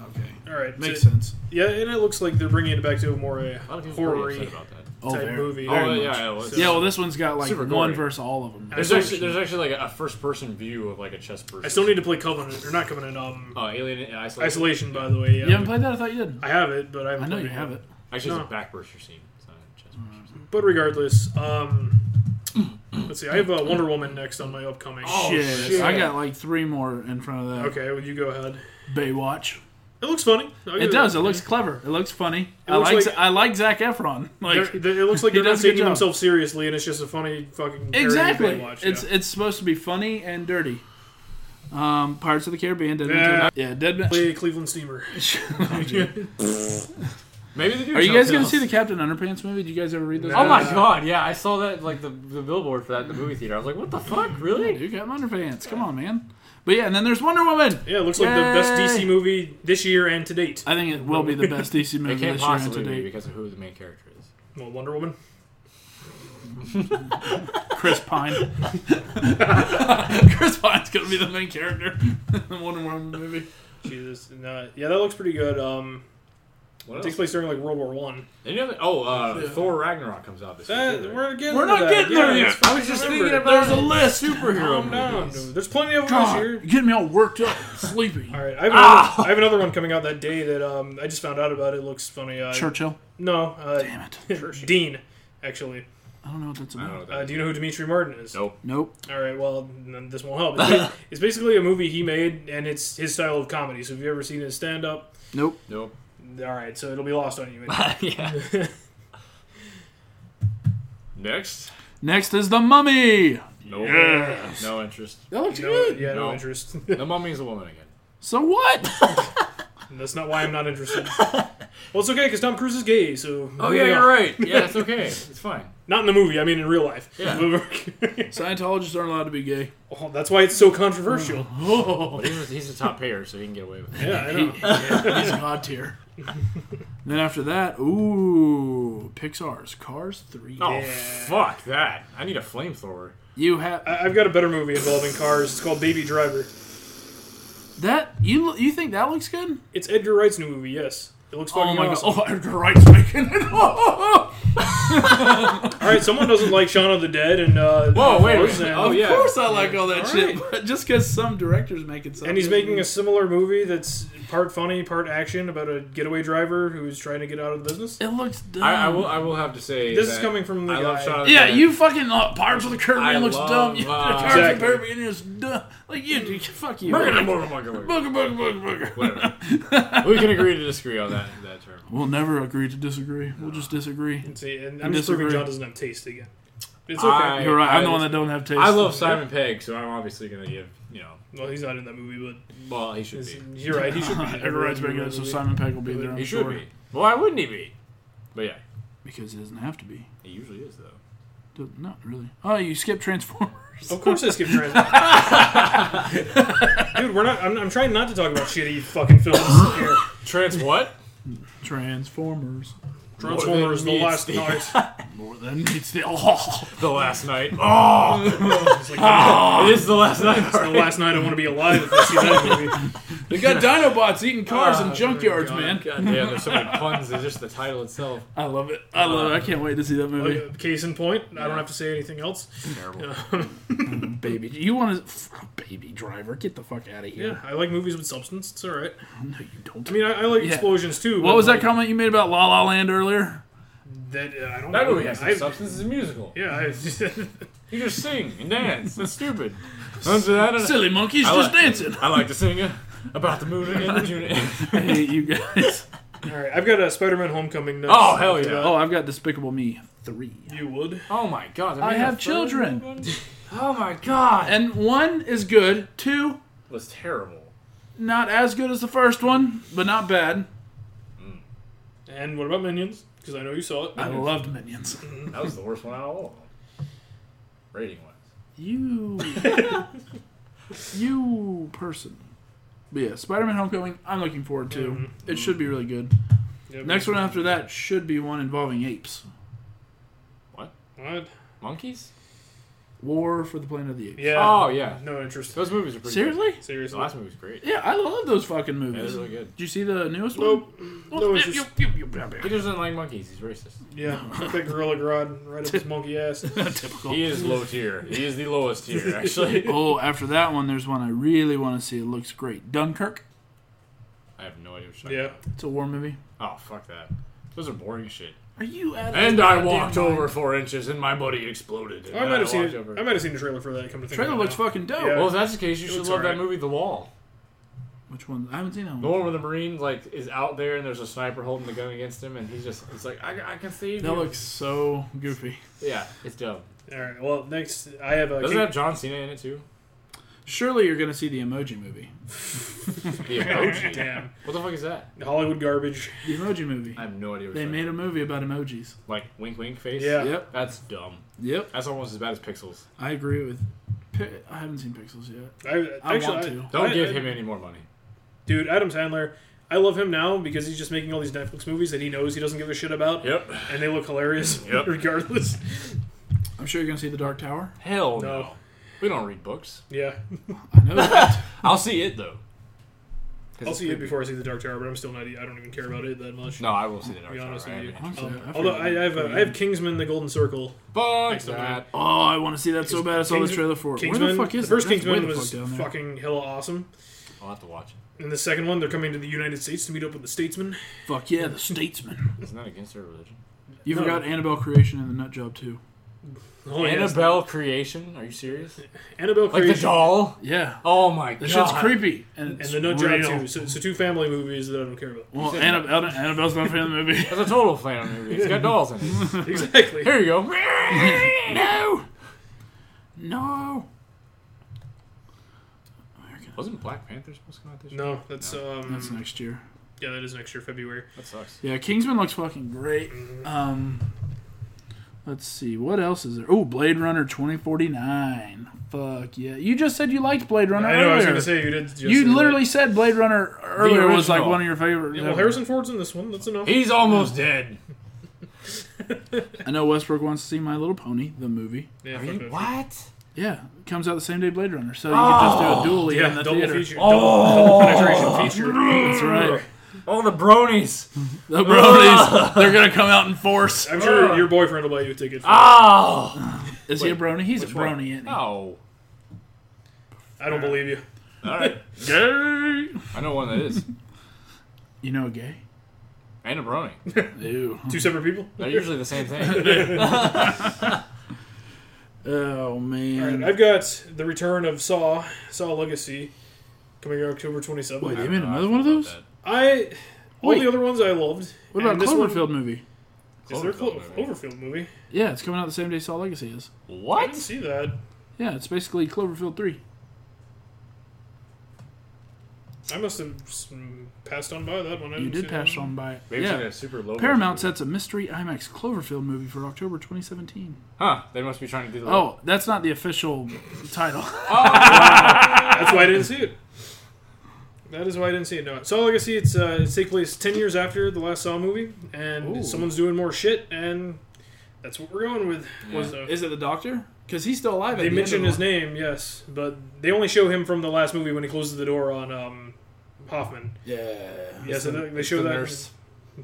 Okay.
all right.
Makes
So-
sense.
Yeah, and it looks like they're bringing it back to a more uh,
A lot of people were
horror
pretty upset about that.
Oh,
type
very-
movie.
very
Oh,
much.
yeah, yeah, well, it's-
Yeah, well, this one's got like
Super
one
gory.
versus all of them.
There's
I
actually,
still-
there's actually like a first person view of like a chess person.
I still need to play Covenant, or not Covenant, um,
Oh, Alien Isolation.
Isolation, by the way. Yeah.
You haven't played that? I thought you did.
I have it, but I haven't
I know
played
you have it.
Actually,
No.
it's a back burster scene. It's not a chess burster scene.
But regardless, um, let's see. I have uh, Wonder Woman next on my upcoming.
Oh,
Shit.
shit.
I got like three more in front of that.
Okay, well, you go ahead.
Baywatch.
It looks funny. I'll give
It does. It
that.
looks clever. It looks funny. I
looks
like,
like-
I like Zach Efron.
They're-
Like
they- it looks like
He
they're not
does a good
taking
job.
themselves seriously, and it's just a funny fucking parody
exactly.
They watch,
It's
yeah.
it's supposed to be funny and dirty. Um, Pirates of the Caribbean. Dead
Yeah.
Man. Yeah, Dead Man.
play Cleveland Steamer.
Maybe they do.
Are you guys gonna
Telltales.
see the Captain Underpants movie? Did you guys ever read those?
No.
Oh my
Uh,
god, yeah, I saw that like the, the billboard for that in the movie theater. I was like, what the fuck,
Mm-hmm.
really?
You got underpants. Come on, man. But yeah, and then there's Wonder Woman.
Yeah, it looks like the best
Yay.
DC movie this year and to date.
I think it will be the best DC movie
It can't
this year and
possibly
to
be
date.
because of who the main character is.
Well, Wonder Woman.
Chris Pine. Chris Pine's gonna be the main character in the Wonder Woman movie.
Jesus, nah, yeah, that looks pretty good. Um,
What
It
else?
takes place during like World War One.
Any other? Oh, uh,
Yeah.
Thor Ragnarok comes out this
That
year.
we're getting
We're
to
not
that.
getting
Yeah, it's
there yet.
fucking
I was just
remembered
thinking
it.
about
There's a list.
superhero
Calm down,
movies.
dude. There's plenty of them this
God,
year.
you're getting me all worked up, sleepy.
All right, I have, another,
Ah!
I have another one coming out that day that um, I just found out about. It looks funny. Uh,
Churchill.
No. Uh,
Damn it.
Dean, actually.
I don't know what that's
I don't know
about.
what that
Uh,
is.
do you know who Dimitri Martin is?
Nope.
Nope.
All right, well, then this won't help. It's ba- It's basically a movie he made, and it's his style of comedy. So if you've ever seen his stand up,
Nope.
Nope.
all right, so it'll be lost on you.
yeah. Next.
Next is the Mummy.
Nope.
Yes.
No interest.
That looks
No,
good.
uh, yeah, no,
No.
interest.
The mummy is a woman again.
So what?
That's not why I'm not interested. well, it's okay because Tom Cruise is gay, so
Oh yeah, you're right. Yeah, it's okay. It's fine.
Not in the movie. I mean, in real life.
Yeah.
Scientologists aren't allowed to be gay.
Oh, that's why it's so controversial.
But he's, he's a top payer, so he can get away with it.
Yeah, I know.
He's god tier. then after that, ooh, Pixar's Cars 3.
Oh
Yeah.
fuck that! I need a flamethrower.
You have
I- I've got a better movie involving cars. It's called Baby Driver.
that you you think that looks good?
It's Edgar Wright's new movie. Yes, it looks fucking awesome.
god. Oh, Edgar Wright's making it.
All right, someone doesn't like Shaun of the Dead and uh,
Whoa, wait a
Force
minute.
and-
Oh
Of
yeah.
course I like all that
All
shit.
right.
But just because some director's making something.
And he's making a similar movie that's part funny, part action about a getaway driver who's trying to get out of the business.
It looks dumb.
I, I will. I will have to say
This
is
is coming from the
I
guy.
love Shaun of the
yeah,
Dead.
you fucking uh, Pirates of the
I
Caribbean looks
love,
dumb. You,
uh,
Pirates of the
Exactly.
Caribbean is dumb. Like you, dude, fuck you.
Booger,
Booger,
booger, booger, booger.
booger, booger, booger.
Whatever. we can agree to disagree on that that term.
We'll never agree to disagree. We'll just disagree.
See, and I'm just proving
disagree.
John doesn't have taste again. It's okay.
I-
You're right. I'm the
I-
one that don't have taste.
I love Simon Pegg, so I'm obviously gonna give you know.
well, he's not in that movie,
Well, he should
but
be.
you're right. He should be.
Edgar Wright's making it, so Simon Pegg will be there. I'm
He should
sure.
be. Why wouldn't he be? But yeah,
because he doesn't have to be.
he usually is though.
Do- Not really. Oh, you skip Transformers.
Of course, I skip Trent. Dude, we're not. I'm, I'm trying not to talk about shitty fucking films here.
Trans what?
Transformers.
Transformers: The
Meets
Last
the-
Night.
More than meets the. Oh,
The last night. Oh,
It's
Ah.
like,
it is the last night.
the last night I want to be alive if I see that movie.
they got Dinobots eating cars
and
and junkyards,
God.
man.
man.
God damn, there's so many puns. It's just the title itself.
I love it. I love it. I can't wait to see that movie.
Uh, Case in point, I don't have to say anything else.
Terrible.
Baby, you want to? Baby Driver, get the fuck out of
Yeah,
here.
I like movies with substance. It's all right.
No, you don't.
I mean, I, I like
Yeah.
explosions too.
what
but,
was that
like,
comment you made about La La Land earlier?
That uh, I don't
That
know.
movie has some
I-
substance. It's a musical.
Yeah, I,
You just sing and dance. That's stupid. Other than that, I-
Silly monkeys
I
just
like-
dancing.
I like to sing uh, about the moon and the June.
I hate you guys.
all right. I've got a Spider-Man: Homecoming. Next.
Oh, hell yeah.
Oh, I've got Despicable Me three.
You would.
Oh my god! they
I
made a
have
third
children.
one? Oh my god!
Uh, And one is good. Two,
was terrible.
not as good as the first one, but not bad.
And what about Minions? Because I know you saw it.
I loved Minions.
That was the worst one out of all of them. Rating wise.
You, you person. But yeah, Spider-Man: Homecoming. I'm looking forward to.
Mm-hmm.
It should be really good.
Yeah,
Next one after that should be one involving apes.
What?
What?
Monkeys?
War for the Planet of the Apes.
Yeah.
Oh yeah.
No interest.
Those movies are pretty.
Seriously?
Good. The
Seriously.
last movie was great.
Yeah, I love those fucking
Yeah, it
movies.
was really
Did
good.
you see the newest
Nope.
one?
No, it's just-
He doesn't like monkeys. He's racist.
Yeah. Put that Gorilla Grodd right up his monkey ass.
Typical.
He is low tier. He is the lowest tier, actually.
Oh, after that one, there's one I really want to see. It looks great. Dunkirk.
I have no idea. What you're
Yeah.
talking
It's a war movie.
about. Oh fuck that. Those are boring as shit.
Are you out of
And
your
I
goddamn
walked
mind?
over four inches, and my buddy exploded.
I might have seen
walked
it.
over.
I might have seen the trailer for that. Come to think
Trailer
of it
looks
now.
fucking dope.
Yeah.
well, if that's the case, you should
looks
love that
alright.
movie, The Wall.
Which one? I haven't seen that
The
one.
one where the Marine like is out there, and there's a sniper holding the gun against him, and he's just it's like I, I can see.
That
you."
looks so goofy.
Yeah, it's dumb.
All right. Well, next I have a.
Doesn't it have John Cena in it too?
Surely you're gonna see the Emoji movie.
The emoji.
Damn.
What the fuck is that?
Hollywood garbage.
The Emoji movie.
I have no idea. What
They
you're
made
talking
a movie about emojis.
about. like wink, wink face.
Yeah.
Yep.
That's dumb.
Yep.
That's almost as bad as Pixels.
I agree with. Pi- I haven't seen Pixels yet.
I,
I
actually,
want to.
Don't
I-
give
I-
him any more money.
Dude, Adam Sandler. I love him now because he's just making all these Netflix movies that he knows he doesn't give a shit about,
Yep.
and they look hilarious
Yep.
regardless.
I'm sure you're gonna see the Dark Tower.
Hell no.
No.
We don't read books.
Yeah.
I know that.
I'll see it though.
I'll see it before I see the Dark Tower, but I'm still not. e, I don't even care about it that much.
No, I will see the Dark
be
Tower.
honest
I
with you.
haven't interested.
Um,
I
although
forgot
I, I have a, I have Kingsman: The Golden Circle.
Fuck
Next up,
that.
Oh, I want to see that so bad. I saw
Kings-
the trailer for it.
Kingsman,
Where the fuck is it?
first
That's way
Kingsman
the
was
fuck down there.
fucking hella awesome.
I'll have to watch it.
And the second one, they're coming to the United States to meet up with the Statesman.
Fuck yeah, the Statesman.
Isn't that against their religion?
You
No.
forgot Annabelle Creation and the Nut Job too.
Oh, yes.
Annabelle creation? Are you serious?
Annabelle
Like the
creation.
doll?
Yeah,
Oh my god.
that shit's creepy and,
and
it's
the Nut
real.
Job too. So, so two family movies that I don't care about.
Well, Annabelle, Annabelle's my favorite movie.
That's a total fan movie. It's got dolls in it.
Exactly.
Here you go.
no, no.
Wasn't Black Panther supposed to come out this year?
No, that's um.
That's next year.
yeah, that is next year, February.
That sucks.
Yeah, Kingsman looks fucking great.
Mm-hmm.
Um, let's see what else is there. Oh, Blade Runner twenty forty nine. Fuck yeah! You just said you liked Blade Runner.
I know. I was
earlier.
gonna say you did. Just
You literally said Blade Runner earlier was like
original.
one of your favorite.
Yeah, well, Harrison Ford's in this one. That's enough.
He's almost dead.
I know Westbrook wants to see My Little Pony, the movie.
Yeah,
Are
fuck
you,
that.
what?
Yeah, it comes out the same day Blade Runner, so you can just do a duel
Oh, Yeah,
in the
double
theater.
feature. Double
Oh,
penetration feature.
That's right.
all the bronies.
The bronies, they're gonna come out in force.
I'm sure your boyfriend will buy you a ticket. For
Ah!
Oh.
Is he a brony? He's a brony, isn't he?
Oh.
I don't believe you.
All right.
Gay.
I know one that is.
You know, a gay.
And a brony.
Ew.
Two separate people.
They're usually the same thing.
Oh man.
Alright, I've got the return of Saw, Saw Legacy, coming out October 27th.
Wait, they made another one of those?
I all
Wait.
the other ones I loved.
What about
and this
Cloverfield
One,
movie?
is there a Clo-
Cloverfield movie?
Cloverfield movie?
Yeah, it's coming out the same day Saw Legacy is.
I didn't
What?
see that.
Yeah, it's basically Cloverfield three.
I must have s- passed on by that one. I
You
didn't
did
see
pass
that one.
on by it.
Maybe
yeah.
it's like a super low.
Paramount sets a mystery IMAX Cloverfield movie for October 2017.
Huh? They must be trying to do the.
Oh, that's not the official title.
Oh. That's why I didn't see it. That is why I didn't see it. No, Saw Legacy. It's uh, it takes place ten years after the last Saw movie, and
Ooh.
someone's doing more shit, and that's what we're going with. Was, uh,
Is it the Doctor? Because he's still alive. at
they
the
mention
end
his
of the
name, yes, but they only show him from the last movie when he closes the door on um, Hoffman.
Yeah.
Yeah, so they- they show that.
The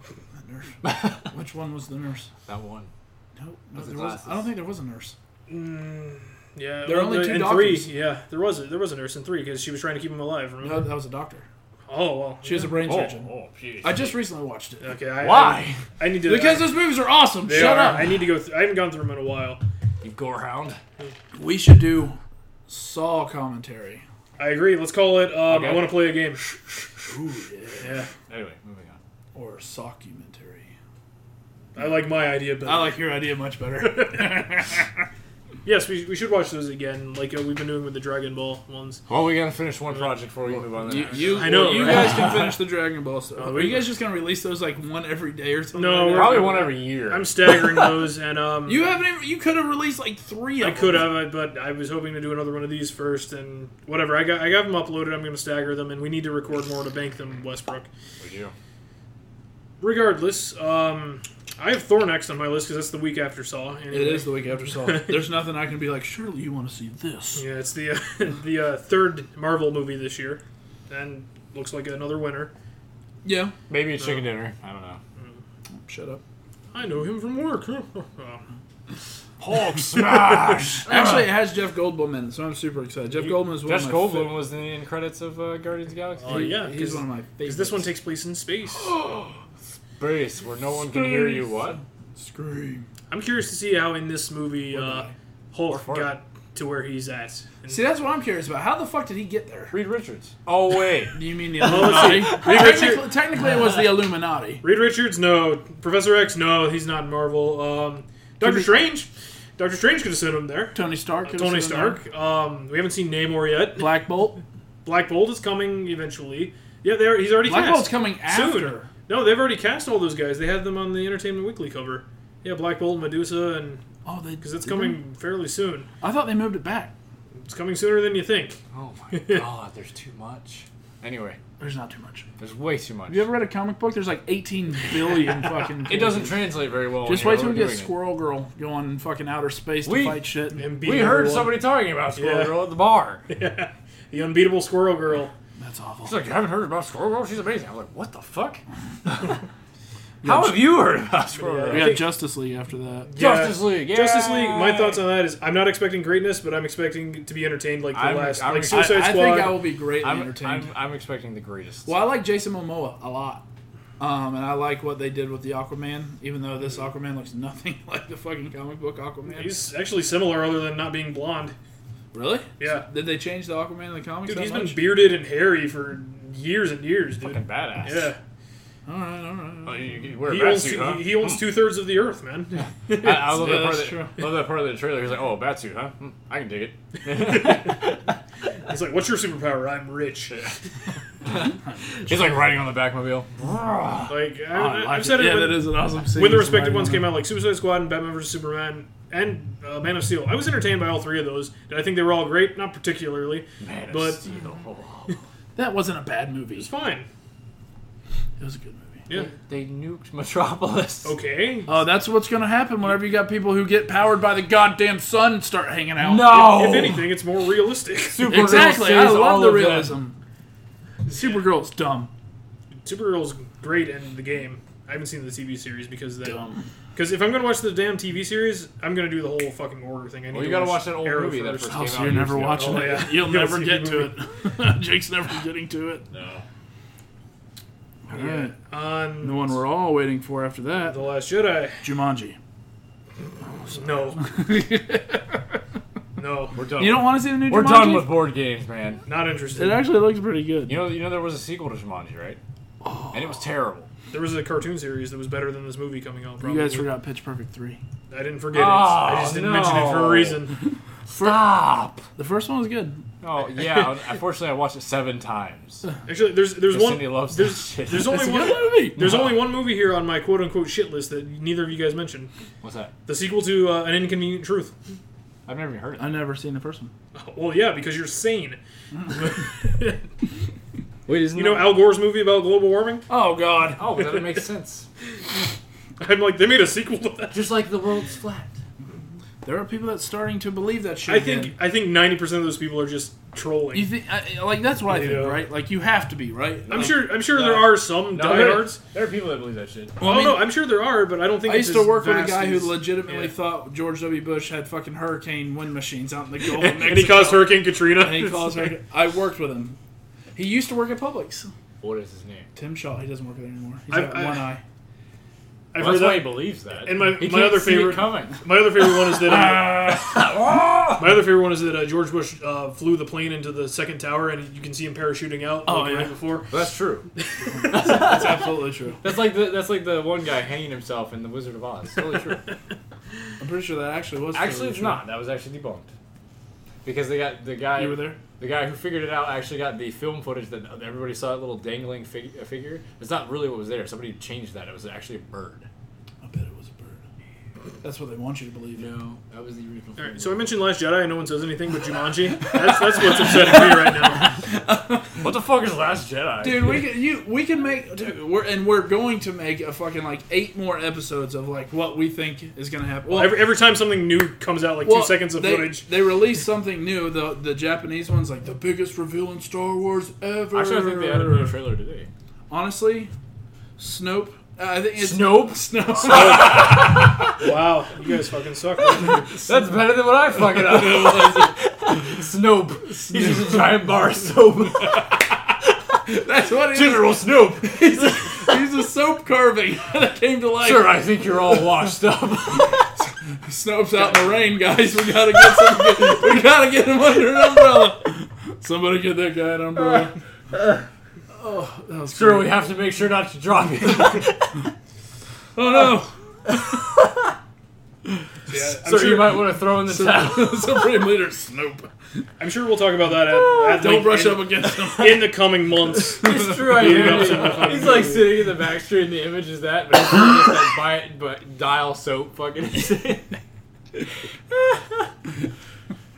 nurse. Which one was the nurse?
That one.
No, no
Was it
there was,
glasses?
I don't think there was a nurse.
Mm, yeah,
There are
well,
only two
and
doctors.
three. Yeah, there was a, there was a nurse in three because she was trying to keep him alive. Remember?
No, that was a doctor.
Oh well.
She was a brain
Oh,
surgeon.
oh, jeez.
I just recently watched it.
Okay. I,
Why?
I, I need to.
Because
I,
those movies are awesome.
they
Shut
are.
up.
I need to go. Through, I haven't gone through them in a while.
You gorehound.
We should do Saw commentary.
I agree. Let's call it. Um, I
Okay.
want to play a game.
Ooh, yeah.
Yeah,
Anyway, moving on.
Or Sockumentary.
I like my idea better.
I like your idea much better.
yes, we, we should watch those again, like uh, we've been doing with the Dragon Ball ones.
Well, we gotta finish one project before we move on. To the next.
I know,
You
right?
guys can finish the Dragon Ball stuff.
Oh,
are
we-
you guys just gonna release those like one every day or something?
No,
like that?
we're-
Probably one every year.
I'm staggering those, and um,
You haven't. Even, you could have released like three. Of
I could have, I- but I was hoping to do another one of these first, and whatever. I got I got them uploaded. I'm going to stagger them, and we need to record more to bank them, Westbrook.
Would you?
Regardless, um, I have Thor next on my list because that's the week after Saw.
It is the week after Saw. There's nothing I can be like. Surely you want to see this.
Yeah, it's the uh, the uh, third Marvel movie this year, and looks like another winner.
Yeah.
Maybe a chicken dinner. I don't know.
Shut up.
I know him from work. Oh,
Hulk smash.
Actually, it has Jeff Goldblum in it, so I'm super excited. Jeff Goldblum is one
Josh
of my
Goldblum was in the end credits of uh, Guardians of the Galaxy.
Oh, yeah,
he's
because
one of my favorites.
this one takes place in spaes.
Brace where no one can hear you. What?
Scream.
I'm curious to see how in this movie uh, Hulk
fart.
got to where he's at. And-
See, that's what I'm curious about. How the fuck did he get there?
Reed Richards. Oh wait.
Do you mean the
Illuminati?
Illuminati? technically, technically, it was the Illuminati.
Reed Richards, no. Professor X, no. He's not in Marvel. Um, Doctor Strange, Doctor Strange could have sent him there.
Tony Stark. could've
Tony
said no.
Stark. Um, we haven't seen Namor yet.
Black Bolt.
Black Bolt is coming eventually. Yeah, they're, he's already
Black
cast.
Bolt's coming after.
Soon. No, they've already cast all those guys. They had them on the Entertainment Weekly cover. Yeah, Black Bolt, Medusa, and
Oh, they
because it's coming fairly soon.
I thought they moved it back.
It's coming sooner than you think.
Oh my god. There's too much. Anyway,
There's not too much.
there's way too much.
Have you ever read a comic book? There's like 18 billion fucking.
It doesn't translate very well.
Just
when
wait
you're
till we get
doing it.
Squirrel Girl going in fucking outer space to
We-
fight shit.
And
We
beating
heard
everyone.
somebody talking about Squirrel
Yeah.
Girl at the bar.
the unbeatable Squirrel Girl.
That's awful.
She's like, you haven't heard about Squirrel? She's amazing. I was like, what the fuck? How have you heard about Squirrel?
we got Justice League after that.
Yeah.
Justice League. Yeah.
Justice League. My thoughts on that is I'm not expecting greatness, but I'm expecting to be entertained like the
I'm-
last,
I'm-
like Suicide
I
Squad.
think I will be greatly
I'm,
entertained.
I'm, I'm expecting the greatest.
well, I like Jason Momoa a lot. Um, and I like what they did with the Aquaman, even though this Aquaman looks nothing like the fucking comic book Aquaman.
He's actually similar, other than not being blonde.
really?
Yeah,
Did they change the Aquaman in the comics?
dude,
that
he's
much?
been bearded and hairy for years and years, dude.
Fucking badass.
Yeah,
All right, all right.
Well, you, you wear a
he
bat
owns
suit,
two,
huh?
he, he owns two thirds of the Earth, man.
I, I love,
Yeah,
that part
that's
of the, love that part of the trailer. He's like, "Oh, a bat suit, huh? Hmm, I can dig it."
It's like, what's your superpower? I'm rich.
He's like riding on the Batmobile. Bruh.
Like I,
I
have
like
said it.
Yeah,
when,
that is an awesome scene.
when the respective ones came out, like Suicide Squad and Batman vs Superman and uh, Man of Steel, I was entertained by all three of those. Did I think they were all great? Not particularly.
Man of
But-
Oh, Steel.
That wasn't a bad movie.
It's fine.
It was a good movie.
Yeah.
they nuked Metropolis.
Okay.
Oh, that's what's gonna happen whenever you got people who get powered by the goddamn sun and start hanging out.
No.
If anything, it's more realistic.
Supergirl
exactly. I
saves all
love the
of them.
realism. Supergirl's dumb.
Supergirl's great in the game. I haven't seen the TV series because of that.
Dumb.
Because if I'm gonna watch the damn TV series, I'm gonna do the whole fucking order thing. I need
Well,
to
you gotta watch
watch
that old
Arrow
movie that
first.
first-
Oh,
Came
so
out
you're
years
never
ago.
watching
Oh,
it.
yeah.
You'll
Yeah,
never
it's a
get
good
to it. Jake's never getting to it.
No.
All
Yeah.
right.
on
The one we're all waiting for after that,
the Last Jedi.
Jumanji.
No, no,
We're done.
You don't want to see the new
We're
Jumanji?
done with board games, man.
not
It
interested.
actually looks pretty good.
You know, you know there was a sequel to Jumanji, right?
Oh.
And it was terrible.
There was a cartoon series that was better than this movie coming out. Probably.
You guys forgot Pitch Perfect 3.
I didn't forget it.
Oh,
I just didn't mention it for
no.
a reason.
Stop.
The first one was good.
Oh yeah. Unfortunately, I watched it seven times.
Actually, there's there's one.
Cindy loves
there's,
that shit.
There's only
It's a
one.
good movie.
There's only one movie here on my quote unquote shit list that neither of you guys mentioned.
What's that?
The sequel to uh, An Inconvenient Truth.
I've never even heard of it.
I've never seen the first one.
Well, yeah, because you're sane.
Wait, isn't
You know Al Gore's movie about global warming?
Oh, God.
Oh, but that makes sense.
I'm like, they made a sequel to that.
Just like the world's flat.
There are people that's starting to believe that shit.
I
again.
think I think 90% of those people are just trolling.
You think I, like that's what I
You
think,
know.
right? Like you have to be, right?
I'm sure I'm sure
No.
there are some
No, there,
diehards.
there are people that believe that shit.
Well, I
I mean-
don't know. I'm sure there are, but I don't think
I
it's
used to
as
work with a
vast
guy who
as-
legitimately
yeah.
thought George W. Bush had fucking hurricane wind machines out in the Gulf. of
and he
Mexico.
caused Hurricane Katrina.
And he calls hurricane. I worked with him. He used to work at Publix.
What is his name?
Tim Shaw. He doesn't work there anymore. He's
I-
got
I-
one eye.
I've
Well,
heard
that's why he
that.
believes that.
And my-
he
my
can't
other
see it
favorite-
coming.
My other favorite one is that uh,
Ah!
my other favorite one is that uh, George Bush uh, flew the plane into the second tower, and you can see him parachuting out
Oh,
like,
yeah.
right before.
that's true.
That's absolutely true.
That's like the that's like the one guy hanging himself in the Wizard of Oz. Totally true.
I'm pretty sure that actually was.
actually, it's
true.
not. That was actually debunked because they got the guy
You were there.
the guy who figured it out actually got the film footage that everybody saw that little dangling fig- uh, figure. It's not really what was there. Somebody changed that. It was actually a bird.
I bet it was a bird. That's what they want you to believe.
No, that was the original.
All right, so I mentioned Last Jedi, and no one says anything, but Jumanji. That's that's what's upsetting me right now.
what the fuck is Last Jedi?
Dude, we can you we can make dude, we're and we're going to make a fucking like eight more episodes of like what we think is gonna happen. Well,
Every, every time something new comes out, like
well,
two seconds of
they,
footage.
They released something new. The the Japanese one's like the biggest reveal in Star Wars ever.
Actually, I think they added a new trailer today.
Honestly, Snope. Uh, I think it's
Snope?
Snope.
Wow, you guys fucking suck. right?
That's better than what I fucking up. Snope. He's just a giant bar of soap.
That's what it is.
General Snoop.
He's a soap carving that came to life.
Sir, I think you're all washed up.
Snope's out in the rain, guys. We gotta get some, we gotta get him under an umbrella. Somebody get that guy an umbrella. Oh, that was
Sir,
great.
we have to make sure not to drop it.
Oh no!
Yeah, I'm,
Sir,
sure,
you might want to throw in the towel.
Supreme Leader Snoop.
I'm sure we'll talk about that.
Ah,
At, at
Don't
length
brush
in,
up against him.
in the coming months.
It's true, I hear you. He's like sitting in the back street and the image is that, but he's wearing just that buy it, but dial soap fucking.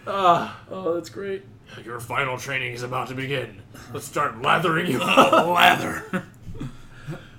Ah,
Oh, that's great.
your final training is about to begin. Let's start lathering you up.
Lather.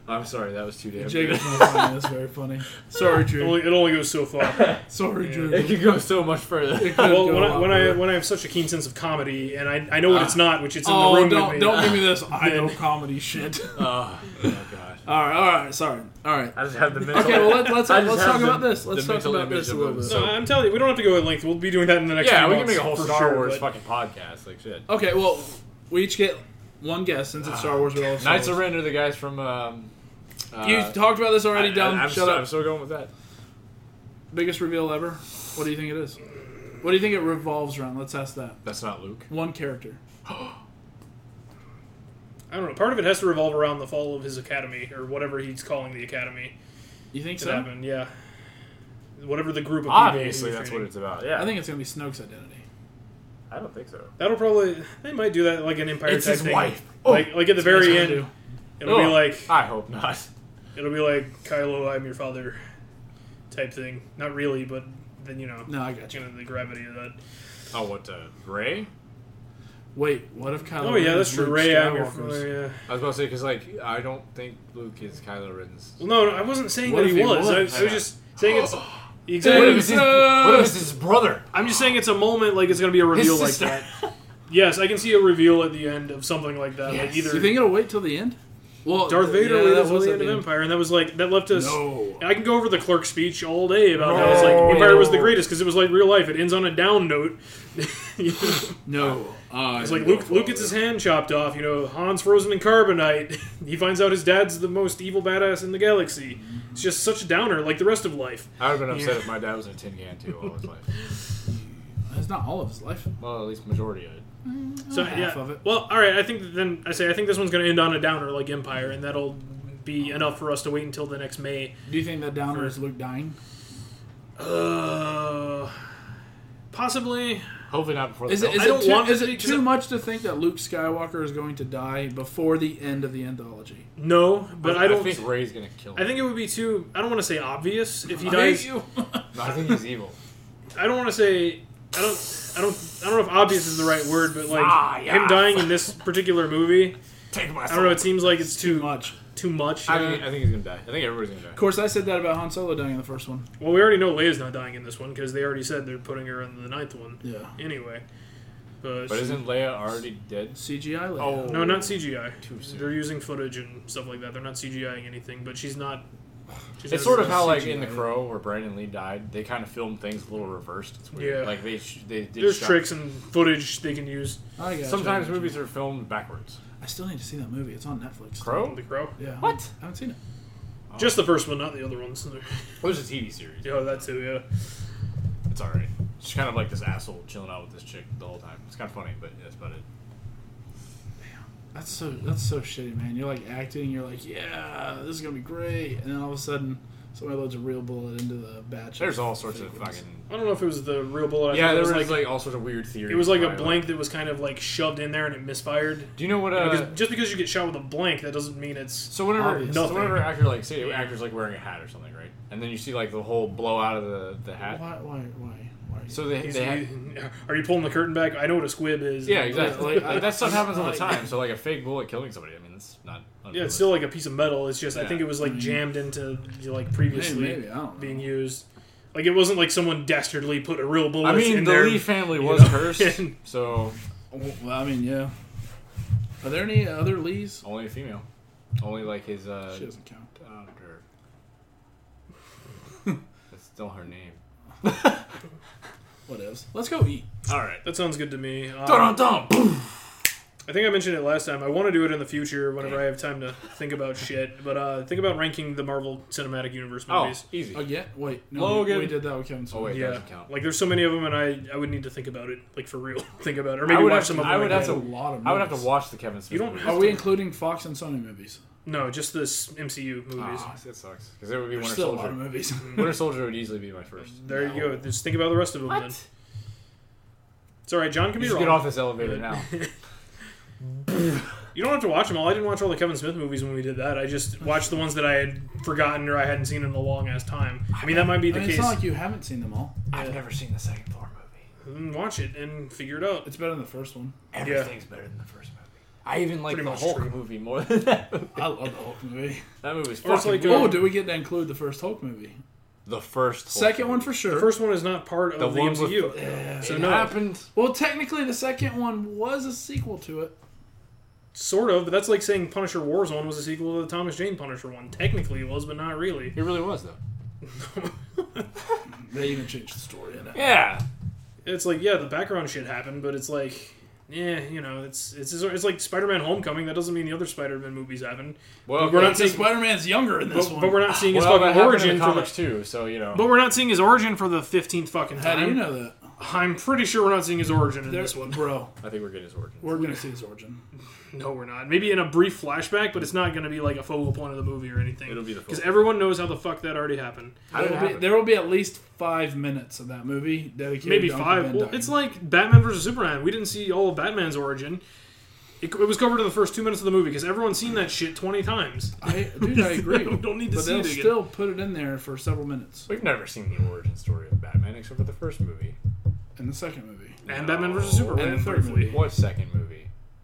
I'm sorry, that was too damn.
Jacob's
good.
not funny. That's very funny. Sorry,
It
Drew.
only, it only goes so far.
Sorry,
Yeah.
Drew.
it could go so much further.
could
Well,
go
when
a
I,
lot
when I
further.
when I have such a keen sense of comedy, and I, I know what it's
Ah.
not, which it's in the
Oh,
room with
don't
me.
don't give me this. I
Then-
know comedy shit.
oh, oh god.
All right, all right, sorry. All right.
I just have the mental.
Okay, well let's let's,
I just
let's
have
talk
the-
about this. Let's
the
talk
mental
about
image
this a
of
little
it.
bit.
No, I'm telling you, we don't have to go at length. We'll be doing that in the next.
yeah,
few
we can
months,
make a whole
for
Star
sure,
Wars
but-
fucking podcast, like shit.
Okay, well, we each get one guess since it's Star Wars. We're all Star
Knights of
Wars.
Ren are the guys from. Um, uh,
You talked about this already,
I-
dumb.
I, am
Shut up.
I'm still going with that.
Biggest reveal ever. What do you think it is? What do you think it revolves around? Let's ask that.
That's not Luke.
One character.
I don't know. Part of it has to revolve around the fall of his academy or whatever he's calling the academy
You think
to
so?
happen. Yeah, whatever the group of people he
Obviously,
was
that's what
training.
it's about. Yeah,
I think it's gonna be Snoke's identity.
I don't think so.
That'll probably they might do that like an empire
It's
type
his
thing.
wife.
Like like at the
Oh, That's
very
what I
end,
do.
it'll be
Ugh,
like
I hope not.
it'll be like Kylo, I'm your father, type thing. Not really, but then you know,
No, I got
you
you.
know the gravity of that.
Oh, what? Uh, Ray?
Wait, what if Kylo?
Oh yeah,
Ren
that's
is
true.
Luke
Ray, uh, I'm your
Skywalker's-
father. Yeah.
I was about to say because like I don't think Luke is Kylo Ren's.
Well, no, no, I wasn't saying
What
that
if
he
he
was. I,
was?
I was just saying it's
What if
exactly.
it's his, what if it's his brother?
I'm just saying it's a moment like it's gonna be a
His
reveal like
sister.
that. Yes, I can see a reveal at the end of something like that. Like either
You think it'll wait till the end? Well,
Darth Vader
yeah,
waited
that
until
was
the
at
end of Empire, and that was like that left us.
No.
I can go over the clerk speech all day about that. It's like
No.
Empire was the greatest because it was like real life. It ends on a down note. it's
No, uh,
like Luke. Luke gets his hand chopped off. You know, Han's frozen in carbonite. he finds out his dad's the most evil badass in the galaxy. It's just such a downer, like the rest of life.
I would have been upset
Yeah.
if my dad was in a tin can too all his life.
That's not all of his life.
Well, at least majority of it.
So
Oh, Half
yeah.
of it.
Well, all right. I think that then I say I think this one's going to end on a downer like Empire, and that'll be enough for us to wait until the next May.
Do you think that downer is Luke dying?
Uh, possibly.
Hopefully not before. The
Is it,
film.
is
I
it
don't
too,
want
is
it to
it
be- 'cause
too
it-
much to think that Luke Skywalker is going to die before the end of the anthology?
No, but I don't.
think Ray's gonna kill. Him.
I think it would be too. I don't want to say obvious if he
I hate
dies.
you.
No, I think he's evil.
I don't want to say. I don't. I don't. I don't know if obvious is the right word, but like
Ah, yeah.
him dying in this particular movie,
Take my.
I don't know. It seems like it's too
Too much.
Too much.
I
yeah.
think, I think he's gonna die. I think everybody's gonna
Of
die.
course, I said that about Han Solo dying in the first one.
well, we already know Leia's not dying in this one because they already said they're putting her in the ninth one
Yeah.
anyway. But,
But isn't Leia already dead?
CGI. Leia.
Oh.
no, not CGI.
Too soon.
They're using footage and stuff like that. They're not CGIing anything, but she's not. She's
It's
not-
sort of how like in The
CGI.
Crow where Brandon Lee died, they kind of filmed things a little reversed. It's weird.
Yeah.
Like they sh- they did
There's
shot-
tricks and footage they can use.
I gotcha, I
Sometimes
gotcha.
movies are filmed backwards.
I still need to see that movie. It's on Netflix.
Crow?
The crow.
Yeah. I haven't-
What?
I haven't seen it.
Oh.
Just the first one, not the other ones.
There's a TV series.
yeah, that too. Yeah.
It's alright. It's kind of like this asshole chilling out with this chick the whole time. It's kind of funny, but that's about it.
That's so. That's so shitty, man. You're like acting. You're like, yeah, this is gonna be great, and then all of a sudden, somebody loads a real bullet into the batch.
There's all sorts of
fake ones.
fucking.
I don't know if it was the real bullet. I
Yeah,
think
there
it
was like, all sorts of weird theories.
it was like a
about it.
blank that was kind of like shoved in there and it misfired.
Do you know what? Uh,
because just because you get shot with a blank, that doesn't mean it's.
so whenever,
Obvious.
so
Nothing.
whenever actor like say actors like wearing a hat or something, right? And then you see like the whole blowout of the the hat.
Why? Why? Why? Why?
So they,
He's-
they had,
he- are you pulling the curtain back? I know what a squib is.
Yeah, exactly.
Like,
Like,
I-
that stuff happens all the
like-
time. So like a fake bullet killing somebody. I mean, that's not.
Yeah, it's still like a piece of metal. It's just I
Yeah.
think it was like jammed into like previously
Mm-hmm. Maybe- maybe, I don't know.
being used. Like it wasn't like someone dastardly put a real bullet
I mean,
in
the
there.
Lee family
you
was
know?
cursed, so
Well, I mean, yeah. Are there any other Lees?
only a female, only like his uh,
She doesn't count.
daughter. that's still her name.
What else? Let's go eat.
All right.
That sounds good to me. Um,
Dun dun dun.
I think I mentioned it last time. I want to do it in the future whenever I have time to think about shit. But uh, think about ranking the Marvel Cinematic Universe
Oh,
movies.
easy.
Oh yeah. Wait. No,
Logan.
We, we did that with Kevin.
Oh wait, that
Yeah,
doesn't count.
like there's so many of them, and I, I would need to think about it, like for real, think about it, or
I
maybe
would
watch
have
some
to-
of them.
I would
again.
have
That's
to-
a lot of.
I would have to
movies.
watch the Kevin Smith.
You don't
movies.
have
Are we including Fox and Sony movies?
No, just this MCU movies.
Ah, that sucks because it would be
There's
Winter
still a lot of
Soldier.
movies.
Winter Soldier would easily be my first.
there you go. Just think about the rest of them. Then
What?
it's all right. John can
You
be
should
wrong.
get off this elevator now.
You don't have to watch them all. I didn't watch all the Kevin Smith movies when we did that. I just watched the ones that I had forgotten or I hadn't seen in a long ass time. I mean, that might be
I
the
mean, it's
case.
not like you haven't seen them all.
I've never seen the second Thor movie.
Then Mm, watch it and figure it out.
It's better than the first one.
Everything's
better than the first movie. I even like
Pretty
the
much
Hulk
true.
movie more than that movie.
I love the Hulk movie.
That movie's
Or it's
fucking
like
good.
Oh, do we get to include the first Hulk movie?
the first Hulk
Second one
movie.
for sure.
The first one is not part of
The
the,
one with-
MCU. so
It
no,
happened.
well, technically, the second one was a sequel to it.
sort of. But that's like saying Punisher Warzone was a sequel to the Thomas Jane Punisher one. Technically, it was, but not really.
It really was though.
They even changed the story in it.
Yeah.
It's like yeah, the background shit happened, but it's like. Yeah, you know, it's it's it's like Spider-Man: Homecoming. That doesn't mean the other Spider-Man movies haven't.
Well,
we're not
So
seeing-
Spider Man's younger in this
But,
one.
but we're not seeing his
well,
fucking
that happened in
origin
the
for the
comics too. So you know.
But we're not seeing his origin for the fifteenth fucking
How
time.
do you know that?
I'm pretty sure we're not seeing his origin in this one.
bro.
I think we're getting his origin.
We're gonna see his origin.
No, we're not. Maybe in a brief flashback, but it's not going to be like a focal point of the movie or anything.
It'll be the
because
focal
everyone knows how the fuck that already happened.
How
There
did it
will, be,
happen?
there will be at least five minutes of that movie dedicated.
Maybe
to Uncle
five.
Ben
Well,
dying.
it's like Batman versus Superman. We didn't see all of Batman's origin. It, it was covered in the first two minutes of the movie because everyone's seen that shit twenty times.
I, dude, I agree.
We don't need to
but
see
they'll
it again.
still put it in there for several minutes
We've never seen the origin story of Batman except for the first movie.
in the second movie.
And Batman versus Superman.
And the third
briefly.
movie.
What second movie?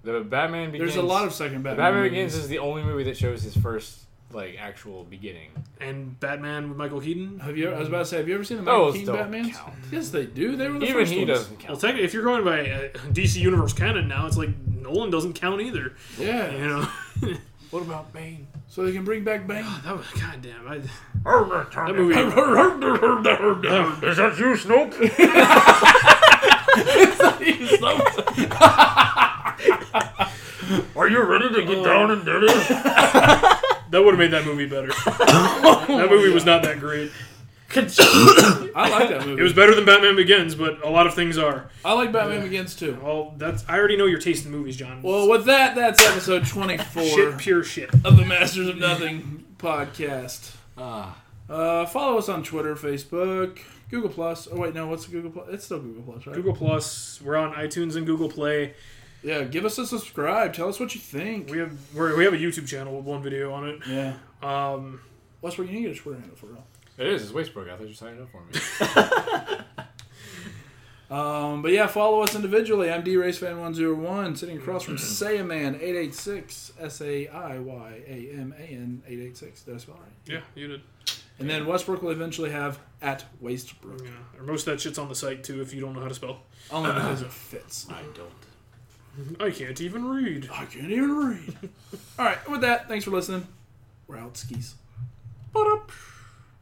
The Batman Begins.
There's a lot of second Batman.
Batman
movies.
Begins is the only movie that shows his first like actual beginning.
And Batman with Michael Keaton.
Have you? I was about to say, have you ever seen the
Those
Michael Keaton
don't
Batman's?
count.
Yes, they do. They were the
Even
first
he
ones.
doesn't count.
Well, technically, if you're going by uh, DC Universe canon now, it's like Nolan doesn't count either.
Yeah.
You know.
what about Bane?
So they can bring back Bane.
That was goddamn. I,
that
that movie.
Is that you, Snoop? Are you ready to get down and dirty?
That would have made that movie better. that movie was not that great.
I like that movie.
It was better than Batman Begins, but a lot of things are.
I like Batman Begins too.
Well, that's I already know your taste in movies, John.
Well, with that, that's episode 24
shit, pure shit.
of the Masters of Nothing podcast.
Ah.
Uh, follow us on Twitter, Facebook, Google Plus. Oh wait, no, what's Google Plus? It's still Google Plus, right?
Google Plus, we're on iTunes and Google Play.
Yeah, give us a subscribe. Tell us what you think.
We have we're, we have a YouTube channel with one video on it.
yeah,
Um,
Westbrook, you need to get a Twitter handle for real.
It is. It's Wastebrook. I thought you signed up for me.
Um, but yeah, follow us individually. I'm DRaceFan101, sitting across from Sayaman886, S A I Y A M A N 886. Did I spell it right?
yeah, you did.
And then Westbrook will eventually have at Wastebrook,
Yeah. Or most of that shit's on the site too. If you don't know how to spell,
only because it fits.
I don't.
I can't even read.
I can't even read. All right, with that, thanks for listening. We're out skis.
Ba-da-psh.